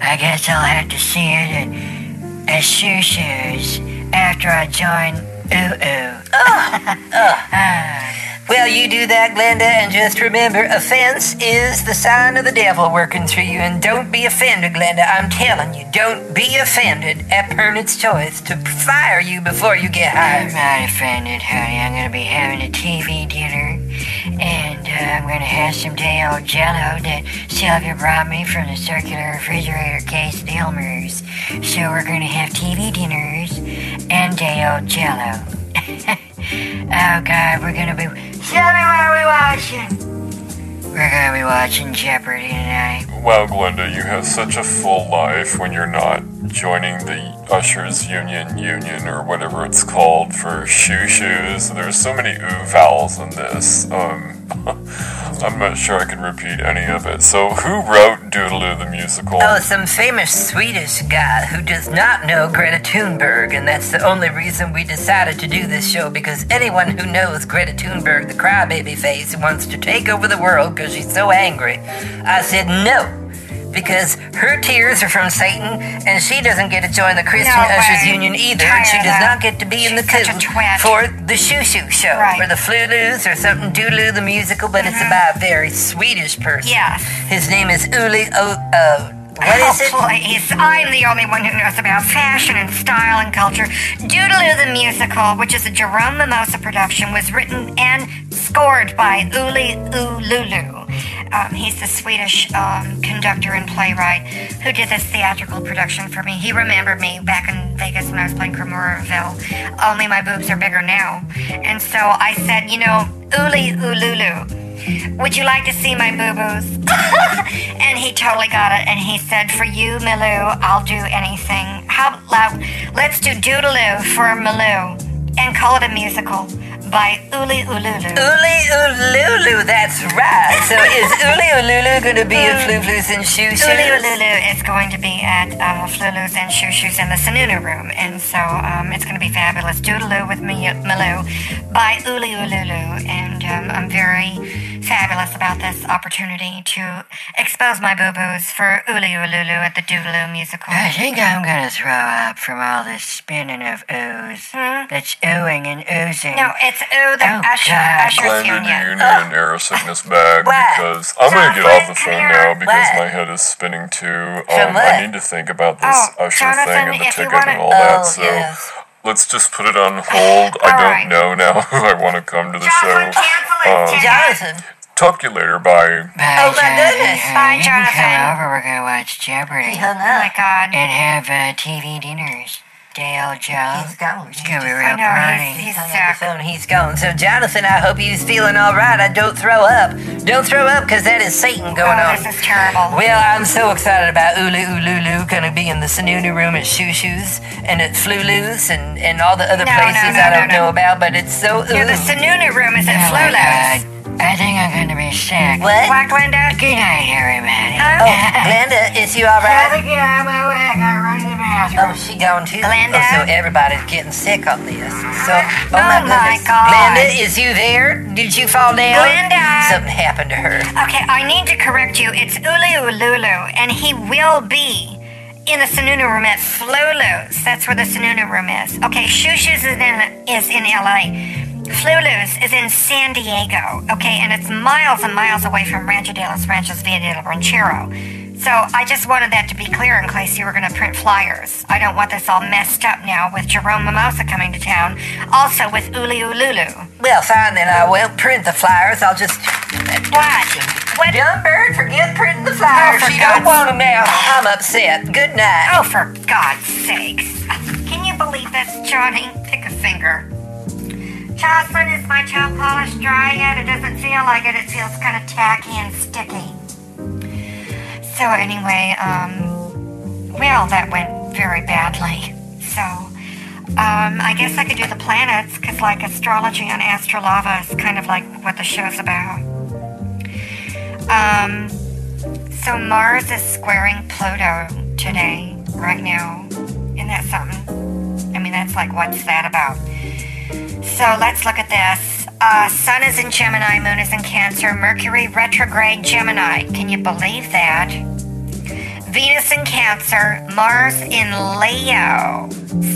S3: I guess I'll have to see it at, at Shoo Shoo's after I join Ooh Ooh.
S4: Well, you do that, Glenda, and just remember, offense is the sign of the devil working through you. And don't be offended, Glenda. I'm telling you, don't be offended at Pernod's choice to fire you before you get
S3: I'm
S4: hired.
S3: not offended, honey. I'm gonna be having a TV dinner, and uh, I'm gonna have some day old jello that Sylvia brought me from the circular refrigerator case at Elmer's. So we're gonna have TV dinners and day old jello. [LAUGHS] oh God, we're gonna be
S1: Sylvia, what are we watching?
S3: we're gonna be watching Jeopardy tonight.
S2: Wow, Glenda, you have such a full life when you're not joining the Ushers Union Union or whatever it's called for shoe shoes. There's so many ooh vowels in this. Um, [LAUGHS] I'm not sure I can repeat any of it. So, who wrote Doodaloo the musical?
S4: Oh, some famous Swedish guy who does not know Greta Thunberg, and that's the only reason we decided to do this show because anyone who knows Greta Thunberg, the crybaby face, who wants to take over the world because she's so angry. I said no. Because her tears are from Satan, and she doesn't get to join the Christian
S1: No
S4: Ushers
S1: way.
S4: Union either.
S1: Tired
S4: and she
S1: of
S4: does
S1: that.
S4: not get to be in the
S1: She's such a
S4: coup
S1: twat.
S4: for the Shoo Shoo Show
S1: Right. Mm-hmm.
S4: or the Fluloos or something Doodaloo the musical, but it's about a very Swedish person.
S1: Yes.
S4: His name is Uli O. O. What is
S1: [LAUGHS]
S4: it?
S1: Oh, please. I'm the only one who knows about fashion and style and culture. Doodaloo the Musical, which is a Jerome Mimosa production, was written and scored by Uli Ululu. Um, he's the Swedish um, conductor and playwright who did this theatrical production for me. He remembered me back in Vegas when I was playing Cremoraville. Only my boobs are bigger now. And so I said, you know, Uli Ululu, would you like to see my boo-boos? [LAUGHS] and he totally got it. And he said, "For you, Milou, I'll do anything. How about let's do Doodaloo for Milou and call it a musical by Uli Ululu."
S4: Uli Ululu, that's right. So is Uli Ululu going to be at Flu Flu's and Shoo Shoo?
S1: Uli Ululu is going to be at uh, Flulu's and Shoo Shoo's in the Sununu room, and so um, it's going to be fabulous. Doodaloo with Mi- Milou by Uli Ululu, and um, I'm very fabulous about this opportunity to expose my boo boos for Uli Ululu at the Doodaloo musical.
S3: I think I'm gonna throw up from all this spinning of oohs.
S4: Hmm?
S3: That's oohing and oozing.
S1: No, it's ooh, the
S3: Oh,
S1: usher,
S3: God.
S1: usher's
S2: Glenda, do you
S1: union.
S2: need an air sickness bag?
S4: What?
S2: Because I'm going to get off the
S1: Jonathan,
S2: phone
S1: come
S2: now
S1: here.
S2: because
S4: What?
S2: my head is spinning too.
S4: From
S2: Um,
S4: what?
S2: I need to think about this
S1: Oh,
S2: usher
S1: Jonathan,
S2: thing and the
S1: if you
S2: ticket
S1: wanna-
S2: and all that.
S4: Oh,
S2: So
S4: yes.
S2: let's just put it on hold. I
S1: All
S2: don't
S1: right.
S2: know [LAUGHS] now who I want to come to the
S1: Jonathan,
S2: show.
S1: cancel his ticket.
S4: Jonathan.
S2: Talk to you later. Bye.
S3: Bye,
S4: Oh, my goodness.
S3: honey.
S1: Bye,
S3: You can
S1: Jonathan.
S3: Come over. We're gonna watch Jeopardy
S4: hung
S1: Oh
S4: up.
S1: my God.
S3: and have uh, TV dinners. Dale Joe.
S4: He's gone.
S3: He's gonna be
S4: He just
S1: I
S3: real
S1: know,
S3: burning.
S1: he's, he's
S4: hung up
S1: sick.
S4: the phone. He's gone. So Jonathan, I hope he's feeling all right. I don't throw up. Don't throw up because that is Satan going
S1: Oh,
S4: on.
S1: this is terrible.
S4: Well, I'm so excited about Ulu Ululu gonna be in the Sununu room at Shoo Shoo's and at Flulu's and, and all the other
S1: No, no,
S4: places
S1: no,
S4: I
S1: no,
S4: don't
S1: no.
S4: know about, but it's so
S1: Yeah, the
S4: Ulu.
S1: Sununu room is at
S3: Oh my
S1: Flolo's.
S3: God. I think I'm gonna be sick.
S4: What?
S1: Black Linda?
S3: Good night, everybody.
S1: Huh?
S4: Oh, Glenda, is you all
S1: Gotta
S4: right?
S1: get out of my way. I gotta run to the bathroom.
S4: Oh, she gone too.
S1: Glenda?
S4: Oh, so everybody's getting sick on this. So, oh,
S1: Oh
S4: my
S1: my
S4: goodness.
S1: God.
S4: Glenda, is you there? Did you fall down?
S1: Glenda.
S4: Something happened to her.
S1: Okay, I need to correct you. It's Ulu Ululu, and he will be in the Sununu room at Flulu's. That's where the Sununu room is. Okay, Shushu's is in, is in LA. Flulu's is in San Diego, okay, and it's miles and miles away from Rancho de los Ranchos Villa del Ranchero. So I just wanted that to be clear in case you were going to print flyers. I don't want this all messed up now with Jerome Mimosa coming to town, also with Uli Ululu.
S4: Well, fine then. I will print the flyers. I'll just.
S1: What? What?
S4: Dumb bird, forget printing the
S1: Oh,
S4: flyers.
S1: for
S4: she
S1: God's-
S4: don't want them now. I'm upset. Good night.
S1: Oh, for God's sakes. Can you believe this, Johnny? Pick a finger. Jocelyn, is my nail polish dry yet? It doesn't feel like it. It feels kind of tacky and sticky. So anyway, um, well, that went very badly. So, um, I guess I could do the planets, because, like, astrology on Astrolava is kind of like what the show's about. Um... So Mars is squaring Pluto today, right now. Isn't that something? I mean, that's like, what's that about? So let's look at this. Uh, Sun is in Gemini, Moon is in Cancer, Mercury retrograde Gemini. Can you believe that? Venus in Cancer, Mars in Leo.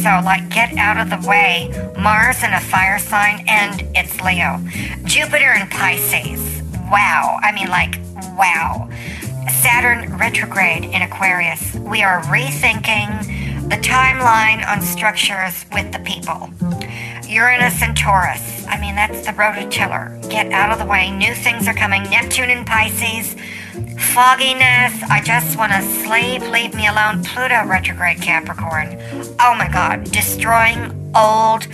S1: So, like, get out of the way. Mars in a fire sign, and it's Leo. Jupiter in Pisces. Wow. I mean, like, wow. Saturn retrograde in Aquarius. We are rethinking the timeline on structures with the people. Uranus and Taurus. I mean, that's the rototiller. Get out of the way. New things are coming. Neptune in Pisces. Fogginess. I just want to sleep. Leave me alone. Pluto retrograde Capricorn. Oh my God. Destroying old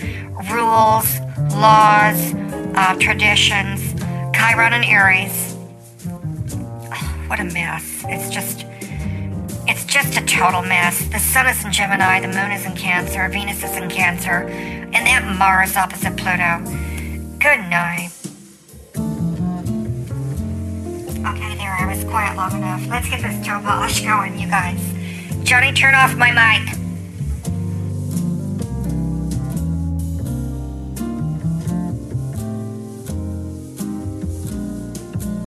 S1: rules, laws, uh, traditions. Chiron and Aries. Oh, what a mess. It's just. It's just a total mess. The sun is in Gemini, the moon is in Cancer, Venus is in Cancer, and that Mars opposite Pluto. Good night. Okay, there, I was quiet long enough. Let's get this toe polish going, you guys. Johnny, turn off my mic.